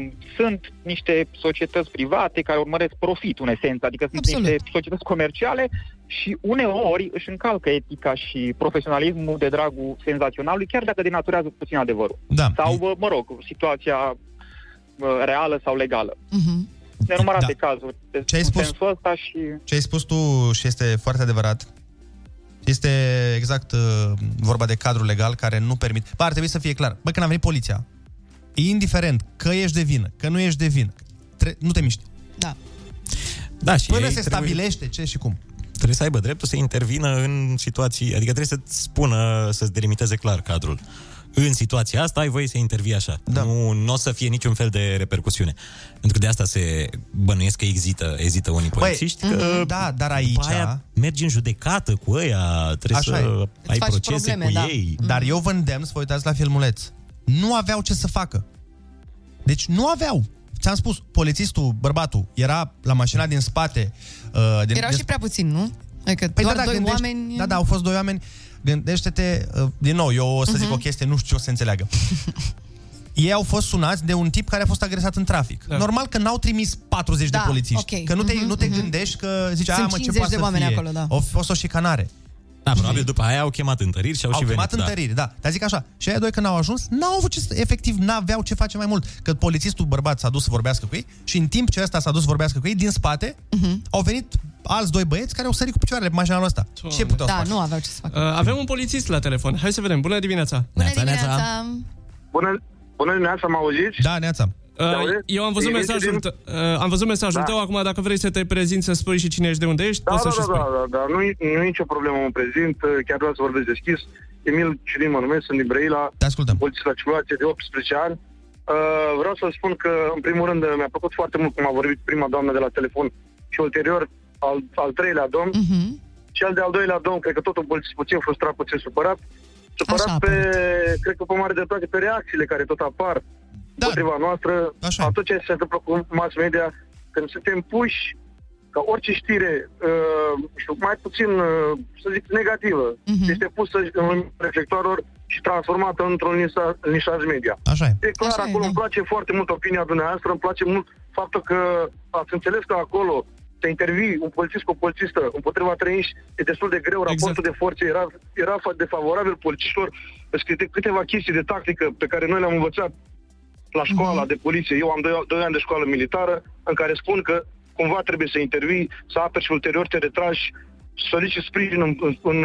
Speaker 16: m- sunt niște societăți private care urmăresc profit, în esență, adică sunt Absolut. niște societăți comerciale și uneori își încalcă etica și profesionalismul de dragul senzaționalului, chiar dacă denaturează puțin adevărul.
Speaker 6: Da.
Speaker 16: Sau, uh, mă rog, situația uh, reală sau legală. Nenumărate da. cazuri. Deci,
Speaker 6: Ce ai
Speaker 16: în
Speaker 6: spus?
Speaker 16: Sensul ăsta și...
Speaker 6: Ce ai spus tu și este foarte adevărat, este exact uh, vorba de cadrul legal care nu permite. Bă, ar trebui să fie clar. Bă, când a venit poliția, indiferent că ești de vină, că nu ești de vină, tre- nu te miști.
Speaker 1: Da.
Speaker 7: Da, și
Speaker 6: Până
Speaker 7: ei
Speaker 6: se
Speaker 7: trebuie-
Speaker 6: stabilește ce și cum.
Speaker 7: Trebuie să aibă dreptul să intervină în situații, adică trebuie să-ți spună, să-ți delimiteze clar cadrul. În situația asta ai voie să intervii așa. Da. Nu, nu o să fie niciun fel de repercusiune. Pentru că de asta se bănuiesc că exită, ezită unii polițiști.
Speaker 6: mhm,
Speaker 7: că
Speaker 6: da, dar
Speaker 7: după
Speaker 6: aici-
Speaker 7: Aia mergi în judecată cu ăia, trebuie
Speaker 6: Așa e.
Speaker 7: să
Speaker 6: Îți
Speaker 7: ai
Speaker 6: faci da.
Speaker 7: procese cu ei.
Speaker 6: Dar eu vă îndemn să vă uitați la filmuleț. Nu aveau ce să facă. Deci nu aveau. Ți-am spus, polițistul, bărbatul, era la mașina din spate. Uh, din,
Speaker 1: Erau
Speaker 6: din
Speaker 1: și prea puțin, nu? Adică păi doar da, doi
Speaker 6: gândești-
Speaker 1: oameni...
Speaker 6: Da, da, au fost doi oameni. Gândește-te, uh, din nou, eu o să
Speaker 1: Mhm.
Speaker 6: zic o chestie, nu știu ce o să
Speaker 1: *laughs*
Speaker 6: înțeleagă. Ei au fost sunați de un tip care a fost agresat în trafic. Da. Normal că n-au trimis 40
Speaker 1: Da,
Speaker 6: de polițiști.
Speaker 1: ok.
Speaker 6: Că nu te,
Speaker 1: Mhm,
Speaker 6: nu te
Speaker 1: mhm.
Speaker 6: gândești că zici,
Speaker 1: Sunt
Speaker 6: a, mă, ce
Speaker 1: 50
Speaker 6: poate
Speaker 1: de
Speaker 6: să
Speaker 1: oameni
Speaker 6: fie.
Speaker 1: acolo, da.
Speaker 6: Au fost o șicanare.
Speaker 7: Da, probabil după aia au chemat întăriri și au,
Speaker 6: Au
Speaker 7: și
Speaker 6: chemat
Speaker 7: venit.
Speaker 6: întăriri, da. Dar zic așa, și aia doi când au ajuns, n-au avut ce, să- efectiv, n-aveau ce face mai mult. Că polițistul bărbat s-a dus să vorbească cu ei și în timp ce ăsta s-a dus să vorbească cu ei, din spate,
Speaker 1: Mhm.
Speaker 6: au venit alți doi băieți care au sărit cu picioarele pe mașina lui ăsta. Ce puteau să
Speaker 1: da,
Speaker 6: facă?
Speaker 1: nu aveau ce să facă.
Speaker 8: Uh, avem un polițist la telefon. Hai să vedem. Bună dimineața!
Speaker 1: Bună dimineața!
Speaker 15: Bună, bună dimineața, mă auziți?
Speaker 6: Da, Neața.
Speaker 8: Uh, eu am văzut
Speaker 15: Evident,
Speaker 8: mesajul,
Speaker 15: evident.
Speaker 8: t- uh, am văzut mesajul
Speaker 15: Da.
Speaker 8: tău, acum dacă vrei să te prezinți, să spui și cine ești, de unde ești,
Speaker 15: Da,
Speaker 8: poți
Speaker 15: da,
Speaker 8: să și
Speaker 15: da,
Speaker 8: spui.
Speaker 15: da, da, da, nu e nu e nicio problemă, mă prezint, chiar vreau să vorbesc deschis. Emil Ciudin mă numesc, sunt din Brăila, polițist la circulație de 18 ani. Uh, vreau să spun că, în primul rând, mi-a plăcut foarte mult cum a vorbit prima doamnă de la telefon și ulterior al, al treilea domn.
Speaker 1: Uh-huh.
Speaker 15: Cel de-al doilea domn, cred că tot un polițist puțin frustrat, puțin supărat. Supărat pe, cred că pe mare dreptate, pe reacțiile care tot apar da. împotriva noastră. Așa. Atunci ce se întâmplă cu mass media, când suntem puși ca orice știre, uh, știu, mai puțin, uh, să zic, negativă, uh-huh. este pusă în lumina reflectoarelor și transformată într-un nisa- nișaj media.
Speaker 6: Așa e.
Speaker 15: E clar, Așa acolo e, îmi place foarte mult opinia dumneavoastră, îmi place mult faptul că ați înțeles că acolo te intervii un polițist cu o polițistă împotriva trei inși, e destul de greu, raportul de forțe era, era fa- defavorabil polițiștilor, sunt câte- câteva chestii de tactică pe care noi le-am învățat la școala de poliție. Eu am 2 ani de școală militară în care spun că cumva trebuie să intervii, să aperi și ulterior te retragi, solicit sprijin în, în, în,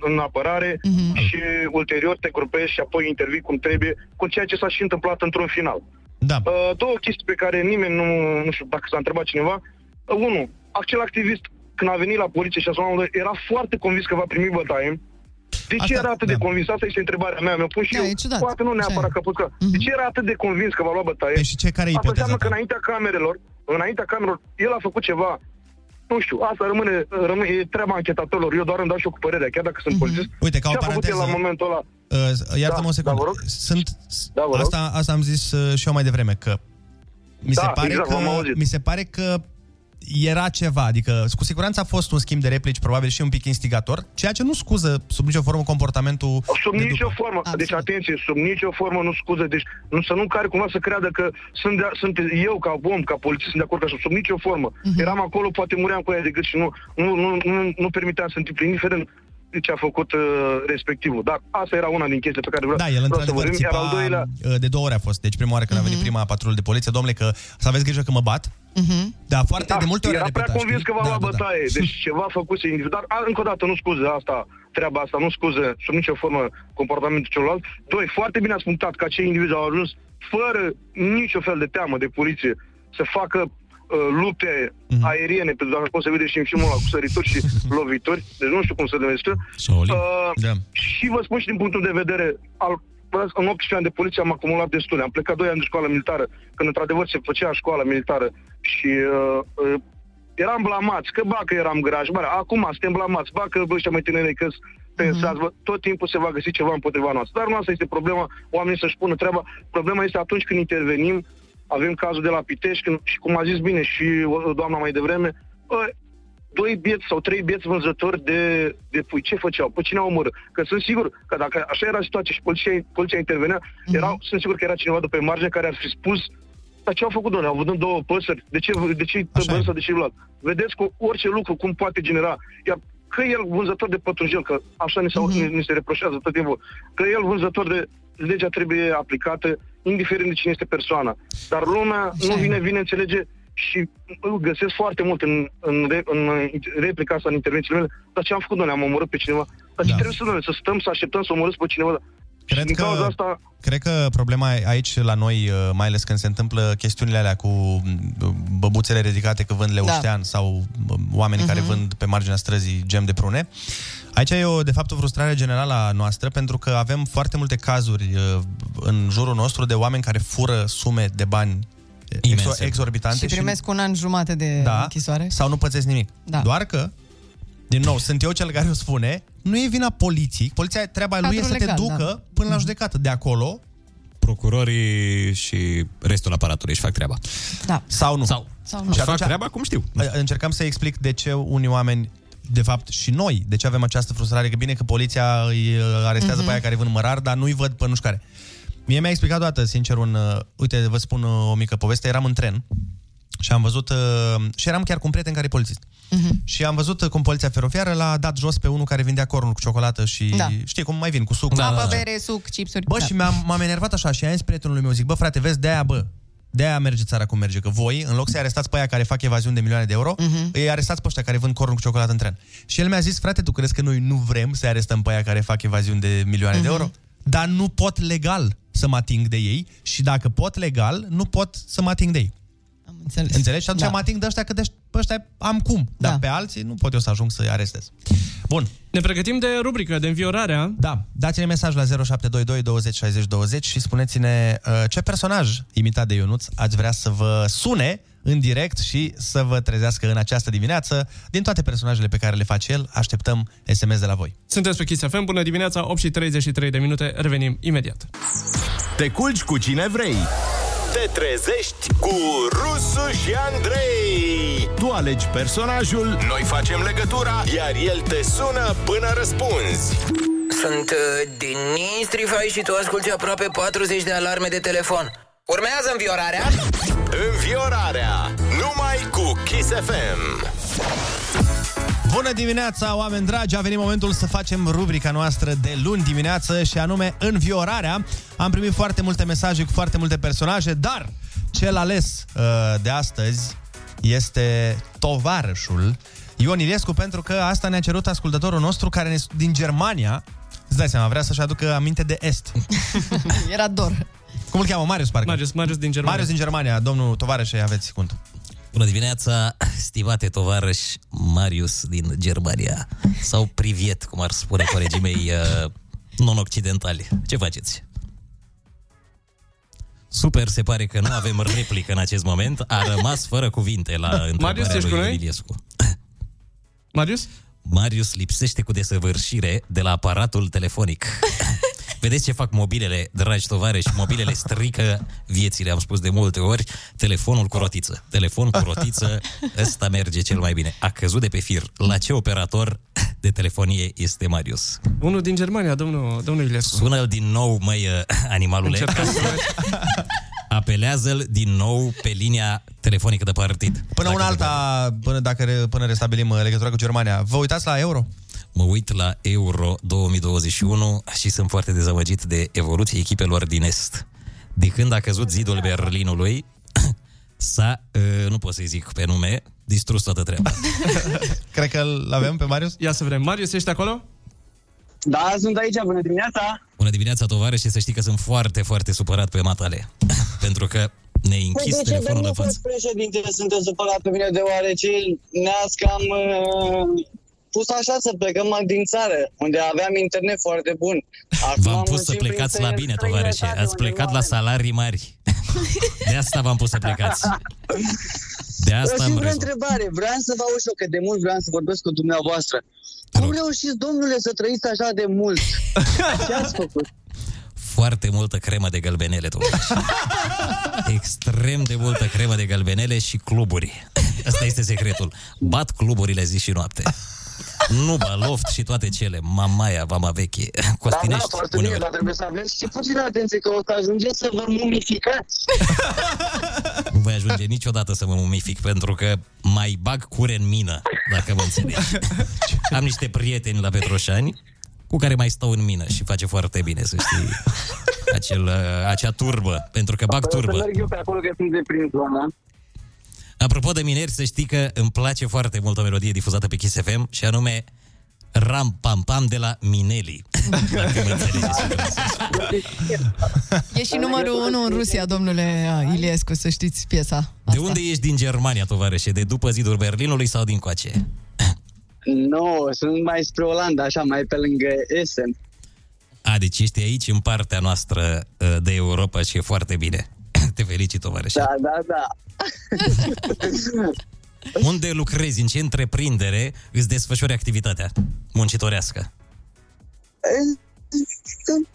Speaker 15: în apărare mm-hmm. și ulterior te grupești și apoi intervii cum trebuie, cu ceea ce s-a și întâmplat într-un final.
Speaker 6: Da.
Speaker 15: Uh, două chestii pe care nimeni nu, nu știu dacă s-a întrebat cineva. Uh, unu, acel activist când a venit la poliție și a sunat la undă, era foarte convins că va primi bătaie. De ce era atât de
Speaker 6: da.
Speaker 15: convins? Asta este întrebarea mea. Mi-o pun și eu. Poate nu neapărat că a pus că. De ce era atât de convins că va lua bătaie?
Speaker 6: Mhm. Păi și ce care e
Speaker 15: Asta
Speaker 6: ipoteza
Speaker 15: înseamnă
Speaker 6: ta?
Speaker 15: că înaintea camerelor, înaintea camerelor, el a făcut ceva. Nu știu, asta rămâne, rămâne e treaba anchetatorilor. Eu doar îmi dau și eu cu părerea, chiar dacă sunt polițist.
Speaker 6: Mhm. Uite, ca o
Speaker 15: Ce a făcut el la
Speaker 6: paranteză-
Speaker 15: momentul ăla?
Speaker 6: Uh, iartă-mă o secundă. Sunt,
Speaker 15: Da, vă rog.
Speaker 6: asta, asta am zis uh, și eu mai devreme, că mi,
Speaker 15: Da,
Speaker 6: se pare
Speaker 15: exact, v-am
Speaker 6: că
Speaker 15: auzit.
Speaker 6: mi se pare că era ceva, adică cu siguranță a fost un schimb de replici, probabil și un pic instigator, ceea ce nu scuză sub nicio formă comportamentul
Speaker 15: Sub
Speaker 6: de
Speaker 15: nicio
Speaker 6: după.
Speaker 15: formă, deci atenție, sub nicio formă nu scuze, deci nu să nu care cumva să creadă că sunt, de, sunt eu ca om, ca polițist, sunt de acord cu așa, sub nicio formă.
Speaker 6: Mhm.
Speaker 15: Uh-huh. Eram acolo, poate muream cu ea de gât și nu, nu, nu, nu, nu permiteam să întâmple, indiferent de ce a făcut uh, respectivul. Dar asta era una din chestiile pe care vreau,
Speaker 6: Da, el
Speaker 15: vreau să
Speaker 6: într-adevăr
Speaker 15: vorbim. Iar al doilea, Mhm.
Speaker 6: țipa uh, de două ori a fost. Deci prima oară când a venit prima patrulă de poliție, domnule, că să aveți grijă că mă bat. Da, foarte de multe ori a
Speaker 15: era prea
Speaker 6: repetat,
Speaker 15: convins că
Speaker 6: știi? Da,
Speaker 15: va lua
Speaker 6: da, da.
Speaker 15: bătaie, deci ceva făcuse individual. Dar a, încă o dată, nu scuze asta, treaba asta, nu scuze sub nicio formă comportamentul celorlalți. Doi, foarte bine ați punctat că acei indivizi au ajuns fără niciun fel de teamă de poliție să facă uh, lupte
Speaker 6: Mhm.
Speaker 15: aeriene, pentru că acum se vede și în filmul ăla cu sărituri
Speaker 6: *laughs*
Speaker 15: și lovituri, deci nu știu cum să numesc. Uh,
Speaker 6: da.
Speaker 15: și vă spun și din punctul de vedere al în 18 ani de poliție am acumulat destule. Am plecat 2 ani de școală militară, când într-adevăr se făcea școala militară și uh, uh, eram blamați, că ba că eram grași, bă, acum suntem blamați, ba că bă, ăștia mai tineri că pensați, vă, tot timpul se va găsi ceva împotriva noastră. Dar nu asta este problema, oamenii să-și pună treaba. Problema este atunci când intervenim, avem cazul de la Pitești când, și cum a zis bine și o, doamna mai devreme, ă, bă, doi bieți sau trei bieți vânzători de, de pui, ce făceau? Pe cine au omorât? Că sunt sigur că dacă așa era situația și poliția, poliția intervenea, erau, sunt sigur că era cineva de pe margine care ar fi spus dar ce au făcut, doamne? Au vândut două păsări. De ce, de ce pe ăsta, de ce luat? Vedeți cu orice lucru cum poate genera. Iar că el vânzător de pătrunjel, că așa ni, s-au, mm-hmm. ni se reproșează tot timpul, că el vânzător de legea trebuie aplicată, indiferent de cine este persoana. Dar lumea așa nu vine, vine, înțelege și îl găsesc foarte mult în, în, re, în replica asta, în intervențiile mele, dar ce am făcut, doamne? Am omorât pe cineva. Dar ce
Speaker 6: Da.
Speaker 15: trebuie să, doamne, să stăm, să așteptăm să omorâți pe cineva?
Speaker 6: Cred
Speaker 15: și din
Speaker 6: că-
Speaker 15: cauza asta,
Speaker 6: Cred că problema aici la noi, uh, mai ales când se întâmplă chestiunile alea cu mm, băbuțele ridicate că vând leuștean da. sau mm, oamenii uh-huh.
Speaker 1: Mhm.
Speaker 6: care vând pe marginea străzii gem de prune, aici e o, de fapt o frustrare generală a noastră pentru că avem foarte multe cazuri uh, în jurul nostru de oameni care fură sume de bani exor- exorbitante
Speaker 1: și primesc un an jumate de
Speaker 6: da,
Speaker 1: închisoare.
Speaker 6: sau nu pățesc nimic.
Speaker 1: Da.
Speaker 6: Doar că, din nou, sunt eu cel care o spune, nu e vina poliției. Poliția, treaba lui e
Speaker 1: Cadrul
Speaker 6: să
Speaker 1: legal,
Speaker 6: te ducă
Speaker 1: da.
Speaker 6: până la judecată. De acolo,
Speaker 7: Procurorii și restul aparatului își fac treaba.
Speaker 1: Da.
Speaker 6: Sau nu.
Speaker 7: Sau,
Speaker 1: Sau
Speaker 7: nu. Și fac treaba cum știu.
Speaker 6: Încercam să explic de ce unii oameni de fapt și noi, de ce avem această frustrare, că bine că poliția îi uh, arestează
Speaker 7: Mhm.
Speaker 6: pe aia care vând mărar, dar nu-i văd pe nu știu care. Mie mi-a explicat odată, sincer, un... uh, Uite, vă spun uh, o mică poveste. Eram în tren și am văzut... uh, Și eram chiar cu un prieten care e polițist. Și am văzut uh, cum poliția feroviară l-a dat jos pe unul care vindea cornul cu ciocolată și
Speaker 1: Da.
Speaker 6: știi cum mai vin, cu suc.
Speaker 7: Da,
Speaker 1: Apă, bere, suc, chipsuri.
Speaker 6: Da, Bă,
Speaker 1: da.
Speaker 6: și mi-am, m-am enervat așa și am zis prietenului meu, zic, bă, frate, vezi, de-aia, bă, de-aia merge țara cum merge, că voi, în loc să-i arestați pe aia care fac evaziuni de milioane de euro, uh-huh. îi arestați pe ăștia care vând corn cu ciocolată în tren. Și el mi-a zis, frate, tu crezi că noi nu vrem să arestăm pe aia care fac evaziuni de milioane uh-huh. de euro? Dar nu pot legal să mă ating de ei și dacă pot legal, nu pot să mă ating de ei. Am
Speaker 1: înțeles.
Speaker 6: Înțelegi? Și atunci
Speaker 1: Da.
Speaker 6: da. mă ating de ăștia, că de pe ăștia am cum. Dar da. pe alții nu pot eu să ajung să-i arestez. Bun.
Speaker 8: Ne pregătim de rubrică, de înviorarea.
Speaker 6: Da, dați-ne mesaj la 0722 20 60 20 și spuneți-ne uh, ce personaj imitat de Ionuț ați vrea să vă sune în direct și să vă trezească în această dimineață. Din toate personajele pe care le face el, așteptăm SMS de la voi.
Speaker 8: Sunteți pe Kiss FM, bună dimineața, 8 și 33 de minute, revenim imediat.
Speaker 11: Te culci cu cine vrei.
Speaker 12: Te trezești cu Rusu și Andrei.
Speaker 11: Tu alegi personajul,
Speaker 12: noi facem legătura, iar el te sună până răspunzi.
Speaker 17: Sunt uh, din Nistrifai și tu asculti aproape 40 de alarme de telefon. Urmează înviorarea?
Speaker 12: Înviorarea, numai cu Kiss FM.
Speaker 6: Bună dimineața, oameni dragi! A venit momentul să facem rubrica noastră de luni dimineață și anume Înviorarea. Am primit foarte multe mesaje cu foarte multe personaje, dar cel ales uh, de astăzi este tovarășul Ion Iliescu, pentru că asta ne-a cerut ascultătorul nostru care ne, din Germania, îți dai seama, vrea să-și aducă aminte de Est.
Speaker 1: *laughs* Era dor.
Speaker 6: Cum îl cheamă? Marius, parcă. Marius,
Speaker 8: Marius din Germania.
Speaker 6: Marius din Germania, domnul tovarășe, aveți cuvântul.
Speaker 7: Bună dimineața, stimate tovarăși Marius din Germania sau priviet, cum ar spune colegii mei uh, non-occidentali. Ce faceți? Super, se pare că nu avem replică în acest moment. A rămas fără cuvinte la
Speaker 8: Marius,
Speaker 7: întrebarea
Speaker 8: ești cu
Speaker 7: lui
Speaker 8: noi?
Speaker 7: Iliescu.
Speaker 8: Marius?
Speaker 7: Marius lipsește cu desăvârșire de la aparatul telefonic. Vedeți ce fac mobilele, dragi tovarăși? Mobilele strică viețile, am spus de multe ori. Telefonul cu rotiță. Telefon cu rotiță, ăsta merge cel mai bine. A căzut de pe fir. La ce operator de telefonie este Marius?
Speaker 8: Unul din Germania, domnul, domnul Ilescu.
Speaker 7: Sună-l din nou, măi, ă. animalule.
Speaker 8: Încercăm să
Speaker 7: *laughs* Apelează-l din nou pe linia telefonică de partid.
Speaker 6: Până una alta, până, dacă, re- până restabilim uh, legătura cu Germania, vă uitați la euro?
Speaker 7: Mă uit la Euro 2021 și sunt foarte dezamăgit de evoluția echipelor din Est. De când a căzut zidul Berlinului, *coughs* s-a, uh, nu pot să-i zic pe nume, distrus toată treaba.
Speaker 6: *laughs* Cred că îl avem pe Marius.
Speaker 8: Ia să vrem. Marius, ești acolo?
Speaker 18: Da, sunt aici, bună dimineața!
Speaker 7: Bună dimineața, tovară, și să știi că sunt foarte, foarte supărat pe matale. *coughs* Pentru că ne-ai închis
Speaker 18: Păi, de ce,
Speaker 7: telefonul la
Speaker 18: domnul
Speaker 7: față.
Speaker 18: fost președinte, sunteți supărat pe mine deoarece ne-ați cam uh, pus așa să plecăm din țară, unde aveam internet foarte bun. Acum
Speaker 7: V-am
Speaker 18: am
Speaker 7: pus să
Speaker 18: muncit
Speaker 7: plecați
Speaker 18: printre
Speaker 7: la bine, tovarășe.
Speaker 18: străinătate *laughs*
Speaker 7: Ați plecat la salarii mari. De asta v-am pus să plecați. De De asta
Speaker 18: o
Speaker 7: am
Speaker 18: singură
Speaker 7: râs.
Speaker 18: întrebare. Vreau să vă aud și eu, că de mult vreau să vorbesc cu dumneavoastră. Cum reușiți, domnule, să trăiți așa de *laughs* mult? Ce ați făcut?
Speaker 7: Foarte multă cremă de galbenele, totuși. Extrem de multă cremă de galbenele și cluburi. Asta este secretul. Bat cluburile zi și noapte. Nuba, loft și toate cele. Mamaia, vama veche,
Speaker 18: Da,
Speaker 7: costinești.
Speaker 18: foarte bine, dar trebuie să aveți și puțină atenție că o să ajungeți să vă mumificați.
Speaker 7: Nu voi ajunge niciodată să mă mumific Pentru că mai bag cure în mină Dacă mă înțelegi Am niște prieteni la Petroșani Cu care mai stau în mină și face foarte bine Să știi Acel, uh, acea turbă, pentru că bag
Speaker 18: Păi o să
Speaker 7: turbă
Speaker 18: merg eu pe acolo că sunt de prin zona.
Speaker 7: Apropo de mineri, să știi că îmi place foarte mult o melodie difuzată pe Kiss FM Și anume Ram Pam Pam de la Mineli Dacă mă înțelegeți
Speaker 1: E și numărul 1 în Rusia, domnule Iliescu, să știți piesa.
Speaker 7: De unde ești din Germania, tovarășe? De după zidul Berlinului sau din coace?
Speaker 18: Nu, sunt mai spre Olanda, așa, mai pe lângă Essen.
Speaker 7: A, deci ești aici în partea noastră uh, de Europa și e foarte bine. *coughs* Te felicit, tovarășe.
Speaker 18: Da, da, da.
Speaker 7: Unde lucrezi, în ce întreprindere îți desfășori activitatea muncitorească?
Speaker 18: Sunt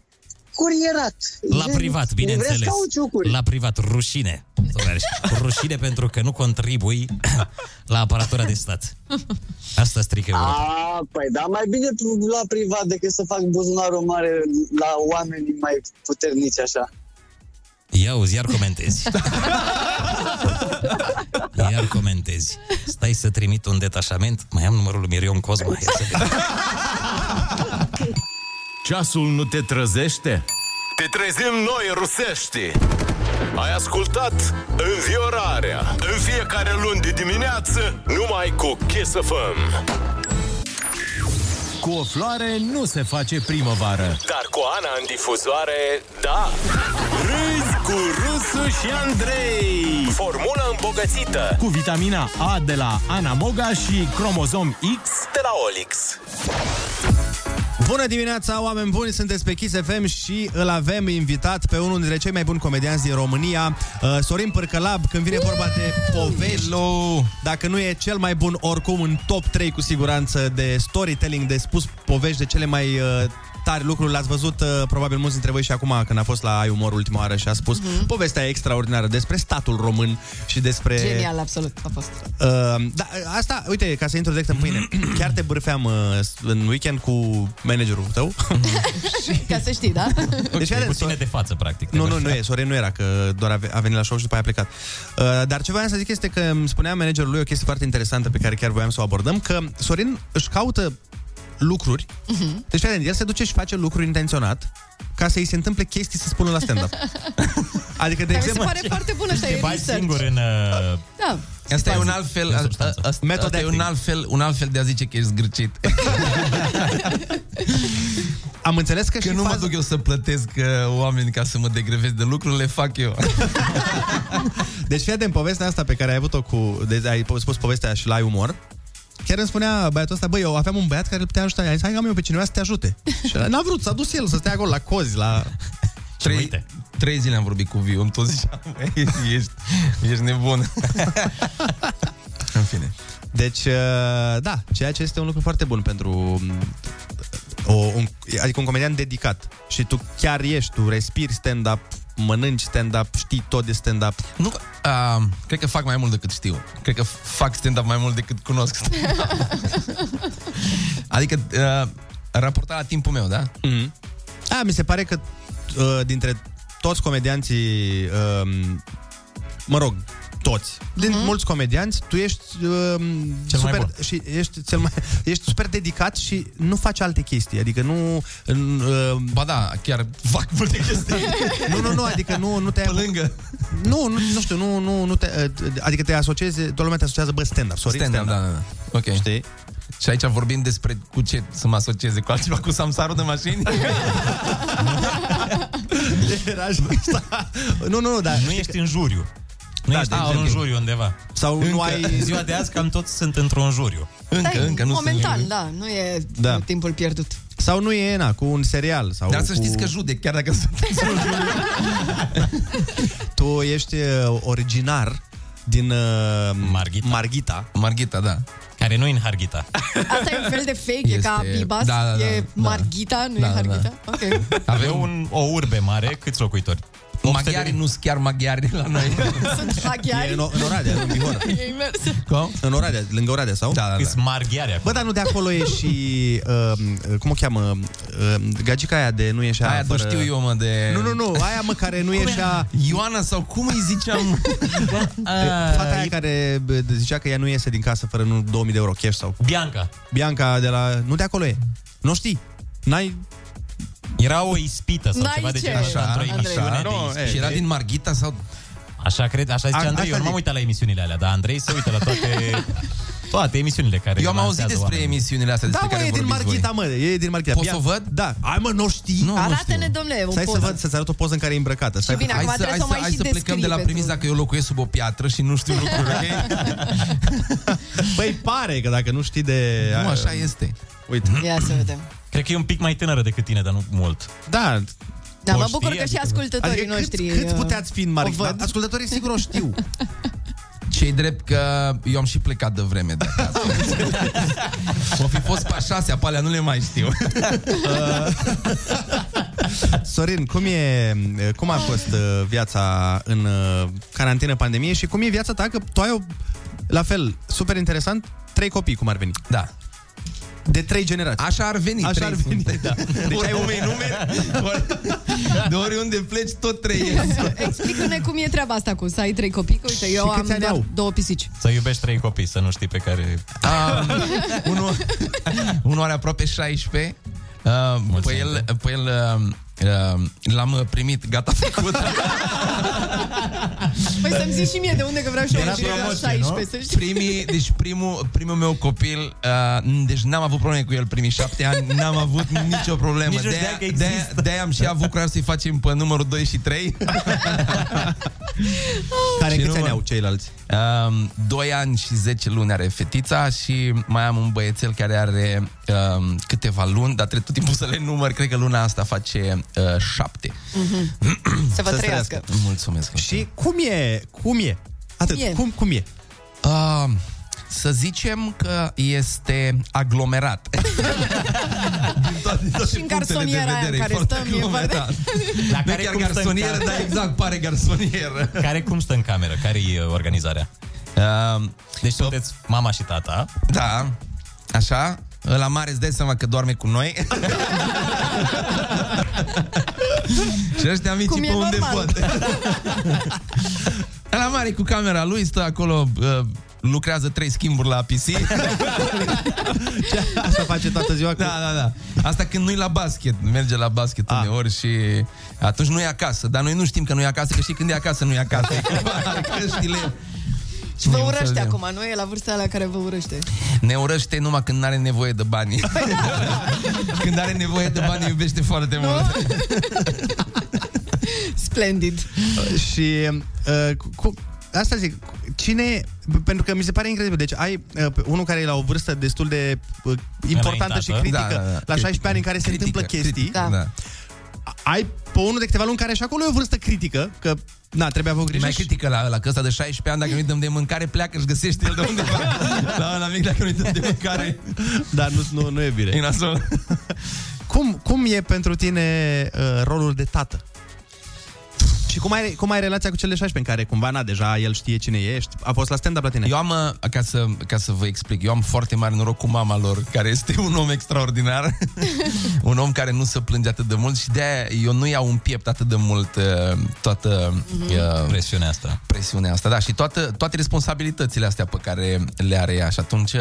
Speaker 18: curierat.
Speaker 7: La
Speaker 18: Gen,
Speaker 7: privat,
Speaker 18: Vreți
Speaker 7: bineînțeles.
Speaker 18: cauciucuri.
Speaker 7: La privat, rușine. tovarășe. Rușine *laughs* pentru că nu contribui *coughs* la aparatura de stat. Asta strică Europa.
Speaker 18: A, păi da, mai bine la privat decât să fac buzunarul mare la oamenii mai puternici așa.
Speaker 7: Ia uzi, iar
Speaker 18: *laughs*
Speaker 7: comentezi. Iar comentezi. Stai să trimit un detașament. Mai am numărul lui Mirion Cosma. Ia să vedem.
Speaker 10: Ceasul nu te trezește?
Speaker 12: Te trezim noi rusești Ai ascultat Înviorarea În fiecare luni de dimineață Numai cu Kiss FM
Speaker 10: Cu o floare nu se face primăvară.
Speaker 12: Dar cu Ana în difuzoare, da Râzi cu Rusu și Andrei Formula îmbogățită
Speaker 10: Cu vitamina A de la Anamoga și cromozom X
Speaker 12: de la Olix
Speaker 6: Bună dimineața, oameni buni, sunteți pe Kiss FM și îl avem invitat pe unul dintre cei mai buni comedianți din România, uh, Sorin Părcălab, când vine vorba de povești. Dacă nu e cel mai bun, oricum în top 3 cu siguranță de storytelling, de spus povești de cele mai uh, tari lucruri. L-ați văzut uh, probabil mulți dintre voi și acum când a fost la Ai Umor ultima oară și a spus mm-hmm. povestea extraordinară despre statul român și despre...
Speaker 1: Genial, absolut, a
Speaker 6: *laughs*
Speaker 1: fost.
Speaker 6: Uh, da, asta, uite, ca să intru direct în
Speaker 7: *clears throat*
Speaker 6: pâine, chiar te bârfeam uh, în weekend cu managerul
Speaker 7: *laughs*
Speaker 6: tău.
Speaker 1: Ca să știi, da?
Speaker 6: Deci
Speaker 7: cu tine de față, practic. da.
Speaker 6: Nu, nu, nu e, Sorin nu era, că doar a ve- a venit la show și după aia a plecat. Uh, dar ce voiam să zic este că îmi spunea managerul lui o chestie foarte interesantă pe care chiar voiam să o abordăm, că Sorin își caută lucruri.
Speaker 1: Mhm.
Speaker 6: Deci, fii atent, el se duce și face lucruri intenționat ca să îi se întâmple chestii să spună la
Speaker 1: *laughs*
Speaker 6: stand-up. adică, de
Speaker 1: Dar mi se
Speaker 6: exemplu...
Speaker 1: pare foarte bună, asta
Speaker 6: Te
Speaker 1: e
Speaker 6: bagi
Speaker 1: research.
Speaker 6: singur
Speaker 7: în... Uh...
Speaker 1: Da.
Speaker 19: Asta e un alt fel, a, a, a, asta e un alt fel, un alt fel de a zice că ești zgârcit.
Speaker 6: *laughs* Am înțeles că,
Speaker 19: că nu mă duc eu să plătesc uh, oameni ca să mă degrevesc de lucruri, le fac eu.
Speaker 6: Deci fii atent, povestea asta pe care ai avut-o cu... De, ai spus povestea și la ai umor. Chiar îmi spunea băiatul ăsta, băi, eu aveam un băiat care îl putea ajuta. I-a zis, hai că am eu pe cineva să te
Speaker 19: *laughs*
Speaker 6: ajute. Și ăla, n-a vrut, s-a dus el să stea acolo la *laughs* cozi, *laughs* la...
Speaker 19: Trei, trei zile am vorbit cu Viu, îmi tot ziceam, *laughs* "Băi, ești, ești nebun. *laughs*
Speaker 6: În fine. Deci, uh, da, ceea ce este un lucru foarte bun pentru um, o, un, adică un comedian dedicat. Și tu chiar ești, tu respiri stand-up, mănânci stand-up, știi tot de stand-up.
Speaker 19: Nu, uh, cred că fac mai mult decât știu. Cred că fac stand-up mai mult decât cunosc
Speaker 5: *laughs*
Speaker 19: stand-up. adică, uh, raportat la timpul meu, da?
Speaker 6: Mm-hmm. A, mi se pare că uh, dintre toți comedianții, uh, mă rog, toți, din
Speaker 19: Mhm.
Speaker 6: mm-hmm. mulți comedianți, tu ești uh,
Speaker 7: Cel mai
Speaker 6: super,
Speaker 7: bun.
Speaker 6: și ești cel mai ești super dedicat și nu faci alte chestii, adică nu în, uh,
Speaker 19: ba da, chiar fac multe chestii.
Speaker 6: *laughs* nu, nu, nu, adică nu nu te
Speaker 19: lângă.
Speaker 6: Nu, nu, nu știu, nu, nu, nu te uh, adică te asociezi, toată lumea te asociază bă stand-up, Sorin
Speaker 19: Stand-up,
Speaker 6: stand-up.
Speaker 19: da, da, da. Ok.
Speaker 6: Știi?
Speaker 19: Și aici vorbim despre cu ce să mă asocieze cu altceva, cu samsarul de
Speaker 6: *laughs*
Speaker 19: mașini?
Speaker 6: *laughs* Era și asta. Nu, nu, nu, dar
Speaker 7: Nu ești în juriu. Nu
Speaker 6: Da,
Speaker 7: ești
Speaker 6: de
Speaker 7: într-un
Speaker 6: exemplu.
Speaker 7: juriu undeva.
Speaker 6: Sau
Speaker 7: încă,
Speaker 6: nu ai-
Speaker 7: în ziua de azi cam toți sunt într-un juriu.
Speaker 1: Stai, Momentan, da, nu e *laughs*
Speaker 6: Da.
Speaker 1: timpul pierdut.
Speaker 6: Sau nu e, na, cu un serial sau
Speaker 19: Dar să
Speaker 6: cu...
Speaker 19: știți că judec, chiar dacă sunt
Speaker 6: Tu ești uh, originar
Speaker 7: din uh, Marghita. Marghita.
Speaker 19: Marghita, da.
Speaker 7: Care nu e în Harghita.
Speaker 1: Asta e un fel de fake, este... e ca
Speaker 7: Este-
Speaker 1: Bibas,
Speaker 7: da, da, da,
Speaker 1: e
Speaker 7: da.
Speaker 1: Marghita, nu
Speaker 7: Da,
Speaker 1: e
Speaker 7: da, da.
Speaker 1: Harghita.
Speaker 7: *laughs*
Speaker 1: Ok.
Speaker 7: Avem un, o urbe mare, câți locuitori?
Speaker 19: Maghiari nu sunt chiar maghiari la
Speaker 7: *laughs*
Speaker 19: noi.
Speaker 1: Sunt haghiari.
Speaker 7: E în O- în Oradea, nu, în Bihor.
Speaker 1: E invers.
Speaker 7: Com?
Speaker 6: În Oradea, lângă Oradea, sau? Da, da,
Speaker 7: Câți marghiari acolo.
Speaker 6: Bă, dar nu de acolo e și, uh, cum o cheamă, uh, gagica aia de nu ieșea
Speaker 19: Aia nu
Speaker 6: fără...
Speaker 19: știu eu, mă, de...
Speaker 6: Nu, nu, nu, aia mă care nu
Speaker 19: Cum
Speaker 6: ieșea...
Speaker 19: era? Ioana sau cum îi
Speaker 6: *laughs*
Speaker 19: ziceam? Da.
Speaker 6: Ah, Fata aia care bă, zicea că ea nu iese din casă fără nu 2000 de euro cash sau...
Speaker 7: Bianca.
Speaker 6: Bianca de la... Nu de acolo e. Nu știi. N-ai...
Speaker 7: Era o ispită
Speaker 1: sau N-ai ceva de ce. genul ăsta,
Speaker 19: Așa,
Speaker 7: într-o emisiune
Speaker 19: așa.
Speaker 7: de
Speaker 19: Nu,
Speaker 7: ispite.
Speaker 19: Și era din Marghita sau...
Speaker 7: Așa cred, așa zice
Speaker 19: A-
Speaker 7: Andrei,
Speaker 19: asta
Speaker 7: eu nu m-am
Speaker 19: zic.
Speaker 7: uitat la emisiunile alea, dar Andrei se uită la toate, toate emisiunile care
Speaker 19: Eu am auzit
Speaker 7: lansează
Speaker 19: despre
Speaker 7: oamenii.
Speaker 19: emisiunile astea
Speaker 6: Da, mă, e din Marghita, mă, e din Marghita.
Speaker 19: Poți
Speaker 6: Bia-
Speaker 19: să o văd?
Speaker 6: Da. Ai, mă, nu știi?
Speaker 19: Nu,
Speaker 1: Arată-ne, domnule, o
Speaker 6: Stai să
Speaker 1: poză.
Speaker 6: văd, să-ți arăt o poză în care e îmbrăcată. Stai
Speaker 1: Și bine,
Speaker 6: puțin.
Speaker 1: acum trebuie să o mai
Speaker 19: hai
Speaker 1: și
Speaker 19: să plecăm de la
Speaker 1: descrii
Speaker 19: premiza că eu locuiesc sub o piatră și nu știu
Speaker 6: *laughs*
Speaker 19: lucruri, ok?
Speaker 6: Păi pare că dacă nu știi de...
Speaker 19: Nu, așa este.
Speaker 6: Uite.
Speaker 1: Ia să vedem.
Speaker 7: Cred că e un pic mai tânără decât tine, dar nu mult.
Speaker 6: Da.
Speaker 1: Da,
Speaker 7: O
Speaker 1: mă
Speaker 7: știi,
Speaker 1: bucur că și
Speaker 7: adică-
Speaker 1: ascultătorii
Speaker 6: Adică cât-
Speaker 1: noștri...
Speaker 6: cât
Speaker 1: uh,
Speaker 6: puteați fi în
Speaker 1: o
Speaker 6: Marghita?
Speaker 19: Da,
Speaker 1: văd.
Speaker 6: Ascultătorii sigur o știu.
Speaker 19: Cei drept că eu am și plecat de vreme de
Speaker 6: *laughs*
Speaker 19: acasă. o fi fost pe a șasea, pe alea nu le mai știu.
Speaker 6: Sorin, cum e, cum a fost uh, viața în uh, carantină, pandemie și cum e viața ta? Că tu ai o, la fel, super interesant, trei copii, cum ar veni.
Speaker 19: Da.
Speaker 6: De trei generații.
Speaker 19: Așa ar veni.
Speaker 6: Așa
Speaker 19: trei
Speaker 6: ar veni.
Speaker 19: sunte, da.
Speaker 6: Deci
Speaker 19: *laughs*
Speaker 6: ai un
Speaker 19: numeri.
Speaker 6: *laughs*
Speaker 19: De oriunde pleci, tot trei
Speaker 1: *laughs* Explică-ne cum e treaba asta cu să ai trei copii, că uite, eu
Speaker 7: Și
Speaker 1: am
Speaker 7: câți ani
Speaker 1: doar
Speaker 7: au?
Speaker 1: două pisici.
Speaker 7: Să iubești trei copii, să nu știi pe care... *laughs*
Speaker 19: Um, unul, unul are aproape 16. Uh, pe el,
Speaker 6: da.
Speaker 19: pe el um, um, l-am primit, gata
Speaker 6: *laughs*
Speaker 19: făcut.
Speaker 1: Păi să-mi zici și mie de unde, că vreau și eu
Speaker 19: Era
Speaker 1: un copil la
Speaker 19: promoție,
Speaker 1: 16, să știi.
Speaker 19: Deci, uh, Primii, deci primul, primul meu copil, uh, n- deci n-am avut probleme cu el primii șapte ani, n-am avut nicio problemă.
Speaker 7: Nici nu știa
Speaker 19: de-aia,
Speaker 7: că
Speaker 19: de-aia, de-aia am și avut curaj să-i facem pe numărul 2 și 3.
Speaker 6: *laughs* Care
Speaker 19: Și
Speaker 6: câți
Speaker 19: nu-
Speaker 6: ani au ceilalți?
Speaker 19: Um, 2 ani și 10 luni are fetița și mai am un băiețel care are um, câteva luni, dar trebuie tot timpul să le număr. Cred că luna asta face uh, 7. *clears throat*
Speaker 1: Să vă trăiască.
Speaker 19: Mulțumesc.
Speaker 6: Și cum e? Cum e? Atât.
Speaker 1: Cum e?
Speaker 6: Cum, cum e?
Speaker 19: Uh, să zicem că este aglomerat.
Speaker 1: Și în garsoniera aia în care stăm, e foarte...
Speaker 7: *laughs* La
Speaker 19: da. Nu chiar
Speaker 7: cum stă în
Speaker 19: garsonieră,
Speaker 7: cameră?
Speaker 19: dar exact pare garsonieră.
Speaker 7: Care cum stă în cameră? Care e uh, organizarea?
Speaker 19: Uh,
Speaker 7: deci sunteți mama și tata.
Speaker 19: Da, așa. La mare îți dai seama că doarme cu noi.
Speaker 6: *laughs*
Speaker 19: Și ăștia mici
Speaker 1: Cum e
Speaker 19: pe unde
Speaker 6: *laughs*
Speaker 1: normal.
Speaker 19: pot. La mare cu camera lui, stă acolo, uh, lucrează trei schimburi la PC.
Speaker 6: *laughs* Asta face toată ziua? Cu...
Speaker 19: Da, da, da. Asta când nu-i la basket, merge la basket
Speaker 6: Ah.
Speaker 19: A. uneori și atunci nu e acasă. Dar noi nu știm că nu e acasă, că știi când e acasă, nu e
Speaker 6: *laughs*
Speaker 19: acasă. E cumva căștile.
Speaker 1: Și
Speaker 19: Nu
Speaker 1: vă
Speaker 19: e un fel
Speaker 1: urăște
Speaker 19: de-
Speaker 1: acum, nu e la vârsta la care vă urăște.
Speaker 19: Ne urăște numai când are nevoie de
Speaker 6: *laughs*
Speaker 19: bani. când are nevoie de bani, iubește foarte mult.
Speaker 1: Splendid.
Speaker 6: Și uh, cu- cu, asta zic, cine pentru că mi se pare incredibil. Deci ai uh, pe- unul care e la o vârstă destul de uh, importantă
Speaker 7: Înaintată.
Speaker 6: și critică,
Speaker 19: Da, da, da.
Speaker 6: la 16 ani în care se
Speaker 19: Critică,
Speaker 6: întâmplă chestii.
Speaker 19: critică, Da. da.
Speaker 6: Ai pe unul de câteva luni care și acolo e o vârstă critică, că na, trebuie avut grijă.
Speaker 19: Mai
Speaker 6: și-
Speaker 19: critică la ăla, că ăsta de 16 ani, dacă nu-i dăm de mâncare, pleacă, își găsește el de undeva.
Speaker 6: *laughs*
Speaker 19: la ăla mic, dacă nu-i dăm de mâncare,
Speaker 6: Dar nu, nu, nu e bine.
Speaker 19: e nasol.
Speaker 6: Cum, cum e pentru tine uh, rolul de tată? Și cum ai, cum ai relația cu cel de 16 în care cumva, na, deja el știe cine ești? A fost la stand-up la tine?
Speaker 19: Eu am, uh, ca să, ca să vă explic, eu am foarte mare noroc cu mama lor, care este un om extraordinar, un om care nu se plânge atât de mult și de-aia eu nu iau în piept atât de mult uh, toată
Speaker 1: Mhm.
Speaker 19: uh,
Speaker 7: Presiunea asta.
Speaker 19: presiunea asta, da, și toată, toate responsabilitățile astea pe care le are ea și atunci... uh,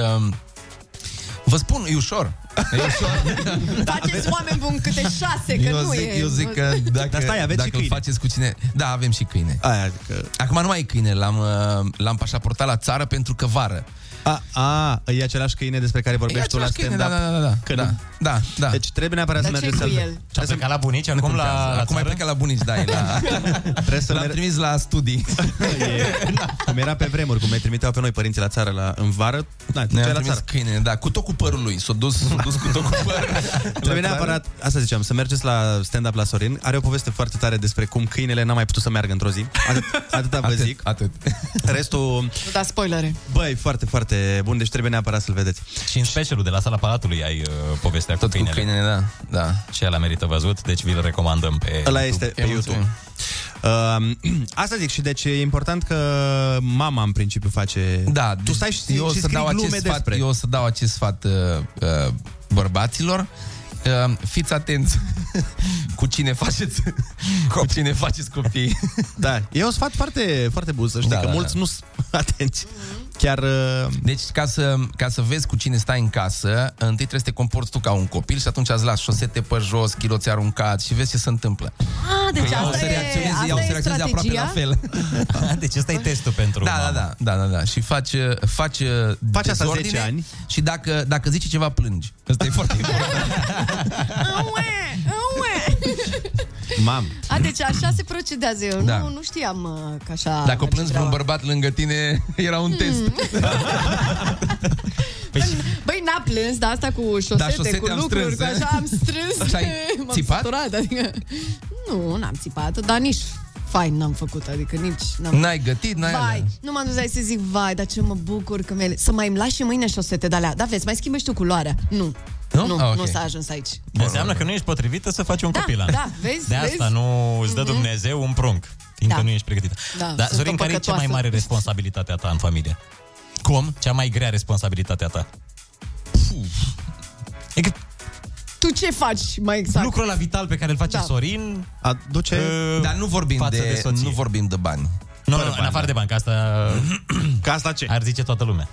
Speaker 19: Vă spun, e ușor. E *laughs* ușor.
Speaker 1: Faceți oameni buni câte șase, că
Speaker 19: eu,
Speaker 1: nu
Speaker 19: zic,
Speaker 1: e...
Speaker 19: eu zic
Speaker 1: *laughs*
Speaker 19: că dacă,
Speaker 6: Dar stai, aveți și
Speaker 19: dacă îl
Speaker 6: câine.
Speaker 19: faceți cu cine... Da, avem și câine.
Speaker 6: Aia, adică...
Speaker 19: Acum nu mai e câine, l-am, uh, l-am pașaportat la țară pentru că vară.
Speaker 6: A, a, e același câine despre care vorbești tu la
Speaker 19: același
Speaker 6: stand-up?
Speaker 19: câine, da, da, da, da.
Speaker 6: Că
Speaker 19: da.
Speaker 6: nu,
Speaker 19: Da, da.
Speaker 6: Deci trebuie neapărat să mergeți să-l...
Speaker 19: Ce a plecat la bunici acum la, Acum ai plecat la bunici, da, e *laughs* la...
Speaker 6: Trebuie să
Speaker 19: L-am
Speaker 6: mer-
Speaker 19: trimis la
Speaker 6: *laughs*
Speaker 19: studii.
Speaker 6: Cum era pe vremuri, cum ne trimiteau pe noi părinții la țară la, în vară, da,
Speaker 19: Ne-a
Speaker 6: la
Speaker 19: trimis
Speaker 6: țară.
Speaker 19: câine, da, cu tot cu părul lui. S-a dus, s-a dus cu tot cu părul.
Speaker 6: *laughs* Trebuie neapărat, asta ziceam, să mergeți la stand-up la Sorin. Are o poveste foarte tare despre cum câinele n-a mai putut să meargă într-o zi.
Speaker 19: *laughs*
Speaker 6: Atât, atâta vă
Speaker 19: Atât,
Speaker 6: zic. Atât. *laughs* Restul,
Speaker 1: Nu da spoilere.
Speaker 6: băi, foarte, foarte bun, deci trebuie neapărat să-l vedeți.
Speaker 7: Și în specialul de la sala Palatului ai uh, povestea Tot cu câinele. Cu
Speaker 19: câinele da, da.
Speaker 7: Și ăla merită văzut, deci vi-l recomandăm pe
Speaker 6: Ăla este pe YouTube. Uh, *clears throat* asta zic și deci e important că mama în principiu face...
Speaker 19: Da,
Speaker 6: tu stai și,
Speaker 19: eu o
Speaker 6: și
Speaker 19: să
Speaker 6: scrii
Speaker 19: dau
Speaker 6: glume
Speaker 19: acest
Speaker 6: despre...
Speaker 19: sfat, eu o să dau acest sfat uh, uh, bărbaților. Uh, fiți atenți *laughs* cu cine
Speaker 6: *laughs*
Speaker 19: faceți cu cine faceți copii.
Speaker 6: Da, e un sfat foarte, foarte bun, să știi,
Speaker 19: Da,
Speaker 6: că mulți nu sunt atenți. Chiar... uh,
Speaker 19: Deci, ca să, ca să vezi cu cine stai în casă, întâi trebuie să te comporți tu ca un copil și atunci îți lași șosete pe jos, chiloți aruncați și vezi ce se întâmplă.
Speaker 1: Ah, deci
Speaker 19: Că ea o Păi,
Speaker 1: asta
Speaker 19: să
Speaker 1: e,
Speaker 19: reacționeze, ea
Speaker 1: asta
Speaker 19: o să
Speaker 1: e
Speaker 19: reacționeze aproape
Speaker 1: strategia?
Speaker 19: la fel. *laughs* deci ăsta e testul pentru da, da, da, da, da, da. Și faci, faci, faci
Speaker 6: asta 10 ani.
Speaker 19: și dacă, dacă zici ceva, plângi. Asta e foarte important.
Speaker 1: Aue, aue.
Speaker 6: Mam.
Speaker 1: A, deci așa se procedează. Eu
Speaker 19: Da.
Speaker 1: nu, nu știam uh, că așa...
Speaker 19: Dacă o plângi
Speaker 1: merge
Speaker 19: vreun
Speaker 1: treaba.
Speaker 19: bărbat lângă tine, *laughs* era un test.
Speaker 1: Băi, n-a plâns, dar asta cu șosete,
Speaker 19: Da, șosete
Speaker 1: cu
Speaker 19: am
Speaker 1: lucruri,
Speaker 19: strâns,
Speaker 1: cu
Speaker 19: eh?
Speaker 1: așa am strâns.
Speaker 19: Și ai
Speaker 1: *laughs* m-am
Speaker 19: țipat?
Speaker 1: săturat, adică... Nu, n-am țipat, dar nici fain n-am făcut, adică nici n-am...
Speaker 19: N-ai gătit, n-ai
Speaker 1: Vai,
Speaker 19: alea.
Speaker 1: nu m-am dus aici să zic, vai, dar ce mă bucur că mi Să mai îmi lași și mâine șosete de alea. Da, vezi, mai schimbi și tu culoarea. Nu.
Speaker 7: Nu?
Speaker 1: Nu,
Speaker 7: Ah, ok.
Speaker 1: nu s-a ajuns aici.
Speaker 7: Înseamnă că nu ești potrivită să faci un
Speaker 1: Da,
Speaker 7: copil. Ana.
Speaker 1: da, vezi,
Speaker 7: De asta
Speaker 1: vezi?
Speaker 7: nu îți dă
Speaker 1: Mhm.
Speaker 7: Dumnezeu un prunc, fiindcă
Speaker 1: Da.
Speaker 7: nu ești pregătită.
Speaker 1: Da,
Speaker 7: Dar,
Speaker 1: sunt
Speaker 7: Sorin,
Speaker 1: o
Speaker 7: care e cea mai
Speaker 1: păcătoasă.
Speaker 7: mare responsabilitate a ta în familie? Cum? Cea mai grea responsabilitate a ta? E că
Speaker 1: Tu ce faci mai exact?
Speaker 7: lucrul la vital pe care îl face
Speaker 1: Da.
Speaker 7: Sorin
Speaker 6: aduce
Speaker 19: Uh, Dar nu vorbim
Speaker 7: față
Speaker 19: de-
Speaker 7: de, soție.
Speaker 19: nu vorbim de bani.
Speaker 7: Nu, nu,
Speaker 19: Fără
Speaker 7: în
Speaker 19: bani,
Speaker 7: afară de bani, că asta...
Speaker 19: *clears throat*
Speaker 6: Ca asta ce?
Speaker 7: Ar zice toată lumea.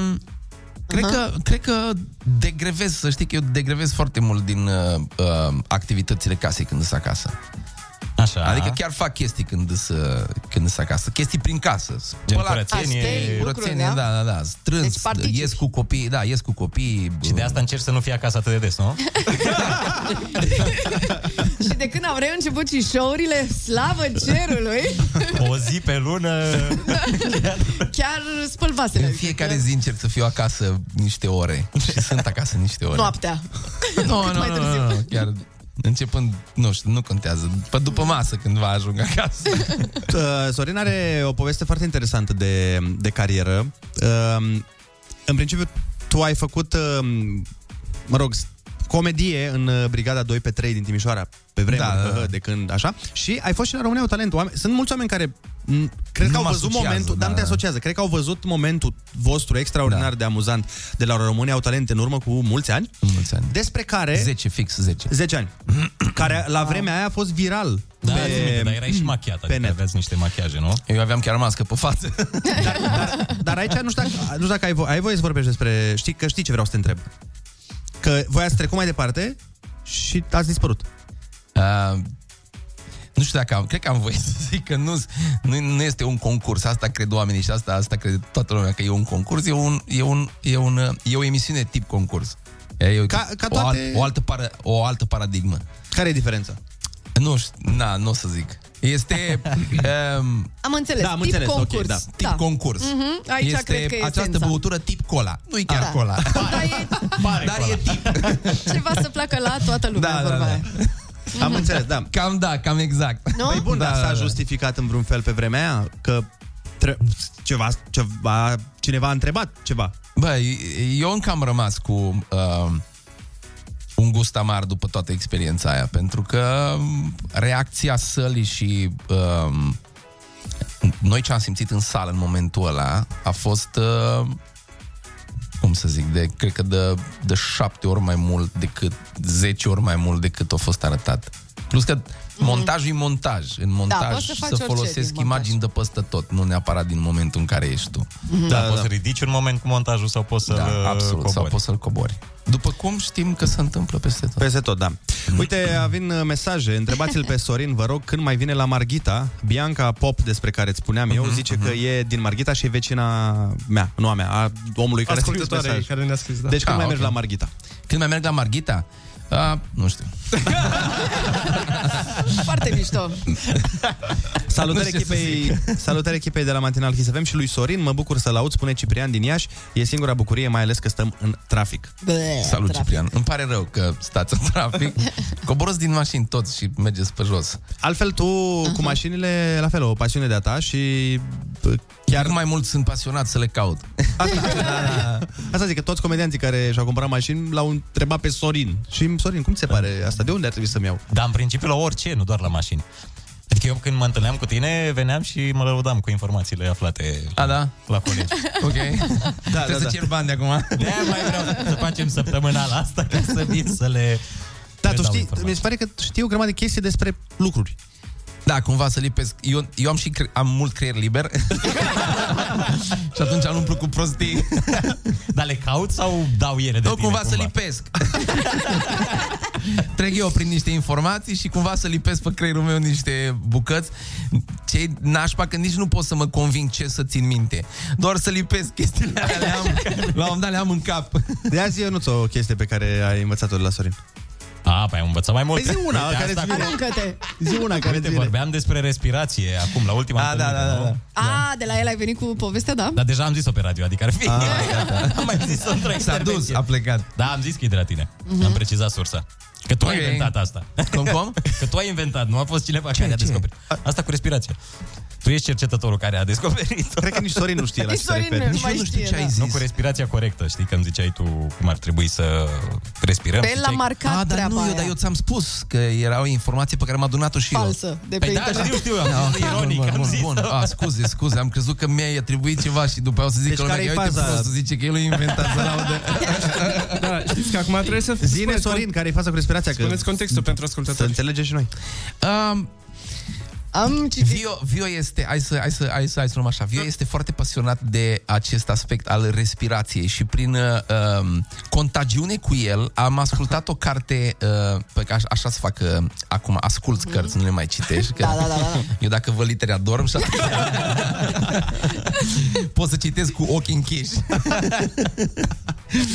Speaker 19: Um, cred, că, cred că degrevez, să știi că eu degrevez foarte mult din uh, uh, activitățile casei când sunt acasă.
Speaker 7: Așa.
Speaker 19: Adică chiar fac chestii când sunt când sunt acasă. Chestii prin casă. Spălat,
Speaker 7: curățenie. Pastei,
Speaker 19: curățenie,
Speaker 7: lucruri, da?
Speaker 19: da, da, da.
Speaker 7: Deci
Speaker 19: Strâns,
Speaker 7: participi.
Speaker 19: ies cu copii, da, ies cu copii.
Speaker 7: Și de asta încerci să nu fie acasă atât de des,
Speaker 19: *laughs*
Speaker 7: nu?
Speaker 1: Și de când am reînceput și show-urile, slavă cerului,
Speaker 7: O zi pe lună...
Speaker 1: chiar spăl vasele.
Speaker 19: În *laughs* fiecare zi încerc să fiu acasă niște ore. Și sunt acasă niște ore.
Speaker 1: Noaptea.
Speaker 19: Nu,
Speaker 1: Cât
Speaker 19: nu,
Speaker 1: mai
Speaker 19: nu,
Speaker 1: târziu.
Speaker 19: nu, nu, chiar începând, nu știu, nu contează. Pe după masă cândva ajung acasă.
Speaker 6: Uh, Sorin are o poveste foarte interesantă de, de carieră. Uh, în principiu, tu ai făcut, uh, mă rog, s- comedie în uh, Brigada 2 pe 3 din Timișoara, pe vremuri,
Speaker 19: Da, da,
Speaker 6: da,
Speaker 19: da.
Speaker 6: de când, așa, și ai fost și la România o talent. Oameni, sunt mulți oameni care m, cred
Speaker 19: Nu
Speaker 6: că au
Speaker 19: mă
Speaker 6: văzut
Speaker 19: asociază,
Speaker 6: momentul, dar nu
Speaker 19: da.
Speaker 6: te asociază, cred că au văzut momentul vostru extraordinar de amuzant de la România au talent în urmă cu mulți ani.
Speaker 19: Mulți ani.
Speaker 6: Despre care...
Speaker 19: 10, fix 10.
Speaker 6: 10 ani. care la vremea aia a fost viral.
Speaker 7: Da, pe... dar erai și machiat, adică aveți niște machiaje, nu?
Speaker 19: Eu aveam chiar mască pe față.
Speaker 6: Dar aici nu știu dacă, nu știu dacă ai, vo- ai voie să vorbești despre... Știi, că știi ce vreau să te întreb. Că voi ați trecut mai departe și ați dispărut. Da,
Speaker 19: Uh, nu știu dacă am, cred că am voie *laughs* să zic că nu, nu, nu este un concurs. Asta cred oamenii și asta, asta crede toată lumea că e un concurs. E, un, e, un, e, un, uh, e o emisiune tip concurs. E o,
Speaker 6: Ca- ca
Speaker 19: o,
Speaker 6: toate-
Speaker 19: al- o, altă para, o altă paradigmă.
Speaker 6: Care e diferența?
Speaker 19: Nu știu, na, nu o să zic.
Speaker 6: *laughs*
Speaker 19: Este... um,
Speaker 1: Am
Speaker 6: Da,
Speaker 1: înțeles,
Speaker 19: am
Speaker 1: tip
Speaker 19: înțeles, ok,
Speaker 1: concurs.
Speaker 19: da. Tip concurs.
Speaker 1: Mhm, aici
Speaker 19: este
Speaker 1: cred că e
Speaker 19: această
Speaker 1: esența.
Speaker 19: băutură tip cola. Nu-i chiar
Speaker 1: Da.
Speaker 19: cola. *laughs*
Speaker 1: Pare
Speaker 19: Dar e tip.
Speaker 1: Ceva să placă la toată lumea, da, vorba da, da.
Speaker 6: Am înțeles, da.
Speaker 19: Cam da, cam exact.
Speaker 1: Nu?
Speaker 6: Păi bun,
Speaker 19: Da,
Speaker 6: dar
Speaker 19: da,
Speaker 6: s-a
Speaker 19: da.
Speaker 6: justificat în vreun fel pe vremea aia? Că tre- ceva, ceva, cineva a întrebat ceva.
Speaker 19: Bă, eu încă am rămas cu uh, un gust amar după toată experiența aia, pentru că um, reacția sălii și uh, noi ce am simțit în sală în momentul ăla a fost, uh, cum să zic, de, cred că de, de șapte ori mai mult decât, zece ori mai mult decât a fost arătat. Plus că montajul e montaj. În montaj
Speaker 1: Mhm. Da, poți să faci
Speaker 19: să
Speaker 1: orice
Speaker 19: folosesc
Speaker 1: din montaj.
Speaker 19: imagini de păstă tot, nu neapărat din momentul în care ești tu.
Speaker 7: Da, da, poți să ridici un moment cu montajul sau poți să
Speaker 19: Mhm.
Speaker 7: uh,
Speaker 19: Da, absolut, sau poți să-l cobori. După cum știm că se întâmplă peste tot.
Speaker 6: Peste tot, da. Uite, vin uh, mesaje. Întrebați-l pe Sorin, vă rog, când mai vine la Marghita. Bianca Pop, despre care îți spuneam eu,
Speaker 19: Mhm,
Speaker 6: zice că e din Marghita și e vecina mea, nu a mea, a omului care a scris
Speaker 8: Ascultătoare
Speaker 6: mesaj.
Speaker 8: care ne-a scris, da.
Speaker 6: Deci când
Speaker 8: Ah,
Speaker 6: mai mergi
Speaker 8: ok.
Speaker 6: la Marghita?
Speaker 19: Când mai merg la Marghita? Uh, nu știu.
Speaker 1: Foarte mișto.
Speaker 6: Salutare
Speaker 19: *laughs* Nu știu ce să
Speaker 6: echipei, salutare echipei de la Matinal Kiss FM și lui Sorin. Mă bucur să-l aud, spune Ciprian din Iași. E singura bucurie, mai ales că stăm în trafic.
Speaker 1: Bă,
Speaker 19: Salut,
Speaker 1: trafic.
Speaker 19: Ciprian. Îmi pare rău că stați în
Speaker 1: *laughs*
Speaker 19: trafic. Coborâți din mașini toți și mergeți pe jos.
Speaker 6: Altfel, tu uh-huh. cu mașinile, la fel, o pasiune de-a ta și... bă,
Speaker 19: Chiar mai mult sunt pasionat să le
Speaker 6: *laughs*
Speaker 19: caut.
Speaker 6: da, Asta zic că toți comedianții care și-au cumpărat mașini l-au întrebat pe Sorin. Și Sorin, cum ți se pare asta? De unde ar trebui să-mi iau? Da,
Speaker 7: Dar în principiu la orice, nu doar la mașini. Adică eu când mă întâlneam cu tine, veneam și mă lăudam cu informațiile aflate A, da? la colegi.
Speaker 19: Ok. *laughs* Da, Trebuie să cer bani de acum.
Speaker 7: De-aia mai vreau să facem săptămânala asta ca să vin să le...
Speaker 6: Da,
Speaker 19: Păi
Speaker 7: le
Speaker 6: tu
Speaker 7: dau
Speaker 6: știi,
Speaker 7: informații.
Speaker 6: mi se pare că știu o grămadă de chestii despre lucruri.
Speaker 19: Da, cumva să lipesc. Eu, eu am și cre- am mult creier
Speaker 7: *laughs*
Speaker 19: liber. și atunci am umplut cu prostii.
Speaker 7: *laughs* Dar le caut sau dau ele de
Speaker 19: Nu,
Speaker 7: tine,
Speaker 19: cumva,
Speaker 7: cumva?
Speaker 19: să lipesc. *laughs* Trec eu prin niște informații și cumva să lipesc pe creierul meu niște bucăți. ce nașpa că nici nu pot să mă conving ce să țin minte. Doar să lipesc chestiile alea le-am, la un moment dat le-am în cap.
Speaker 6: De azi, eu nu o chestie pe care ai învățat-o de la Sorin.
Speaker 7: A, păi am învățat mai mult.
Speaker 6: Păi zi una
Speaker 7: Uite,
Speaker 6: care
Speaker 7: asta
Speaker 6: îți vine.
Speaker 1: Aruncă-te!
Speaker 6: Zi una care
Speaker 7: Uite,
Speaker 6: îți vine.
Speaker 7: vorbeam despre respirație acum, la
Speaker 19: Ah,
Speaker 7: ultima da, da, da, da.
Speaker 1: A, de la el ai venit cu povestea, da?
Speaker 7: Dar deja am zis-o pe radio, adică ar fi. *laughs*
Speaker 1: Ah,
Speaker 7: am mai zis-o într-o
Speaker 19: S-a dus, a plecat.
Speaker 7: Da, am zis că e de la tine.
Speaker 1: Mhm.
Speaker 7: Mm-hmm. Am precizat sursa. Că tu okay.
Speaker 19: Ok.
Speaker 7: ai inventat asta.
Speaker 19: Cum, cum?
Speaker 7: *laughs* Că tu ai inventat, nu a fost cineva ce, care a descoperit. Asta cu respirație. Tu ești cercetătorul care a descoperit.
Speaker 6: Cred că nici Sorin nu știe la ce se Sorin referă. nu
Speaker 7: Nici eu
Speaker 6: mai
Speaker 7: nu știu
Speaker 6: știe,
Speaker 7: ce ai
Speaker 6: da.
Speaker 7: zis. Nu cu respirația corectă, știi că îmi ziceai tu cum ar trebui să respirăm.
Speaker 1: Pe el
Speaker 7: Ziceai că-
Speaker 1: l-a marcat
Speaker 19: A, dar
Speaker 1: treaba
Speaker 19: nu, eu,
Speaker 1: aia.
Speaker 19: dar eu ți-am Ah, spus că era o informație pe care am adunat-o și eu.
Speaker 1: Falsă, de pe
Speaker 19: păi da,
Speaker 1: internet.
Speaker 19: știu, știu, am
Speaker 1: Da,
Speaker 19: zis
Speaker 1: ok,
Speaker 19: ironic,
Speaker 1: bun,
Speaker 19: bun, am
Speaker 1: bun,
Speaker 19: zis.
Speaker 1: bun.
Speaker 19: A, scuze, scuze, am crezut că mi-ai atribuit ceva și după aia o să zic
Speaker 6: Deci
Speaker 19: că lumea,
Speaker 6: care-i
Speaker 19: ia uite
Speaker 6: faza?
Speaker 19: prost, zice că el a inventat să laudă.
Speaker 8: Da, știți că acum trebuie să...
Speaker 6: Zine, Sorin, care e faza cu respirația? Că
Speaker 8: Spuneți contextul pentru ascultători.
Speaker 6: să înțelegem și noi.
Speaker 19: Um,
Speaker 1: Am citit. Da.
Speaker 19: Vio, Vio este, hai să, hai să, hai să, hai să luăm așa, Vio este foarte pasionat de acest aspect al respirației și prin uh, um, contagiune cu el am ascultat o carte, uh, pe că aș- așa se fac uh, acum, ascult cărți, nu le mai citești. Că
Speaker 1: Mm-hmm. Da, da, da, da, da.
Speaker 19: Eu dacă vă litere adorm și atunci
Speaker 1: *laughs*
Speaker 19: pot să citesc cu ochii închiși.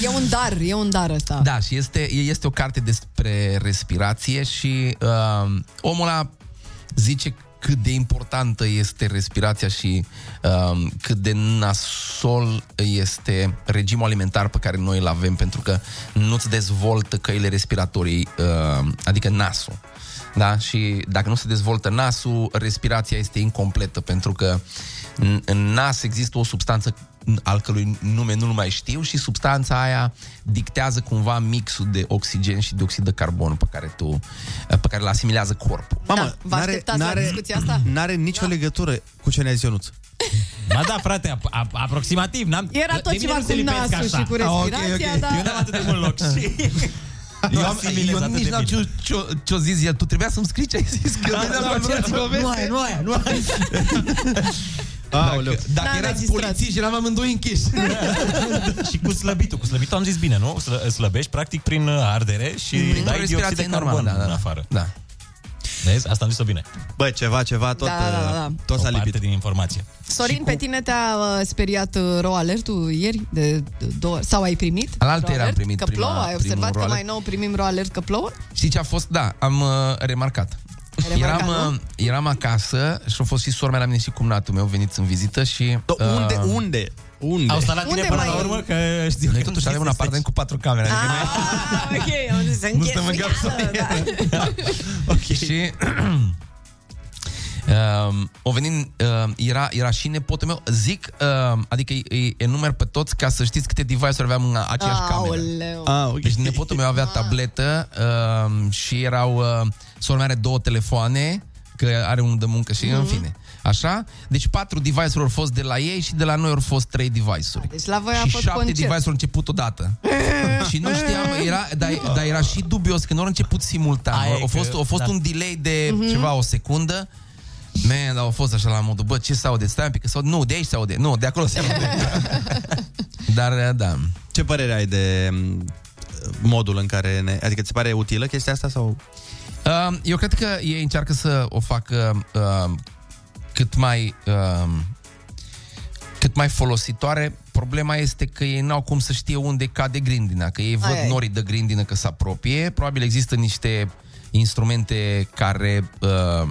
Speaker 1: E un dar, e un dar ăsta.
Speaker 19: Da, și este, este o carte despre respirație și uh, omul ăla zice cât de importantă este respirația și um, cât de nasol este regimul alimentar pe care noi îl avem, pentru că nu-ți dezvoltă căile respiratorii, uh, adică nasul. Da? Și dacă nu se dezvoltă nasul, respirația este incompletă, pentru că în, în nas există o substanță al cărui nume nu-l mai știu și substanța aia dictează cumva mixul de oxigen și dioxid de carbon pe care tu, pe care îl asimilează corpul.
Speaker 6: Mamă,
Speaker 1: Da, vă așteptați la discuția asta? Da.
Speaker 6: N-are nicio legătură cu ce ne-a zis Ionuț.
Speaker 7: Ba da, frate, ap- ap- aproximativ. N-am,
Speaker 1: Era
Speaker 7: de
Speaker 1: tot
Speaker 7: mine
Speaker 1: ceva
Speaker 7: nu se
Speaker 1: cu
Speaker 7: lipesc
Speaker 1: nasul
Speaker 7: așa.
Speaker 1: și cu respirația,
Speaker 7: Ah, ok, ok.
Speaker 1: dar-
Speaker 7: Eu n-am atât de mult
Speaker 19: *laughs*
Speaker 7: loc și...
Speaker 19: Eu, am, eu nici n-am ce, ce, ce-o zis el. Tu trebuia să-mi scrii ce ai zis. Că
Speaker 7: Da,
Speaker 19: vedeam
Speaker 7: da,
Speaker 19: la
Speaker 7: da,
Speaker 19: vreo
Speaker 7: da.
Speaker 19: poveste.
Speaker 7: Nu aia, nu aia, nu aia.
Speaker 6: Aoleu.
Speaker 19: Dacă, dacă
Speaker 1: N-am
Speaker 19: erați
Speaker 1: registrat.
Speaker 19: polițiști, eram
Speaker 7: *laughs*
Speaker 19: amândoi închiși.
Speaker 7: și cu slăbitul, cu slăbitul am zis bine, nu? Slă, slăbești practic prin uh, ardere și
Speaker 19: Prin
Speaker 7: dai dioxid
Speaker 19: respirație
Speaker 7: de
Speaker 19: normală,
Speaker 7: carbon
Speaker 19: da, da,
Speaker 7: în
Speaker 19: da.
Speaker 7: afară.
Speaker 19: Da.
Speaker 7: Vezi? Asta am zis-o bine.
Speaker 6: Bă, ceva, ceva, tot,
Speaker 1: Da, da, da.
Speaker 6: uh, tot s-a
Speaker 7: o parte
Speaker 6: lipit.
Speaker 7: din informație.
Speaker 1: Sorin, pe tine te-a uh, speriat uh, rău alertul ieri? De două, ori? sau ai primit?
Speaker 19: Al altă
Speaker 1: rău
Speaker 19: era am
Speaker 1: alert?
Speaker 19: primit
Speaker 1: Că
Speaker 19: prima-
Speaker 1: plouă? Ai
Speaker 19: primul
Speaker 1: observat
Speaker 19: rău
Speaker 1: că mai
Speaker 19: alert.
Speaker 1: nou primim rău alert că plouă?
Speaker 19: Știi ce a fost? Da, am uh, remarcat.
Speaker 1: Ai remarcat,
Speaker 19: eram, uh, eram acasă și a fost și sora mea la mine și cumnatul meu venit în vizită și... uh,
Speaker 6: Bă, Unde, unde, unde?
Speaker 7: Au stat la
Speaker 1: Unde
Speaker 7: tine până
Speaker 1: mai
Speaker 7: la
Speaker 1: e?
Speaker 7: urmă că știu
Speaker 19: Noi
Speaker 7: că
Speaker 19: totuși avem un
Speaker 7: știi să
Speaker 19: apartament cu patru camere. Adică noi
Speaker 1: Ah, ok, am zis să
Speaker 19: nu stăm în garsonieră.
Speaker 7: Ok.
Speaker 19: Și *clears throat* Um, o venim, um, era, era și nepotul meu Zic, um, adică îi, îi enumer pe toți Ca să știți câte device-uri aveam în aceeași cameră
Speaker 1: Aoleu.
Speaker 6: Ah, ok.
Speaker 19: Deci nepotul meu avea tabletă um, și erau... Uh, sora mea are două telefoane, că are unul de muncă și
Speaker 6: Mhm.
Speaker 19: în fine. Așa? Deci patru device-uri au fost de la ei și de la noi au fost trei
Speaker 6: Ah,
Speaker 19: device-uri.
Speaker 1: Deci la voi a
Speaker 19: și
Speaker 1: fost
Speaker 19: șapte
Speaker 1: concert.
Speaker 19: device-uri au început
Speaker 1: *laughs*
Speaker 19: odată. și nu știam, era, dar, dar era și dubios când au început simultan.
Speaker 7: Aia e
Speaker 19: A fost,
Speaker 7: că-
Speaker 19: a fost
Speaker 7: da.
Speaker 19: un delay de
Speaker 1: Mhm.
Speaker 19: ceva, o secundă. Man, dar au fost așa la modul, bă, ce se aude? Stai un pic că se aude. Nu, de aici se aude. Nu, de acolo se aude. dar, da.
Speaker 6: Ce părere ai de m, modul în care ne... Adică ți se pare utilă chestia asta sau...
Speaker 19: Um, Eu cred că ei încearcă să o facă um, cât mai um, cât mai folositoare Problema este că ei n-au cum să știe unde cade grindina, că ei văd
Speaker 1: Ai, ai.
Speaker 19: norii de grindină că se apropie. Probabil există niște instrumente care, uh,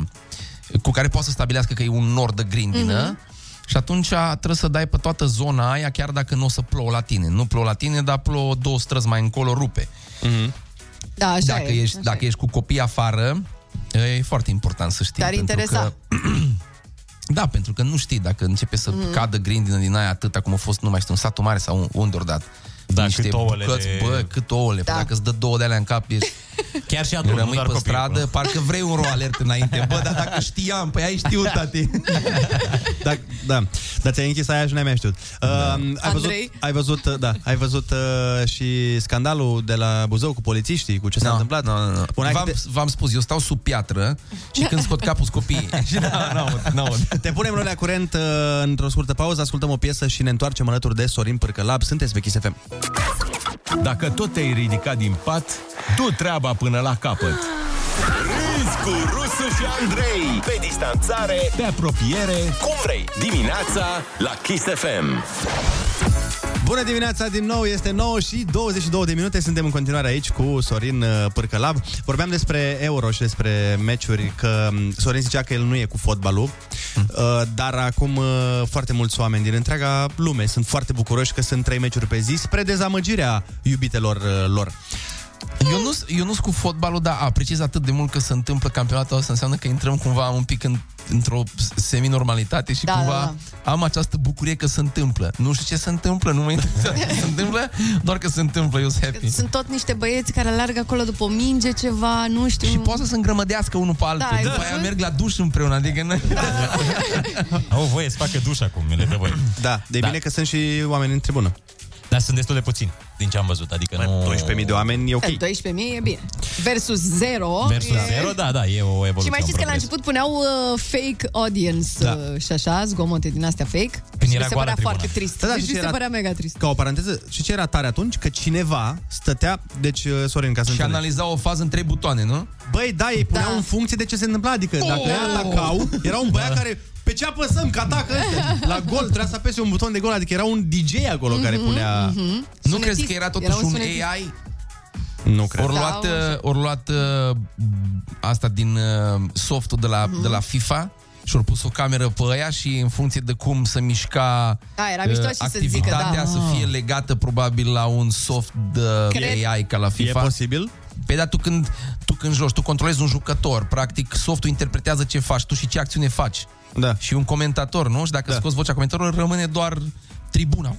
Speaker 19: cu care poate să stabilească că e un nor de grindină. Mm-hmm. Și atunci trebuie să dai pe toată zona aia, chiar dacă nu o să plouă la tine. Nu plouă la tine, dar plouă două străzi mai încolo, rupe.
Speaker 7: Mhm.
Speaker 19: Mm-hmm.
Speaker 1: Da, așa
Speaker 19: dacă,
Speaker 1: e.
Speaker 19: ești, dacă ești cu copii afară, e foarte important să știi.
Speaker 1: Te-ar
Speaker 19: pentru
Speaker 1: interesa.
Speaker 19: Că... *clears throat* da, pentru că nu știi dacă începe să
Speaker 1: Mhm.
Speaker 19: mm. cadă grindină din aia atâta cum a fost, nu mai știu, în satul mare sau un- unde ori dat. Da, Niște
Speaker 7: cât ouăle
Speaker 19: bucăți,
Speaker 7: de-
Speaker 19: bă, cât ouăle. Da. Dacă îți dă două de alea în cap, ești...
Speaker 7: Chiar și
Speaker 19: adult, Rămâi pe stradă, parcă vrei un roalert înainte. Bă, dar
Speaker 7: *laughs*
Speaker 19: dacă știam, păi ai știut, tati.
Speaker 6: Da, da. Dar ți-ai închis aia și n-ai mai știut. Da. Uh, ai, văzut,
Speaker 1: Andrei?
Speaker 6: ai văzut, uh, da, ai văzut uh, și scandalul de la Buzău cu polițiștii, cu ce s-a întâmplat?
Speaker 19: Nu, nu, nu. V-am, v-am spus, eu stau sub piatră și când scot capul sunt
Speaker 6: *laughs*
Speaker 19: copiii. Și da, nu aud, nu aud.
Speaker 6: Te punem noi la curent uh, într-o scurtă pauză, ascultăm o piesă și ne întoarcem alături de Sorin Pârcălab. Sunteți pe Kiss FM.
Speaker 20: Dacă tot te-ai ridicat din pat, du treaba până la capăt.
Speaker 12: Râzi cu Rusu și Andrei Pe distanțare
Speaker 20: Pe apropiere
Speaker 12: Cum vrei Dimineața la Kiss FM
Speaker 6: Bună dimineața din nou, este 9 și 22 de minute, suntem în continuare aici cu Sorin uh, Pârcălab. Vorbeam despre Euro și despre meciuri, că um, Sorin zicea că el nu e cu fotbalul, uh, dar acum uh, foarte mulți oameni din întreaga lume sunt foarte bucuroși că sunt trei meciuri pe zi, spre dezamăgirea iubitelor uh, lor.
Speaker 19: Eu nu eu nu cu fotbalul, dar apreciez atât de mult că se întâmplă campionatul ăsta, înseamnă că intrăm cumva un pic în, într-o seminormalitate și
Speaker 1: Da,
Speaker 19: cumva
Speaker 1: da,
Speaker 19: am această bucurie că se întâmplă. Nu știu ce se întâmplă, nu mă interesează ce se întâmplă, doar că se întâmplă, eu sunt happy.
Speaker 1: Sunt tot niște băieți care alergă acolo după o minge, ceva, nu știu. Și
Speaker 19: poate să se îngrămădească unul pe altul.
Speaker 1: Da, ai
Speaker 19: După aia
Speaker 1: văzut?
Speaker 19: merg la duș împreună, adică noi...
Speaker 7: *laughs* Au voie să facă duș acum, ele pe voi.
Speaker 6: Da, de da. bine că sunt și oameni în tribună.
Speaker 7: Dar sunt destul de puțini, din ce am văzut. Adică nu...
Speaker 6: 12.000 de oameni e ok.
Speaker 1: 12.000 e bine. Versus 0.
Speaker 7: Versus zero, da, da, e o evoluție.
Speaker 1: Și mai
Speaker 7: un
Speaker 1: știți că la
Speaker 7: progres.
Speaker 1: început puneau uh, fake audience
Speaker 6: Da.
Speaker 1: uh, și așa, zgomote din astea fake. și mi se părea foarte trist.
Speaker 6: Da, da,
Speaker 1: deci
Speaker 6: și
Speaker 1: mi
Speaker 6: ce
Speaker 1: se
Speaker 6: era-
Speaker 1: părea mega trist.
Speaker 6: Ca o paranteză, și ce era tare atunci? Că cineva stătea, deci uh, Sorin, ca să
Speaker 19: Și
Speaker 6: înțelegi.
Speaker 19: analiza o fază în trei butoane, nu?
Speaker 6: Băi, da, ei puneau da. în funcție de ce se întâmpla. Adică dacă
Speaker 19: Oh!
Speaker 6: ei atacau, era un băiat
Speaker 19: Da.
Speaker 6: care pe ce apăsăm, că atacă ăsta. La gol, trebuia să apese un buton de gol. Adică era un DJ acolo care punea...
Speaker 19: Nu crezi că era totuși un AI?
Speaker 6: Nu cred.
Speaker 19: Ori luat, uh, ori luat uh, asta din uh, softul de
Speaker 1: Mhm.
Speaker 19: la, de la FIFA și ori pus o cameră pe aia și în funcție de cum să mișca uh,
Speaker 1: Da, era mișto și să zică,
Speaker 19: activitatea
Speaker 1: da.
Speaker 19: să fie legată probabil la un soft de
Speaker 1: Cred.
Speaker 19: AI ca la FIFA.
Speaker 6: E posibil?
Speaker 19: Păi da, tu când, tu când joci, tu controlezi un jucător, practic softul interpretează ce faci tu și ce acțiune faci.
Speaker 6: Da.
Speaker 19: Și un comentator, nu? Și dacă da. scoți vocea comentatorului, rămâne doar tribuna.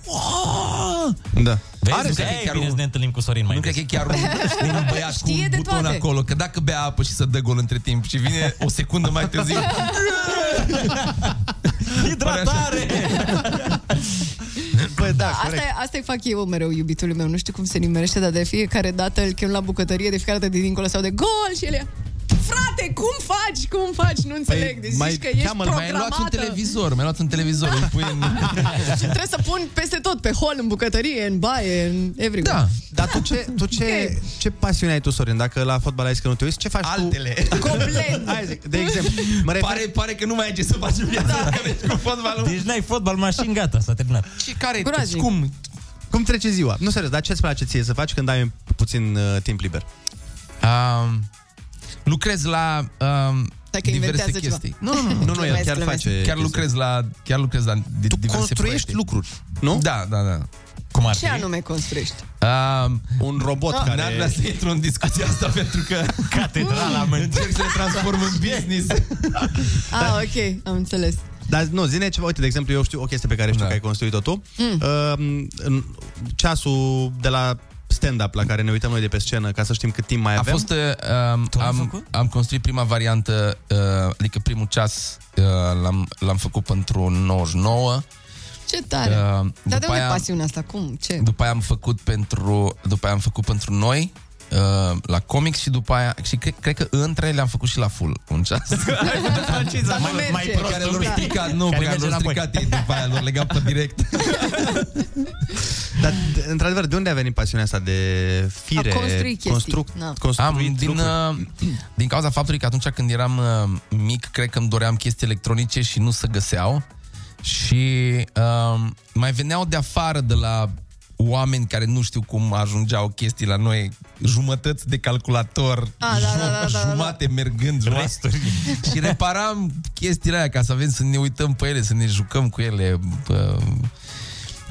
Speaker 6: Da.
Speaker 7: Vezi,
Speaker 19: Are
Speaker 7: Are,
Speaker 19: să fie
Speaker 7: de
Speaker 19: chiar
Speaker 7: chiar bine
Speaker 19: un-
Speaker 7: să ne întâlnim cu Sorin mai
Speaker 19: Nu cred că e chiar un, *laughs* știi, un băiat cu
Speaker 1: Știe
Speaker 19: un
Speaker 1: de
Speaker 19: buton
Speaker 1: toate.
Speaker 19: acolo, că dacă bea apă și să dă gol între timp și vine o secundă mai
Speaker 1: *laughs*
Speaker 19: târziu... Hidratare!
Speaker 6: Bă, da,
Speaker 1: Asta,
Speaker 6: corect.
Speaker 1: e- asta-i fac eu mereu iubitul meu, nu știu cum se nimerește, dar de fiecare dată îl chem la bucătărie, de fiecare dată de dincolo sau de gol și el e, *laughs* Frate, cum faci? Cum faci? Nu înțeleg. Deci zici că ești
Speaker 19: Păi, mai luat un
Speaker 1: programată.
Speaker 19: televizor, mi-ai luat un televizor, îl pui
Speaker 1: *laughs*
Speaker 19: în...
Speaker 1: Trebuie să pun peste tot, pe hol, în bucătărie, în baie, în everywhere. Da.
Speaker 6: Dar tu ce, tu ce, ce pasiune ai tu, Sorin? Dacă la fotbal ai zis că nu te uiți, ce faci Altele. tu?
Speaker 1: Complet.
Speaker 6: Hai zic, de exemplu. Mă refer...
Speaker 19: Pare, pare că nu mai ai ce să faci în viața dacă mergi cu fotbalul.
Speaker 7: Deci n-ai fotbal mașini, gata, s-a terminat.
Speaker 19: Și care,
Speaker 1: Groaznic.
Speaker 19: cum,
Speaker 6: cum trece ziua? Nu, serios, dar ce-ți place ție să faci când ai puțin uh, timp liber?
Speaker 19: Um, lucrez la um,
Speaker 1: Dacă
Speaker 19: diverse
Speaker 1: inventează
Speaker 19: chestii.
Speaker 1: ceva.
Speaker 19: Nu, nu, nu, nu, el
Speaker 1: Glumesc,
Speaker 19: chiar
Speaker 1: glumesc.
Speaker 19: face. Chiar lucrez la chiar lucrez la di- diverse
Speaker 6: construiești
Speaker 19: proiecte.
Speaker 6: lucruri, nu?
Speaker 19: Da, da, da. Cum ar
Speaker 1: Ce anume construiești?
Speaker 19: Um,
Speaker 6: un robot
Speaker 1: care-
Speaker 19: N-ar vrea să intru în discuția asta *laughs* pentru că
Speaker 7: Catedrala, mă.
Speaker 19: încerc să le transform în business.
Speaker 1: Ah, ok, am înțeles.
Speaker 6: *laughs* Dar nu, zine ceva, uite, de exemplu, eu știu o chestie pe care știu da. că ai construit-o tu. Mm. Uh, în- ceasul de la stand-up la care ne uităm noi de pe scenă, ca să știm cât timp mai
Speaker 19: A
Speaker 6: avem.
Speaker 19: fost, uh, um, am, am construit prima variantă, uh, adică primul ceas uh, l-am, l-am făcut pentru 99.
Speaker 1: Ce tare.
Speaker 19: Uh,
Speaker 1: Uh,
Speaker 19: după
Speaker 1: Dar de unde
Speaker 19: aia-
Speaker 1: pasiunea asta? Cum? Ce?
Speaker 19: După aia am făcut pentru, după aia am făcut pentru noi uh, la comics și după aia și cred, cred că între le-am făcut și la full un ceas.
Speaker 1: Dar nu merge.
Speaker 7: mai prost
Speaker 19: care
Speaker 7: un
Speaker 19: lor
Speaker 7: pic.
Speaker 19: stricat, nu,
Speaker 7: Care
Speaker 19: păi pe care
Speaker 7: merge
Speaker 19: lor
Speaker 7: înapoi.
Speaker 19: stricat ei, după aia lor legat pe direct.
Speaker 6: Dar, de- într-adevăr, de unde a venit pasiunea asta de fire?
Speaker 19: Da.
Speaker 6: construc, construit
Speaker 19: Am, din,
Speaker 6: lucruri?
Speaker 19: uh, din cauza faptului că atunci când eram uh, mic, cred că îmi doream chestii electronice și nu se găseau. și um, mai veneau de afară de la oameni care nu știu cum ajungeau chestii la noi, jumătăți de calculator,
Speaker 1: A, da, da, da, da, da.
Speaker 19: jumate mergând, resturi. *laughs* și reparam chestiile aia ca să avem să ne uităm pe ele, să ne jucăm cu ele, bă,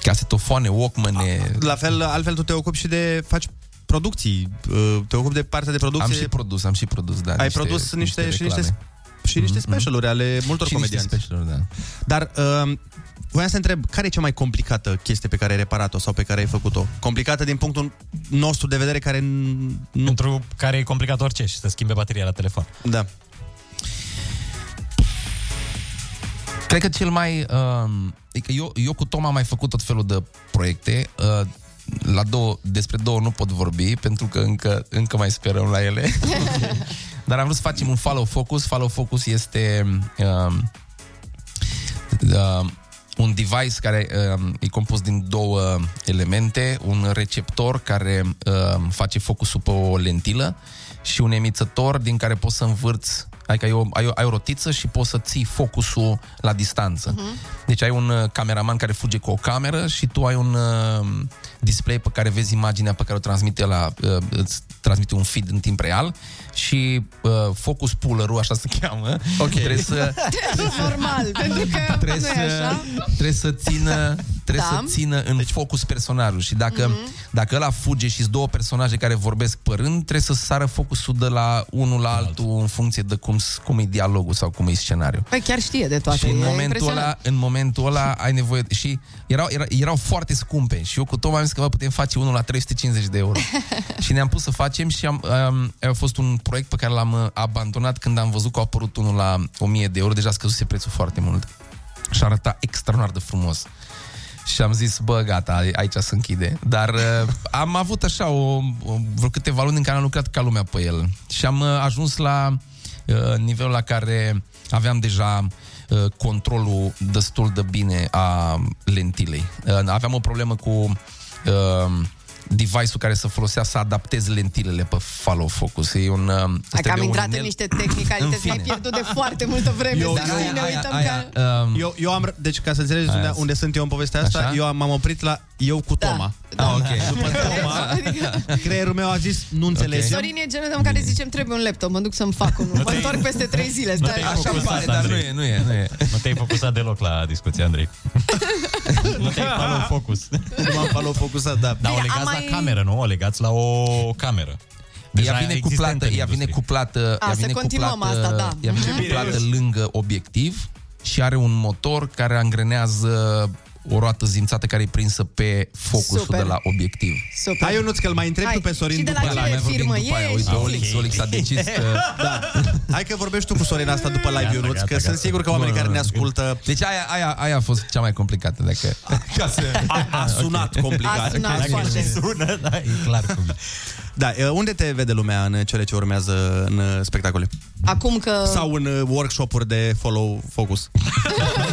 Speaker 19: casetofoane, walkman
Speaker 6: La fel, altfel tu te ocupi și de... faci producții, uh, te ocupi de partea de producție.
Speaker 19: Am și produs, am și produs, da.
Speaker 6: Ai produs niște, și niște
Speaker 19: reclame. Mm-hmm,
Speaker 6: și niște specialuri ale multor
Speaker 19: Și niște
Speaker 6: comedianți.
Speaker 19: specialuri, da.
Speaker 6: Dar uh, voiam să întreb, care e cea mai complicată chestie pe care ai reparat-o sau pe care ai făcut-o? Complicată din punctul nostru de vedere care n- nu...
Speaker 7: Pentru care e complicat orice și să schimbe bateria la telefon.
Speaker 6: Da.
Speaker 19: Cred că cel mai... Um, adică eu, eu cu Tom am mai făcut tot felul de proiecte. Uh, la două, despre două nu pot vorbi, pentru că încă, încă mai sperăm la ele. *laughs* Dar am vrut să facem un follow focus. Follow focus este um, um, un device care um, e compus din două elemente, un receptor care um, face focusul pe o lentilă și un emițător din care poți să învârți Adică ai o, ai, o, ai o rotiță și poți să ții focusul la distanță. Uh-huh. Deci ai un uh, cameraman care fuge cu o cameră și tu ai un uh, display pe care vezi imaginea pe care o transmite la uh, îți transmite un feed în timp real și uh, focus puller-ul, așa se cheamă, okay. trebuie să
Speaker 1: *laughs* Normal, pentru că
Speaker 19: trebuie
Speaker 1: nu e
Speaker 19: să,
Speaker 1: așa.
Speaker 19: trebuie să țină, trebuie
Speaker 1: Da. Mhm.
Speaker 19: da. să țină în deci... focus personajul și dacă, mm-hmm. dacă ăla fuge și două personaje care vorbesc părând, trebuie să sară focusul de la unul la altul în funcție de cum, s- cum e dialogul sau cum e scenariul.
Speaker 1: Păi chiar știe de toate.
Speaker 19: Și în
Speaker 1: e
Speaker 19: momentul,
Speaker 1: impresionant.
Speaker 19: ăla, în momentul ăla ai nevoie de, și erau, erau, erau foarte scumpe și eu cu Tom am zis că vă putem face unul la 350 de
Speaker 1: *laughs*
Speaker 19: euro. și ne-am pus să facem și am, am, a fost un proiect pe care l-am uh, abandonat când am văzut că a apărut unul la 1000 de euro, deja scăzuse prețul foarte mult. Și arăta extraordinar de frumos. Și am zis, bă, gata, aici se închide. Dar uh, am avut așa o, o, vreo câteva luni în care am lucrat ca lumea pe el. Și am uh, ajuns la uh, nivelul la care aveam deja uh, controlul destul de bine a lentilei. Uh, aveam o problemă cu uh, device-ul care se folosea să adaptezi lentilele pe follow focus. E un, uh,
Speaker 1: Hai
Speaker 19: trebuie
Speaker 1: că am
Speaker 19: un
Speaker 1: intrat în
Speaker 19: inel-
Speaker 1: niște tehnicalități,
Speaker 19: În
Speaker 1: m-am
Speaker 19: fine.
Speaker 1: pierdut de foarte multă vreme.
Speaker 6: Eu-
Speaker 1: dar
Speaker 6: eu-
Speaker 1: și Păi, ne
Speaker 6: aia-
Speaker 1: uităm
Speaker 6: aia-
Speaker 1: că...
Speaker 6: Eu, eu am, deci ca să înțelegeți
Speaker 19: Um, Aia
Speaker 6: unde,
Speaker 19: zi.
Speaker 6: unde sunt eu în povestea asta,
Speaker 19: Așa?
Speaker 6: eu am, m-am oprit la eu cu Toma. Da, ah,
Speaker 1: *laughs*
Speaker 6: ok. După Toma, creierul meu a zis, nu înțelege. Okay.
Speaker 1: Sorin e genul de om care zicem trebuie un laptop, mă duc să-mi fac unul. Mă întorc peste 3 zile, stai.
Speaker 19: Așa îmi pare, dar nu e, nu e, nu e.
Speaker 7: Nu te-ai focusat deloc la discuție, Andrei. nu te-ai
Speaker 15: *laughs*
Speaker 7: follow focus.
Speaker 6: Nu am follow focusat, da.
Speaker 7: Dar o
Speaker 1: Bine,
Speaker 7: legați
Speaker 1: am mai-
Speaker 7: la cameră, nu? O legați la o cameră. Deja
Speaker 19: ea vine
Speaker 7: existentă
Speaker 19: cuplată,
Speaker 7: în
Speaker 19: ea vine
Speaker 7: industrie.
Speaker 19: cuplată,
Speaker 1: A,
Speaker 19: ea
Speaker 1: să
Speaker 19: vine
Speaker 1: continuăm
Speaker 19: cuplată,
Speaker 1: asta, da.
Speaker 19: ea vine
Speaker 1: Mhm.
Speaker 19: cuplată lângă obiectiv și are un motor care angrenează o roată zimțată care e prinsă pe focusul
Speaker 1: Super.
Speaker 19: de la obiectiv.
Speaker 1: Super.
Speaker 6: Hai, Ionuț, că îl mai întreb
Speaker 1: Hai,
Speaker 6: tu pe Sorin
Speaker 1: și de la
Speaker 6: după
Speaker 1: ce
Speaker 6: live.
Speaker 1: firmă
Speaker 6: Vorbim după aia,
Speaker 1: ești?
Speaker 6: uite,
Speaker 1: Ah,
Speaker 6: Olix, *laughs*
Speaker 1: ok.
Speaker 6: Olix a decis
Speaker 1: *laughs*
Speaker 6: că... Da. Hai că vorbești tu cu Sorin asta după live, Ionuț, că sunt sigur că oamenii care ne ascultă...
Speaker 19: Deci aia, aia, aia a fost cea mai complicată. Dacă...
Speaker 6: *laughs* Ca să... A, a sunat complicat.
Speaker 1: A sunat Dacă foarte. și
Speaker 7: sună, da, e clar cum
Speaker 6: Da, e, unde te vede lumea în cele ce urmează în uh, spectacole?
Speaker 1: Acum că...
Speaker 6: Sau în uh, workshop-uri de follow focus?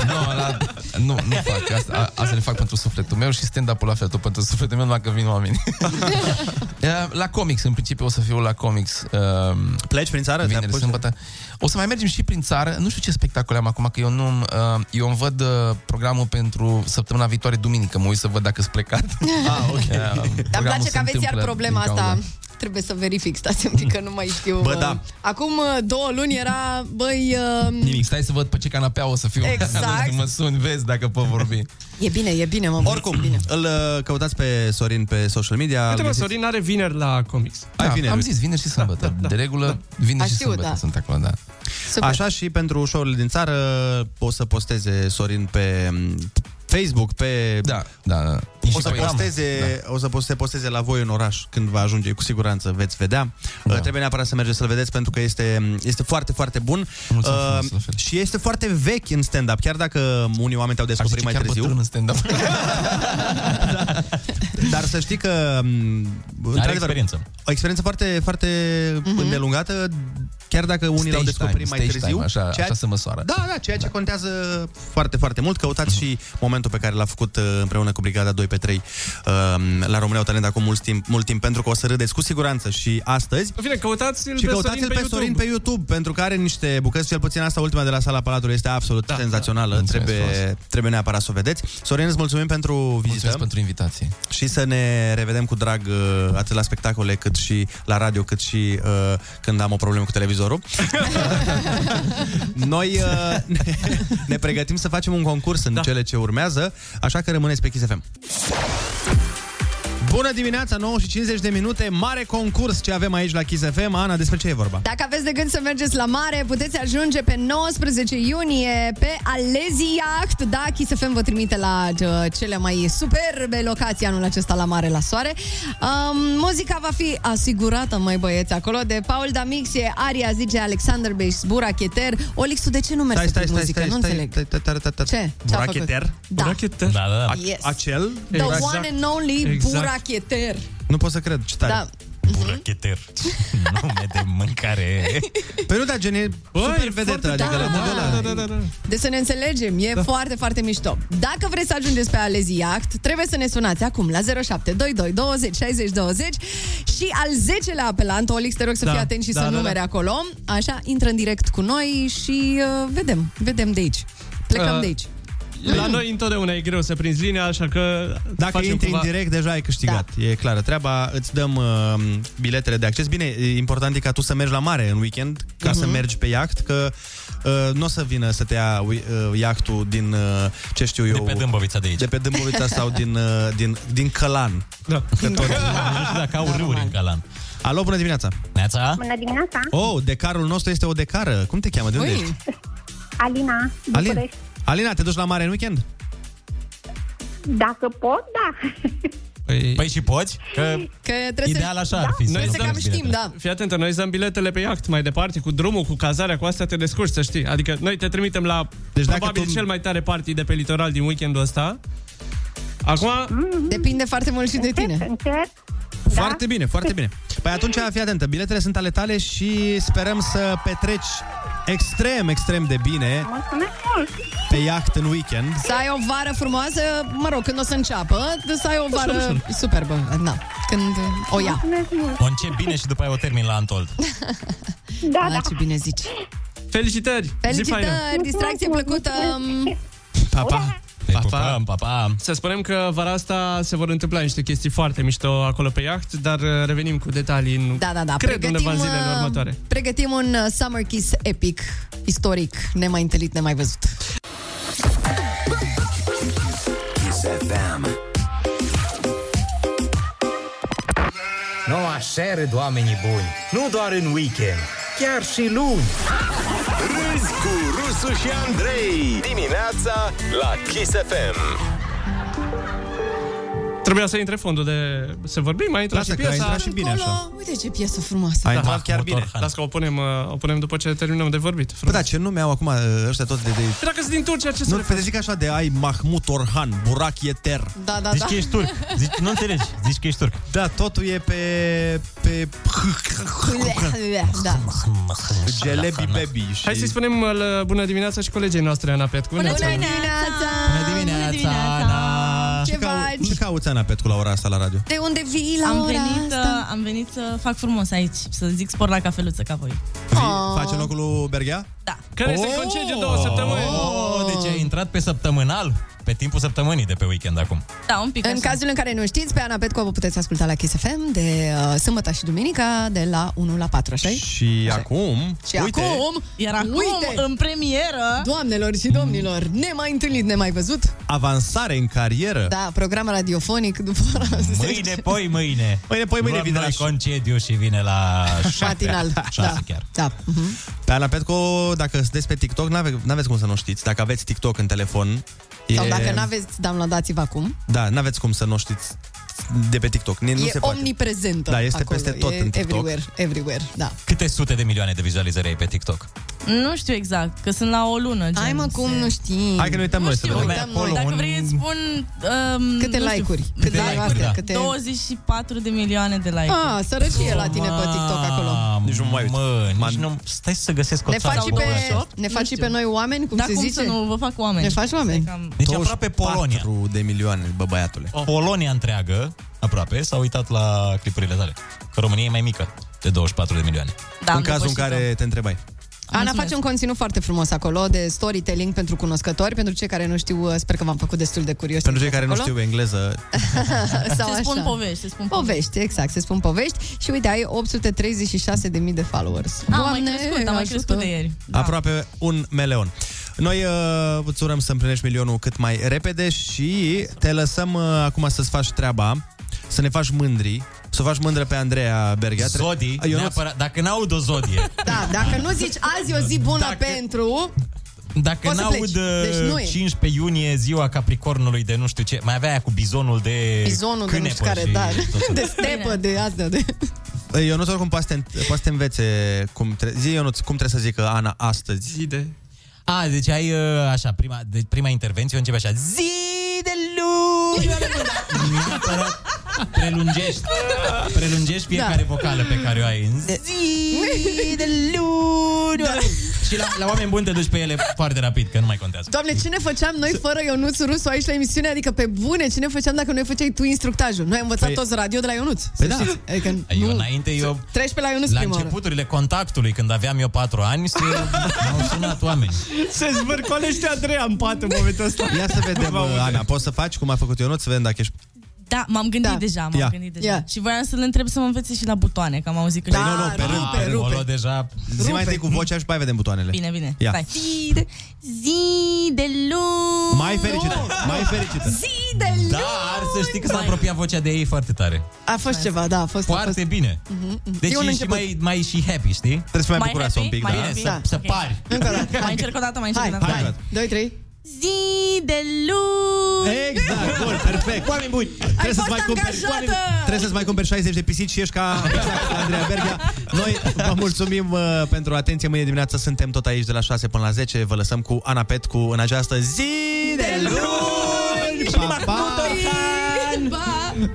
Speaker 19: nu, la, nu, nu fac. Asta, a, asta le fac pentru sufletul meu și stand-up-ul la fel, tot pentru sufletul meu, dacă vin oameni.
Speaker 6: *laughs*
Speaker 19: la comics, în principiu o să fiu la comics. Um,
Speaker 6: Pleci prin țară?
Speaker 19: Vineri, sâmbătă. O să mai mergem și prin țară. Nu știu ce spectacole am acum, că eu nu... Uh, eu îmi văd uh, programul pentru săptămâna viitoare, duminică. Mă uit să văd dacă sunt plecat. Eh,
Speaker 6: ah,
Speaker 19: *laughs*
Speaker 6: ok.
Speaker 1: Dar îmi place că aveți iar problema asta. Trebuie să verific, stați un pic că nu mai știu.
Speaker 19: Bă, da.
Speaker 1: Acum uh, două luni era, băi, uh,
Speaker 19: Nimic, stai să văd pe ce canapea o să fiu *laughs*
Speaker 1: Exact.
Speaker 19: atunci când mă suni, vezi dacă pot vorbi. Eh,
Speaker 1: e bine, e bine, mă Oricum. Bine.
Speaker 6: Îl uh, căutați pe Sorin pe social media.
Speaker 8: Uite,
Speaker 6: îl
Speaker 8: mă,
Speaker 6: găsiți-
Speaker 8: Sorin are vineri la comics.
Speaker 6: Ai
Speaker 19: Da,
Speaker 6: vineri.
Speaker 19: am zis, vineri și sâmbătă.
Speaker 1: *laughs*
Speaker 19: Da, da, de regulă,
Speaker 1: A
Speaker 19: vineri și
Speaker 1: știut,
Speaker 19: sâmbătă
Speaker 1: da.
Speaker 19: sunt acolo, da.
Speaker 1: Super.
Speaker 6: Așa și pentru show-urile din țară uh, o să posteze Sorin pe m, Facebook, pe...
Speaker 19: Da, da.
Speaker 6: O să,
Speaker 19: Instagram.
Speaker 6: posteze, da. o să poste- posteze la voi în oraș când va ajunge, cu siguranță veți vedea. Da. Trebuie neapărat să mergeți să-l vedeți pentru că este, este foarte, foarte bun.
Speaker 19: Mulțumesc frumos, la
Speaker 6: uh, și este foarte vechi în stand-up, chiar dacă unii oameni te-au
Speaker 19: Aș
Speaker 6: descoperit
Speaker 19: zice
Speaker 6: mai
Speaker 19: chiar
Speaker 6: târziu. Da.
Speaker 19: bătrân în stand-up.
Speaker 6: *laughs* Dar să știi că m, într-adevăr,
Speaker 7: experiență.
Speaker 6: O experiență foarte, foarte îndelungată Chiar dacă unii
Speaker 19: Stage
Speaker 6: l-au descoperit
Speaker 19: time,
Speaker 6: mai
Speaker 19: stage
Speaker 6: târziu,
Speaker 19: time, așa- așa se măsoară.
Speaker 6: Da, da, ceea ce contează foarte, foarte mult. Căutați și momentul pe care l-a făcut uh, împreună cu Brigada 2 pe 3 uh, la România Talent acum mult timp, mult timp, pentru că o să râdeți cu siguranță și astăzi.
Speaker 8: În fine, căutați-l
Speaker 6: Și
Speaker 8: pe
Speaker 6: căutați-l pe,
Speaker 8: Sorin pe
Speaker 6: Sorin pe YouTube, pentru că are niște bucăți, cel puțin asta ultima de la sala Palatului este absolut da, senzațională, trebuie, trebuie neapărat să o vedeți. Sorin, îți mulțumim pentru vizită. Mulțumesc pentru
Speaker 19: invitație.
Speaker 6: Și să ne revedem cu drag uh, atât la spectacole, cât și la radio, cât și uh, când am o problemă cu *laughs* televizorul. Noi uh, ne, ne pregătim să facem un concurs în da. cele ce urmează, așa că rămâneți pe Kiss FM. Bună dimineața, 9 și 50 de minute, mare concurs ce avem aici la Kiss FM. Ana, despre ce e vorba?
Speaker 1: Dacă aveți de gând să mergeți la mare, puteți ajunge pe 19 iunie pe Alezi Yacht. Da, Kiss FM vă trimite la uh, cele mai superbe locații anul acesta la mare, la soare. Um, muzica va fi asigurată, mai băieți, acolo de Paul Damixie, Aria zice Alexander Beș, Buracheter. Olixu, de ce nu mergi să pui muzică? Nu înțeleg. Ce? Ce-a făcut?
Speaker 6: Buracheter?
Speaker 1: Da.
Speaker 8: Buracheter? Da, da,
Speaker 6: da.
Speaker 1: Yes.
Speaker 6: Acel?
Speaker 1: The one and only
Speaker 6: Exact.
Speaker 1: Buracheter.
Speaker 6: Nu pot să cred, ce tare.
Speaker 1: Da.
Speaker 7: Buracheter. Nume de
Speaker 6: *laughs*
Speaker 7: mâncare.
Speaker 6: Păi nu, dar gen e super vedetă,
Speaker 1: foarte-
Speaker 6: adică
Speaker 1: da,
Speaker 6: la modul ăla.
Speaker 1: da, De să ne înțelegem, e da. foarte, foarte mișto. Dacă vreți să ajungeți pe Alezi Iacht, trebuie să ne sunați acum la 0722 20 60 20 și al 10-lea apelant, Olix, te rog să
Speaker 21: Da,
Speaker 1: fii atent și
Speaker 21: da,
Speaker 1: să
Speaker 21: da, da.
Speaker 1: numere acolo. Așa, intră în direct cu noi și uh, vedem, vedem de aici. Plecăm
Speaker 8: Uh,
Speaker 1: de aici. Mm.
Speaker 8: La noi întotdeauna e greu să prinzi linia, așa că
Speaker 6: Dacă
Speaker 8: facem
Speaker 6: intri
Speaker 8: cumva-
Speaker 6: în
Speaker 8: *laughs*
Speaker 6: direct, deja ai câștigat. Da. E clară treaba. Îți dăm uh, biletele de acces. Bine, e important e ca tu să mergi la mare în weekend, ca
Speaker 1: Mhm.
Speaker 6: uh-huh. să mergi pe iaht, că uh, nu o să vină să te ia uh, iahtul din, uh, ce știu eu... De pe Dâmbovița de aici. De pe Dâmbovița sau din, uh, din, din Călan.
Speaker 8: Da.
Speaker 6: Că tot...
Speaker 7: Nu știu dacă au râuri în Calan.
Speaker 6: Alo, bună dimineața!
Speaker 7: Neața?
Speaker 14: Bună dimineața!
Speaker 6: Oh, decarul nostru este o decară. Cum te cheamă? De unde
Speaker 14: Ui.
Speaker 6: ești?
Speaker 14: Alina,
Speaker 6: Alina.
Speaker 14: București.
Speaker 6: Alina, te duci la mare în weekend?
Speaker 14: Dacă pot, da.
Speaker 8: Păi,
Speaker 7: păi și poți? Că
Speaker 1: Că trebuie să... Noi să cam știm, da.
Speaker 8: Fii atentă, noi dăm biletele pe iaht mai departe, cu drumul, cu cazarea, cu astea te descurci, să știi. Adică noi te trimitem la deci probabil tu... cel mai tare party de pe litoral din weekendul ăsta. Acum,
Speaker 1: Depinde foarte mult și de tine.
Speaker 6: Foarte bine, foarte bine. Păi atunci fii atentă, biletele sunt ale tale și sperăm să petreci extrem, extrem de bine
Speaker 14: Mulțumesc mult!
Speaker 6: pe iaht în weekend.
Speaker 1: Să ai o vară frumoasă, mă rog, când o să înceapă, să ai o vară superbă. Na, când uh, o ia.
Speaker 14: Mulțumesc mult!
Speaker 7: O încep bine și după aia o termin la Antold.
Speaker 1: Da, da. Ce bine zici.
Speaker 8: felicitări!
Speaker 1: Felicitări, distracție plăcută.
Speaker 8: Pa, pa!
Speaker 7: Pa, pa, pa, pa.
Speaker 8: Să spunem că vara asta se vor întâmpla niște chestii foarte mișto acolo pe iaht, dar uh, revenim cu detalii în,
Speaker 1: Da, da, da.
Speaker 8: cred, undeva în zilele
Speaker 1: uh,
Speaker 8: următoare.
Speaker 1: Pregătim un uh, summer kiss epic, istoric, nemai întâlnit, nemai văzut.
Speaker 22: Kiss FM. Nu așa râd oamenii buni, nu doar în weekend, chiar și luni.
Speaker 12: Râzi cu Rusu și Andrei Dimineața la Kiss FM
Speaker 8: Trebuia să intre fondul de... Să vorbim, mai intră
Speaker 1: Lasă
Speaker 8: și
Speaker 1: Da,
Speaker 8: Da,
Speaker 1: că a
Speaker 8: piesa.
Speaker 1: intrat și bine Acolo, Uite ce piesă frumoasă.
Speaker 6: Ai intrat chiar bine.
Speaker 8: Las că o punem, uh, o punem după ce terminăm de vorbit.
Speaker 6: Păi da, ce nume au acum uh, ăștia toți de... de...
Speaker 8: Dacă sunt din Turcia, ce să
Speaker 6: Nu,
Speaker 8: le
Speaker 6: te
Speaker 8: faci?
Speaker 6: zic așa de ai Mahmut Orhan, Burak Yeter.
Speaker 1: Da, da, Zici da. că ești turc.
Speaker 6: Zici, nu înțelegi, zici că ești turc. Da, totul e pe... pe...
Speaker 1: Da.
Speaker 6: Jelebi Baby. Și...
Speaker 8: Hai să-i spunem uh, la- bună dimineața și colegii noastre, Ana Petcu. Bună
Speaker 1: dimineața!
Speaker 8: Bună dimineața, Ana!
Speaker 6: Ce,
Speaker 23: Ce
Speaker 6: cau-
Speaker 23: faci?
Speaker 6: ce cauți, Ana Petcu, la ora asta la radio?
Speaker 23: De unde vii
Speaker 1: la
Speaker 23: am
Speaker 1: ora
Speaker 23: venit,
Speaker 1: asta?
Speaker 23: uh, Am venit să fac frumos aici, să zic spor la cafeluță ca voi.
Speaker 1: Ah.
Speaker 6: Vii, face locul lui Berghea?
Speaker 23: Da.
Speaker 8: Care se
Speaker 23: Oh!
Speaker 8: concedie două săptămâni.
Speaker 7: Oh, deci ai intrat pe săptămânal? Pe timpul săptămânii de pe weekend acum.
Speaker 1: Da, un pic În cazul în care nu știți, pe Ana Petco vă puteți asculta la Kiss FM de uh, sâmbătă și duminica de la 1 la 4, așa
Speaker 6: Și acum...
Speaker 1: Și acum,
Speaker 23: Iar acum,
Speaker 1: uite,
Speaker 23: în premieră...
Speaker 1: Doamnelor și domnilor,
Speaker 6: Mm.
Speaker 1: nemai întâlnit, nemai văzut.
Speaker 6: Avansare în carieră.
Speaker 1: Da, Păi, program radiofonic după ora *laughs*
Speaker 7: Mâine, poi *laughs* mâine.
Speaker 6: Mâine, poi
Speaker 7: mâine vine la concediu și vine
Speaker 6: *laughs*
Speaker 7: la șapte.
Speaker 1: Matinal,
Speaker 7: Șase
Speaker 1: da.
Speaker 7: chiar.
Speaker 1: Da.
Speaker 6: Pe Ana Petco, dacă sunteți pe TikTok, n-ave, n-aveți cum să nu știți. Dacă aveți TikTok în telefon...
Speaker 1: E... Sau dacă n-aveți, downloadați-vă acum.
Speaker 6: Da, n-aveți cum să nu știți de pe TikTok. Ne, nu
Speaker 1: e
Speaker 6: se poate.
Speaker 1: omniprezentă
Speaker 6: Da, este
Speaker 1: acolo.
Speaker 6: peste tot
Speaker 1: e
Speaker 6: în TikTok.
Speaker 1: everywhere, everywhere, da.
Speaker 7: Câte sute de milioane de vizualizări ai pe TikTok?
Speaker 23: Nu știu exact, că sunt la o lună. Gen,
Speaker 1: Hai mă, cum nu știi?
Speaker 7: Hai că ne uităm
Speaker 23: nu
Speaker 7: noi
Speaker 23: știu,
Speaker 7: să vedem.
Speaker 23: Uităm
Speaker 7: Acolo
Speaker 23: noi. Dacă
Speaker 7: un-
Speaker 23: vrei îți spun... Um,
Speaker 1: Câte
Speaker 23: nu știu,
Speaker 1: like-uri? Câte
Speaker 23: da,
Speaker 1: like-uri, da. Câte-
Speaker 23: 24 de milioane de like-uri.
Speaker 1: Ah, sărăcie la tine pe TikTok acolo.
Speaker 7: Mamă, nici nu mai uit. Mă, nici nu... Stai să găsesc o
Speaker 1: Ne
Speaker 7: țară
Speaker 1: faci, și
Speaker 7: acolo.
Speaker 1: pe, Eh, ne faci și pe noi oameni, cum
Speaker 23: Dar
Speaker 1: se
Speaker 23: Da, cum
Speaker 1: zice?
Speaker 23: să nu vă fac oameni?
Speaker 1: Ne faci oameni.
Speaker 23: *laughs*
Speaker 7: Deci aproape Polonia. de milioane, bă, băiatule. Polonia întreagă, aproape, s-a uitat la clipurile tale. Că România e mai mică, de 24 de milioane.
Speaker 23: Da,
Speaker 6: în cazul în care te întrebai.
Speaker 1: Ana face un conținut foarte frumos acolo de storytelling pentru cunoscători, pentru cei care nu știu, sper că v-am făcut destul de curioși.
Speaker 6: Pentru cei care nu
Speaker 1: acolo.
Speaker 6: știu engleză,
Speaker 1: *laughs* Sau
Speaker 23: Se spun
Speaker 1: așa.
Speaker 23: povești, se spun
Speaker 1: povești. exact, se spun povești și uite, ai 836.000 de followers.
Speaker 23: Am mai crescut, am mai
Speaker 1: ajută.
Speaker 23: crescut de ieri.
Speaker 6: Da. Aproape un meleon. Noi uh, îți urăm să împlinești milionul cât mai repede și te lăsăm uh, acum să-ți faci treaba, să ne faci mândri, să o faci mândră pe Andreea Berghea.
Speaker 7: Zodii,
Speaker 6: Eu
Speaker 7: neapărat, dacă n-aud o
Speaker 6: *laughs*
Speaker 7: zodie,
Speaker 1: Da, dacă nu zici azi e o zi bună pentru...
Speaker 7: Dacă
Speaker 1: Poți să
Speaker 7: n-aud
Speaker 1: pleci. Deci nu e.
Speaker 7: deci 15 iunie, ziua Capricornului de nu știu ce, mai avea aia cu bizonul de
Speaker 1: Bizonul de nu știu
Speaker 7: cânepă
Speaker 1: care,
Speaker 7: și
Speaker 1: da,
Speaker 7: tot felul.
Speaker 1: de stepă, de asta, de...
Speaker 6: Eu nu oricum poate să te, poate să te învețe cum, tre- zi, Ionuț, cum trebuie să zică Ana astăzi.
Speaker 3: Zide.
Speaker 7: A, deci ai uh, așa, prima, de, prima intervenție o începe așa, zi de luni! Neapărat prelungești, prelungești fiecare da. vocală pe care o ai în zi.
Speaker 1: Zi de luni!
Speaker 7: Și la, la oameni buni te duci pe ele foarte rapid, că nu mai contează.
Speaker 1: Doamne, ce ne făceam noi fără Ionuț Rusu aici la emisiune? Adică pe bune, ce ne făceam dacă noi făceai tu instructajul? Noi am învățat
Speaker 7: Păi-
Speaker 1: toți radio de la Ionuț. să
Speaker 7: Păi da.
Speaker 1: știți. Adică
Speaker 7: Eu înainte, eu...
Speaker 1: Treci pe la Ionuț
Speaker 7: La
Speaker 1: prima oară.
Speaker 7: începuturile contactului, când aveam eu patru ani, se, m-au sunat oameni.
Speaker 3: Se zvârcolește Andreea în pat în momentul ăsta.
Speaker 6: Ia să vedem, uh, Ana, poți să faci cum a făcut Ionuț, să vedem dacă ești...
Speaker 23: Da, m-am gândit da. deja, m-am
Speaker 6: Ia.
Speaker 23: gândit deja. Și voiam să-l întreb să mă învețe și la butoane, că am auzit că...
Speaker 6: Da, nu, nu, pe rând, pe rând.
Speaker 7: Acolo deja...
Speaker 6: Zi mai întâi cu vocea și pe aia vedem butoanele.
Speaker 23: Bine, bine.
Speaker 6: Ia.
Speaker 23: Stai. Zi de, zi de luni.
Speaker 6: Mai fericită, mai fericită.
Speaker 1: Oh! Zi de
Speaker 7: Da, ar să știi că s-a apropiat vocea de ei foarte tare.
Speaker 1: A fost ceva, da, a fost...
Speaker 7: Foarte bine. Deci
Speaker 1: E un
Speaker 7: ești și
Speaker 1: început.
Speaker 7: mai, mai și happy, știi? Trebuie
Speaker 23: Mai bucuroasă happy? un pic, Mai da.
Speaker 7: Bine,
Speaker 23: happy?
Speaker 7: să, să
Speaker 23: Da. Ok.
Speaker 7: pari.
Speaker 1: Încă o dată.
Speaker 23: Mai încerc o dată, mai încerc o dată.
Speaker 1: Hai, 2, 3.
Speaker 23: Zi de luni.
Speaker 6: Exact, bun, perfect. Oameni buni, trebuie să-ți mai, cumperi, trebuie să-ți mai cumperi 60 de pisici și ești ca *laughs* exact, ca Andreea Berghia. Noi vă mulțumim uh, pentru atenție. Mâine dimineață suntem tot aici de la 6 până la 10. Vă lăsăm cu Ana Petcu în această zi de luni. Pa, pa.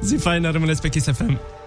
Speaker 3: Zi faină, rămâneți pe Kiss FM.